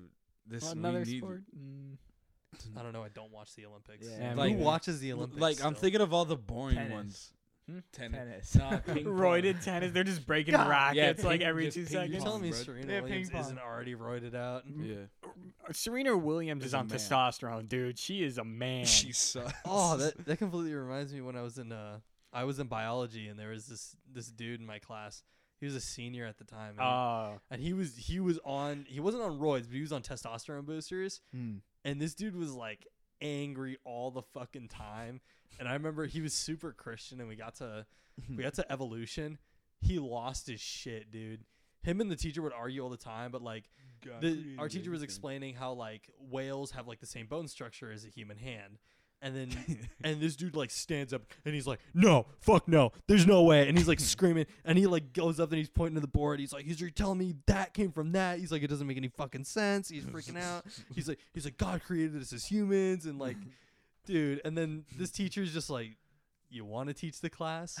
Speaker 4: This
Speaker 1: another
Speaker 4: we need,
Speaker 1: sport Mm.
Speaker 3: I don't know. I don't watch the Olympics.
Speaker 2: Yeah,
Speaker 3: Who
Speaker 4: Like-
Speaker 3: watches the Olympics?
Speaker 4: Like I'm
Speaker 3: still?
Speaker 4: thinking of all the boring
Speaker 2: Tennis.
Speaker 4: ones.
Speaker 1: Hmm?
Speaker 4: Tennis.
Speaker 2: tennis.
Speaker 4: Nah, ping pong.
Speaker 1: roided tennis. They're just breaking
Speaker 2: God.
Speaker 4: Yeah,
Speaker 1: rackets
Speaker 4: ping-
Speaker 1: like every
Speaker 4: just
Speaker 1: two
Speaker 4: ping
Speaker 3: You're
Speaker 1: seconds.
Speaker 4: pong.
Speaker 3: telling me
Speaker 4: bro.
Speaker 3: Serena
Speaker 2: Yeah,
Speaker 3: Williams
Speaker 2: ping pong.
Speaker 3: isn't already roided out?
Speaker 4: Yeah.
Speaker 1: Serena Williams
Speaker 4: Is
Speaker 1: is
Speaker 4: a
Speaker 1: on
Speaker 4: man.
Speaker 1: testosterone, dude. She is a man.
Speaker 4: She sucks.
Speaker 3: Oh, that that completely reminds me when I was in uh I was in biology and there was this this dude in my class. He was a senior at the time. And,
Speaker 1: Oh,
Speaker 3: and he was he was on he wasn't on roids, but he was on testosterone boosters.
Speaker 4: Hmm.
Speaker 3: And this dude was like angry all the fucking time. And I remember he was super Christian and we got to
Speaker 4: Hmm.
Speaker 3: we got to evolution. He lost his shit, dude. Him and the teacher would argue all the time, but like
Speaker 4: God
Speaker 3: the,
Speaker 4: created
Speaker 3: our teacher was
Speaker 4: everything.
Speaker 3: explaining how like whales have like the same bone structure as a human hand and then and this dude like stands up and he's like no fuck no there's no way and he's like screaming and he like goes up and he's pointing to the board he's like he's you're telling me that came from that he's like it doesn't make any fucking sense he's freaking out he's like he's like god created us as humans and like dude and then this teacher's just like you want to teach the class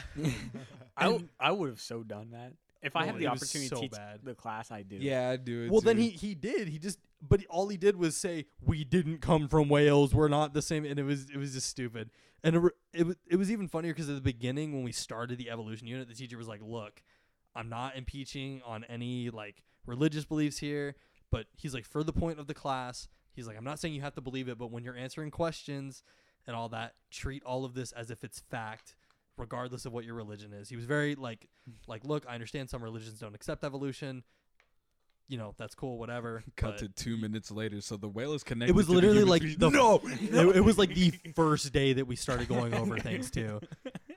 Speaker 1: I w- I would have so done that if I
Speaker 3: No,
Speaker 1: had the
Speaker 3: it was
Speaker 1: opportunity
Speaker 3: so
Speaker 1: to teach
Speaker 3: bad.
Speaker 1: the class. I do.
Speaker 4: Yeah, I do it.
Speaker 3: Well, then
Speaker 4: too.
Speaker 3: he he did. He just but he- all he did was say we didn't come from Wales. We're not the same, and it was it was just stupid. And it re- it, wa- it was even funnier because at the beginning when we started the evolution unit, the teacher was like, "Look, I'm not impeaching on any like religious beliefs here, but he's like for the point of the class. He's like, I'm not saying you have to believe it, but when you're answering questions and all that, treat all of this as if it's fact." regardless of what your religion is he was very like like look i understand some religions don't accept evolution you know, that's cool, whatever.
Speaker 4: cut
Speaker 3: but-
Speaker 4: to two minutes later, so the whale is connected.
Speaker 3: it was
Speaker 4: to the
Speaker 3: literally
Speaker 4: human
Speaker 3: like
Speaker 4: species.
Speaker 3: the
Speaker 4: no.
Speaker 3: It, it was like the first day that we started going over things too.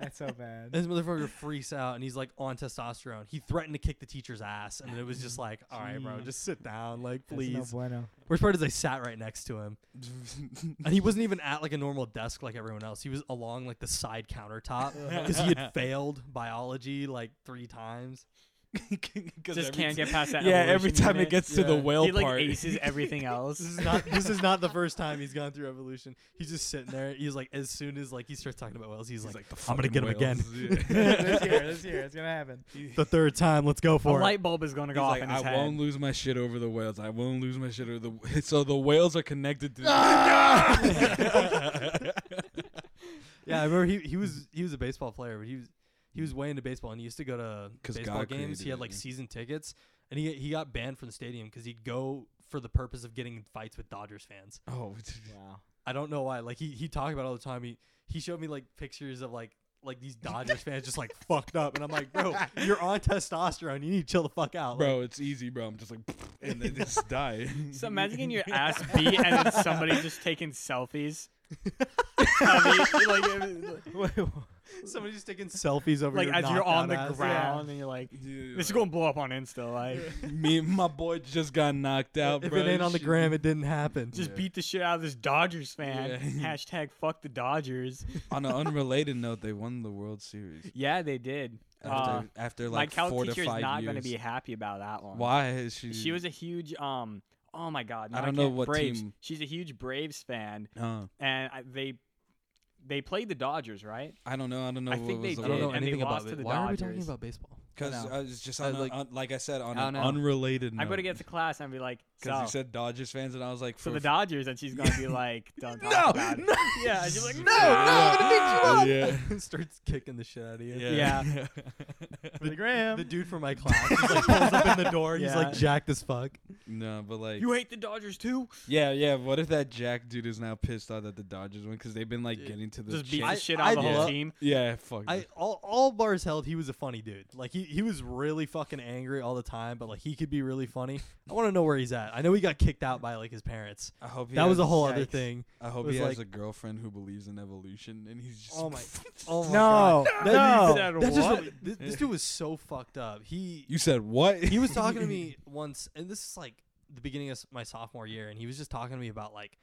Speaker 2: That's so bad.
Speaker 3: This motherfucker freaks out and he's like on testosterone. He threatened to kick the teacher's ass, and it was just like, all right, bro, just sit down, like
Speaker 2: That's no
Speaker 3: please.
Speaker 2: bueno.
Speaker 3: Worst part is I sat right next to him, and he wasn't even at like a normal desk like everyone else. He was along like the side countertop because he had failed biology like three times.
Speaker 1: Just can't get past that.
Speaker 4: Yeah, every
Speaker 1: evolution
Speaker 4: time
Speaker 1: unit.
Speaker 4: it gets to the
Speaker 3: Yeah.
Speaker 4: whale
Speaker 1: he like
Speaker 4: part,
Speaker 1: aces everything else.
Speaker 3: This is not this is not the first time he's gone through evolution. He's just sitting there. He's like as soon as like he starts talking about whales, he's, like,
Speaker 4: the
Speaker 3: I'm gonna get
Speaker 4: fucking
Speaker 3: him again.
Speaker 4: whales. Yeah.
Speaker 2: this year, this year, it's gonna happen.
Speaker 3: the third time, let's go
Speaker 1: a
Speaker 3: for it.
Speaker 1: light bulb is going to
Speaker 4: He's
Speaker 1: go off
Speaker 4: like,
Speaker 1: in
Speaker 4: I
Speaker 1: his head.
Speaker 4: won't lose my shit over the whales. I won't lose my shit over the. So the whales are connected to.
Speaker 3: Ah! Yeah, I remember he, he was he was a baseball player, but he was he was way into baseball and he used to go to
Speaker 4: 'Cause
Speaker 3: baseball
Speaker 4: God
Speaker 3: games. He
Speaker 4: created
Speaker 3: had
Speaker 4: it,
Speaker 3: like
Speaker 4: yeah.
Speaker 3: season tickets, and he he got banned from the stadium because he'd go for the purpose of getting in fights with Dodgers fans.
Speaker 4: oh,
Speaker 2: Wow.
Speaker 3: I don't know why. Like he he talked about it all the time. He he showed me like pictures of like like these Dodgers fans just like fucked up, and I'm like, bro, you're on testosterone. You need to chill the fuck out, Like,
Speaker 4: bro, it's easy, bro. I'm just like, and then just die.
Speaker 1: So imagine getting your ass beat and then somebody just taking selfies. Of you, like
Speaker 3: Somebody's just taking selfies over
Speaker 1: like
Speaker 3: your
Speaker 1: as you're
Speaker 3: knocked
Speaker 1: on the
Speaker 3: out ass.
Speaker 1: ground and you're like,
Speaker 4: Yeah,
Speaker 1: this is
Speaker 4: like,
Speaker 1: gonna blow up on Insta. Like,
Speaker 4: Me, and my boy just got knocked out,
Speaker 3: If
Speaker 4: bro.
Speaker 3: it ain't on the
Speaker 4: Shit.
Speaker 3: gram, it didn't happen.
Speaker 1: just
Speaker 4: Yeah.
Speaker 1: beat the shit out of this Dodgers fan.
Speaker 4: Yeah.
Speaker 1: Hashtag fuck the Dodgers.
Speaker 4: on an unrelated note, they won the World Series
Speaker 1: Yeah, they did. Uh,
Speaker 4: after, after like
Speaker 1: my calc
Speaker 4: four to
Speaker 1: teacher is
Speaker 4: five
Speaker 1: not
Speaker 4: years.
Speaker 1: gonna be happy about that one.
Speaker 4: Why is she?
Speaker 1: She was a huge um. Oh my god!
Speaker 4: I
Speaker 1: now
Speaker 4: don't know
Speaker 1: can't-
Speaker 4: what
Speaker 1: Braves.
Speaker 4: team-
Speaker 1: She's a huge Braves fan,
Speaker 4: Uh,
Speaker 1: and I, they they played the Dodgers, right?
Speaker 4: I don't know. I don't know.
Speaker 1: I
Speaker 4: what
Speaker 1: think
Speaker 4: was
Speaker 1: they
Speaker 4: the
Speaker 3: I don't know
Speaker 1: and they
Speaker 3: anything about
Speaker 1: lost to
Speaker 3: it.
Speaker 1: the
Speaker 3: Why are we talking
Speaker 1: Dodgers.
Speaker 3: about baseball?
Speaker 4: Because
Speaker 2: I know.
Speaker 4: I was just
Speaker 3: I
Speaker 4: on
Speaker 3: like-
Speaker 4: like, un, like I said on
Speaker 1: I
Speaker 4: an
Speaker 1: don't know.
Speaker 4: unrelated. Note.
Speaker 1: I'm gonna get to class and be like,
Speaker 4: because you
Speaker 1: so,
Speaker 4: said Dodgers fans, and I was like,
Speaker 1: so
Speaker 4: for
Speaker 1: the Dodgers, and she's gonna be like, don't talk
Speaker 4: No,
Speaker 1: about
Speaker 4: no.
Speaker 1: it. Yeah, and she's like,
Speaker 4: No, no, I'm
Speaker 1: no,
Speaker 4: gonna beat you up.
Speaker 3: Starts kicking the shit out of you.
Speaker 1: Yeah.
Speaker 2: The gram.
Speaker 3: The dude from my class he's like, pulls up in the door. He's
Speaker 1: Yeah.
Speaker 3: like jacked as fuck.
Speaker 4: no, but like,
Speaker 1: You hate the Dodgers too?
Speaker 4: yeah, yeah. What if that Jack dude is now pissed off that the Dodgers won because they've been like
Speaker 3: Dude,
Speaker 4: getting to the
Speaker 1: Just beat
Speaker 4: chase-
Speaker 1: the
Speaker 3: I-
Speaker 1: shit out of the
Speaker 3: I
Speaker 1: whole
Speaker 3: love-
Speaker 1: team.
Speaker 4: Yeah, fuck.
Speaker 3: I all, all bars held. He was a funny dude. Like he, he was really fucking angry all the time, but like he could be really funny. I want to know where he's at. I know he got kicked out by like his parents.
Speaker 4: I hope he
Speaker 3: that was a
Speaker 4: has-
Speaker 3: whole other
Speaker 2: Yikes.
Speaker 3: thing.
Speaker 4: I hope
Speaker 3: was
Speaker 4: he
Speaker 3: like-
Speaker 4: has a girlfriend who believes in evolution, and he's just.
Speaker 3: Oh my- Oh my
Speaker 2: no,
Speaker 3: god.
Speaker 2: no.
Speaker 3: That,
Speaker 1: No.
Speaker 3: that just
Speaker 1: What?
Speaker 3: this, this dude was so fucked up. He
Speaker 4: You said what?
Speaker 3: he was talking to me once, and this is like the beginning of s- my sophomore year, and he was just talking to me about like,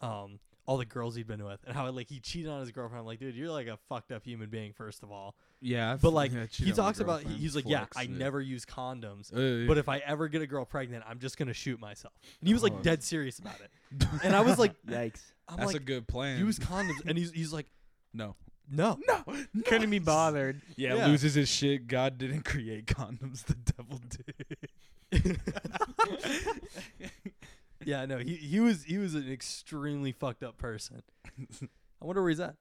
Speaker 3: um, all the girls he'd been with and how like he cheated on his girlfriend. I'm like, dude, you're like a fucked up human being, first of all.
Speaker 4: yeah, I've-
Speaker 3: But like,
Speaker 4: yeah, I cheat
Speaker 3: he
Speaker 4: on my
Speaker 3: talks about he-
Speaker 4: girlfriend.
Speaker 3: he's like,
Speaker 4: Flex,
Speaker 3: yeah, I never use condoms,
Speaker 4: Uh,
Speaker 3: but if I ever get a girl pregnant, I'm just gonna shoot myself. And he was
Speaker 4: Oh.
Speaker 3: like dead serious about it, uh, and I was like,
Speaker 2: Yikes.
Speaker 3: I'm
Speaker 4: that's a
Speaker 3: like,
Speaker 4: good plan.
Speaker 3: use condoms, and he's he's like,
Speaker 4: no,
Speaker 3: no,
Speaker 4: no,
Speaker 1: Couldn't be bothered.
Speaker 4: Yeah,
Speaker 3: Yeah.
Speaker 4: loses his shit. God didn't create condoms. The devil did.
Speaker 3: yeah, no, he he was he was an extremely fucked up person. I wonder where he's at.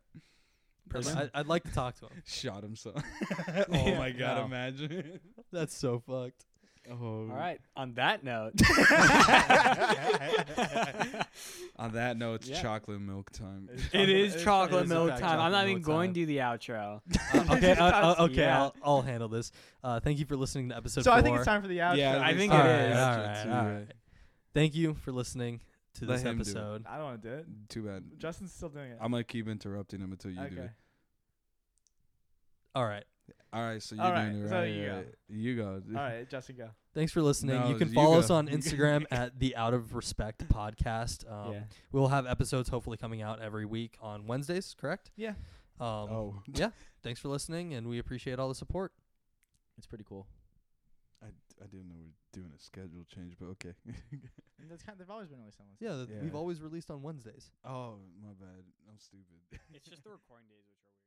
Speaker 1: Prison?
Speaker 3: I, I'd like to talk to him.
Speaker 4: Shot himself. oh
Speaker 1: Yeah.
Speaker 4: my god!
Speaker 1: Wow.
Speaker 4: Imagine.
Speaker 3: That's so fucked.
Speaker 4: Oh.
Speaker 1: All right. On that note.
Speaker 4: On that note, it's
Speaker 1: Yeah.
Speaker 4: chocolate milk time.
Speaker 1: It is chocolate
Speaker 3: is
Speaker 1: milk
Speaker 3: in fact
Speaker 1: time. I'm
Speaker 3: chocolate
Speaker 1: not even
Speaker 3: milk
Speaker 1: going
Speaker 3: time.
Speaker 1: to do the outro.
Speaker 3: Uh, okay, uh, uh,
Speaker 1: That's-
Speaker 3: okay,
Speaker 1: yeah.
Speaker 3: I'll, I'll handle this. Uh, thank you for listening to episode.
Speaker 2: So
Speaker 3: four.
Speaker 2: I think it's time for the outro.
Speaker 4: Yeah,
Speaker 1: I think
Speaker 4: it
Speaker 1: it
Speaker 4: is.
Speaker 1: is.
Speaker 3: Alright, alright. Thank you for listening to
Speaker 4: Let
Speaker 3: this
Speaker 4: him do it.
Speaker 3: episode.
Speaker 2: I don't want to do it.
Speaker 4: Too bad.
Speaker 2: Justin's still doing it.
Speaker 4: I'm gonna keep interrupting him until you do
Speaker 2: okay.
Speaker 4: it.
Speaker 3: All right.
Speaker 4: All right, so you're
Speaker 2: All
Speaker 4: doing
Speaker 2: right,
Speaker 4: it
Speaker 2: so
Speaker 4: right.
Speaker 2: you go.
Speaker 4: right. You go.
Speaker 2: All right, Justin, go.
Speaker 3: Thanks for listening.
Speaker 4: No,
Speaker 3: you can
Speaker 4: you
Speaker 3: follow
Speaker 4: go.
Speaker 3: us on
Speaker 4: You go.
Speaker 3: Instagram at the Out of Respect Podcast. Um,
Speaker 1: Yeah.
Speaker 3: We'll have episodes hopefully coming out every week on Wednesdays, correct?
Speaker 2: Yeah.
Speaker 3: Um,
Speaker 4: Oh.
Speaker 3: Yeah. Thanks for listening, and we appreciate all the support.
Speaker 1: It's pretty cool.
Speaker 4: I, I didn't know we were doing a schedule change, but okay.
Speaker 2: That's kind they've always been only someone.
Speaker 3: Yeah,
Speaker 4: Yeah.
Speaker 3: we've always released on Wednesdays.
Speaker 4: oh, my bad. I'm stupid.
Speaker 1: It's just the recording days which are weird.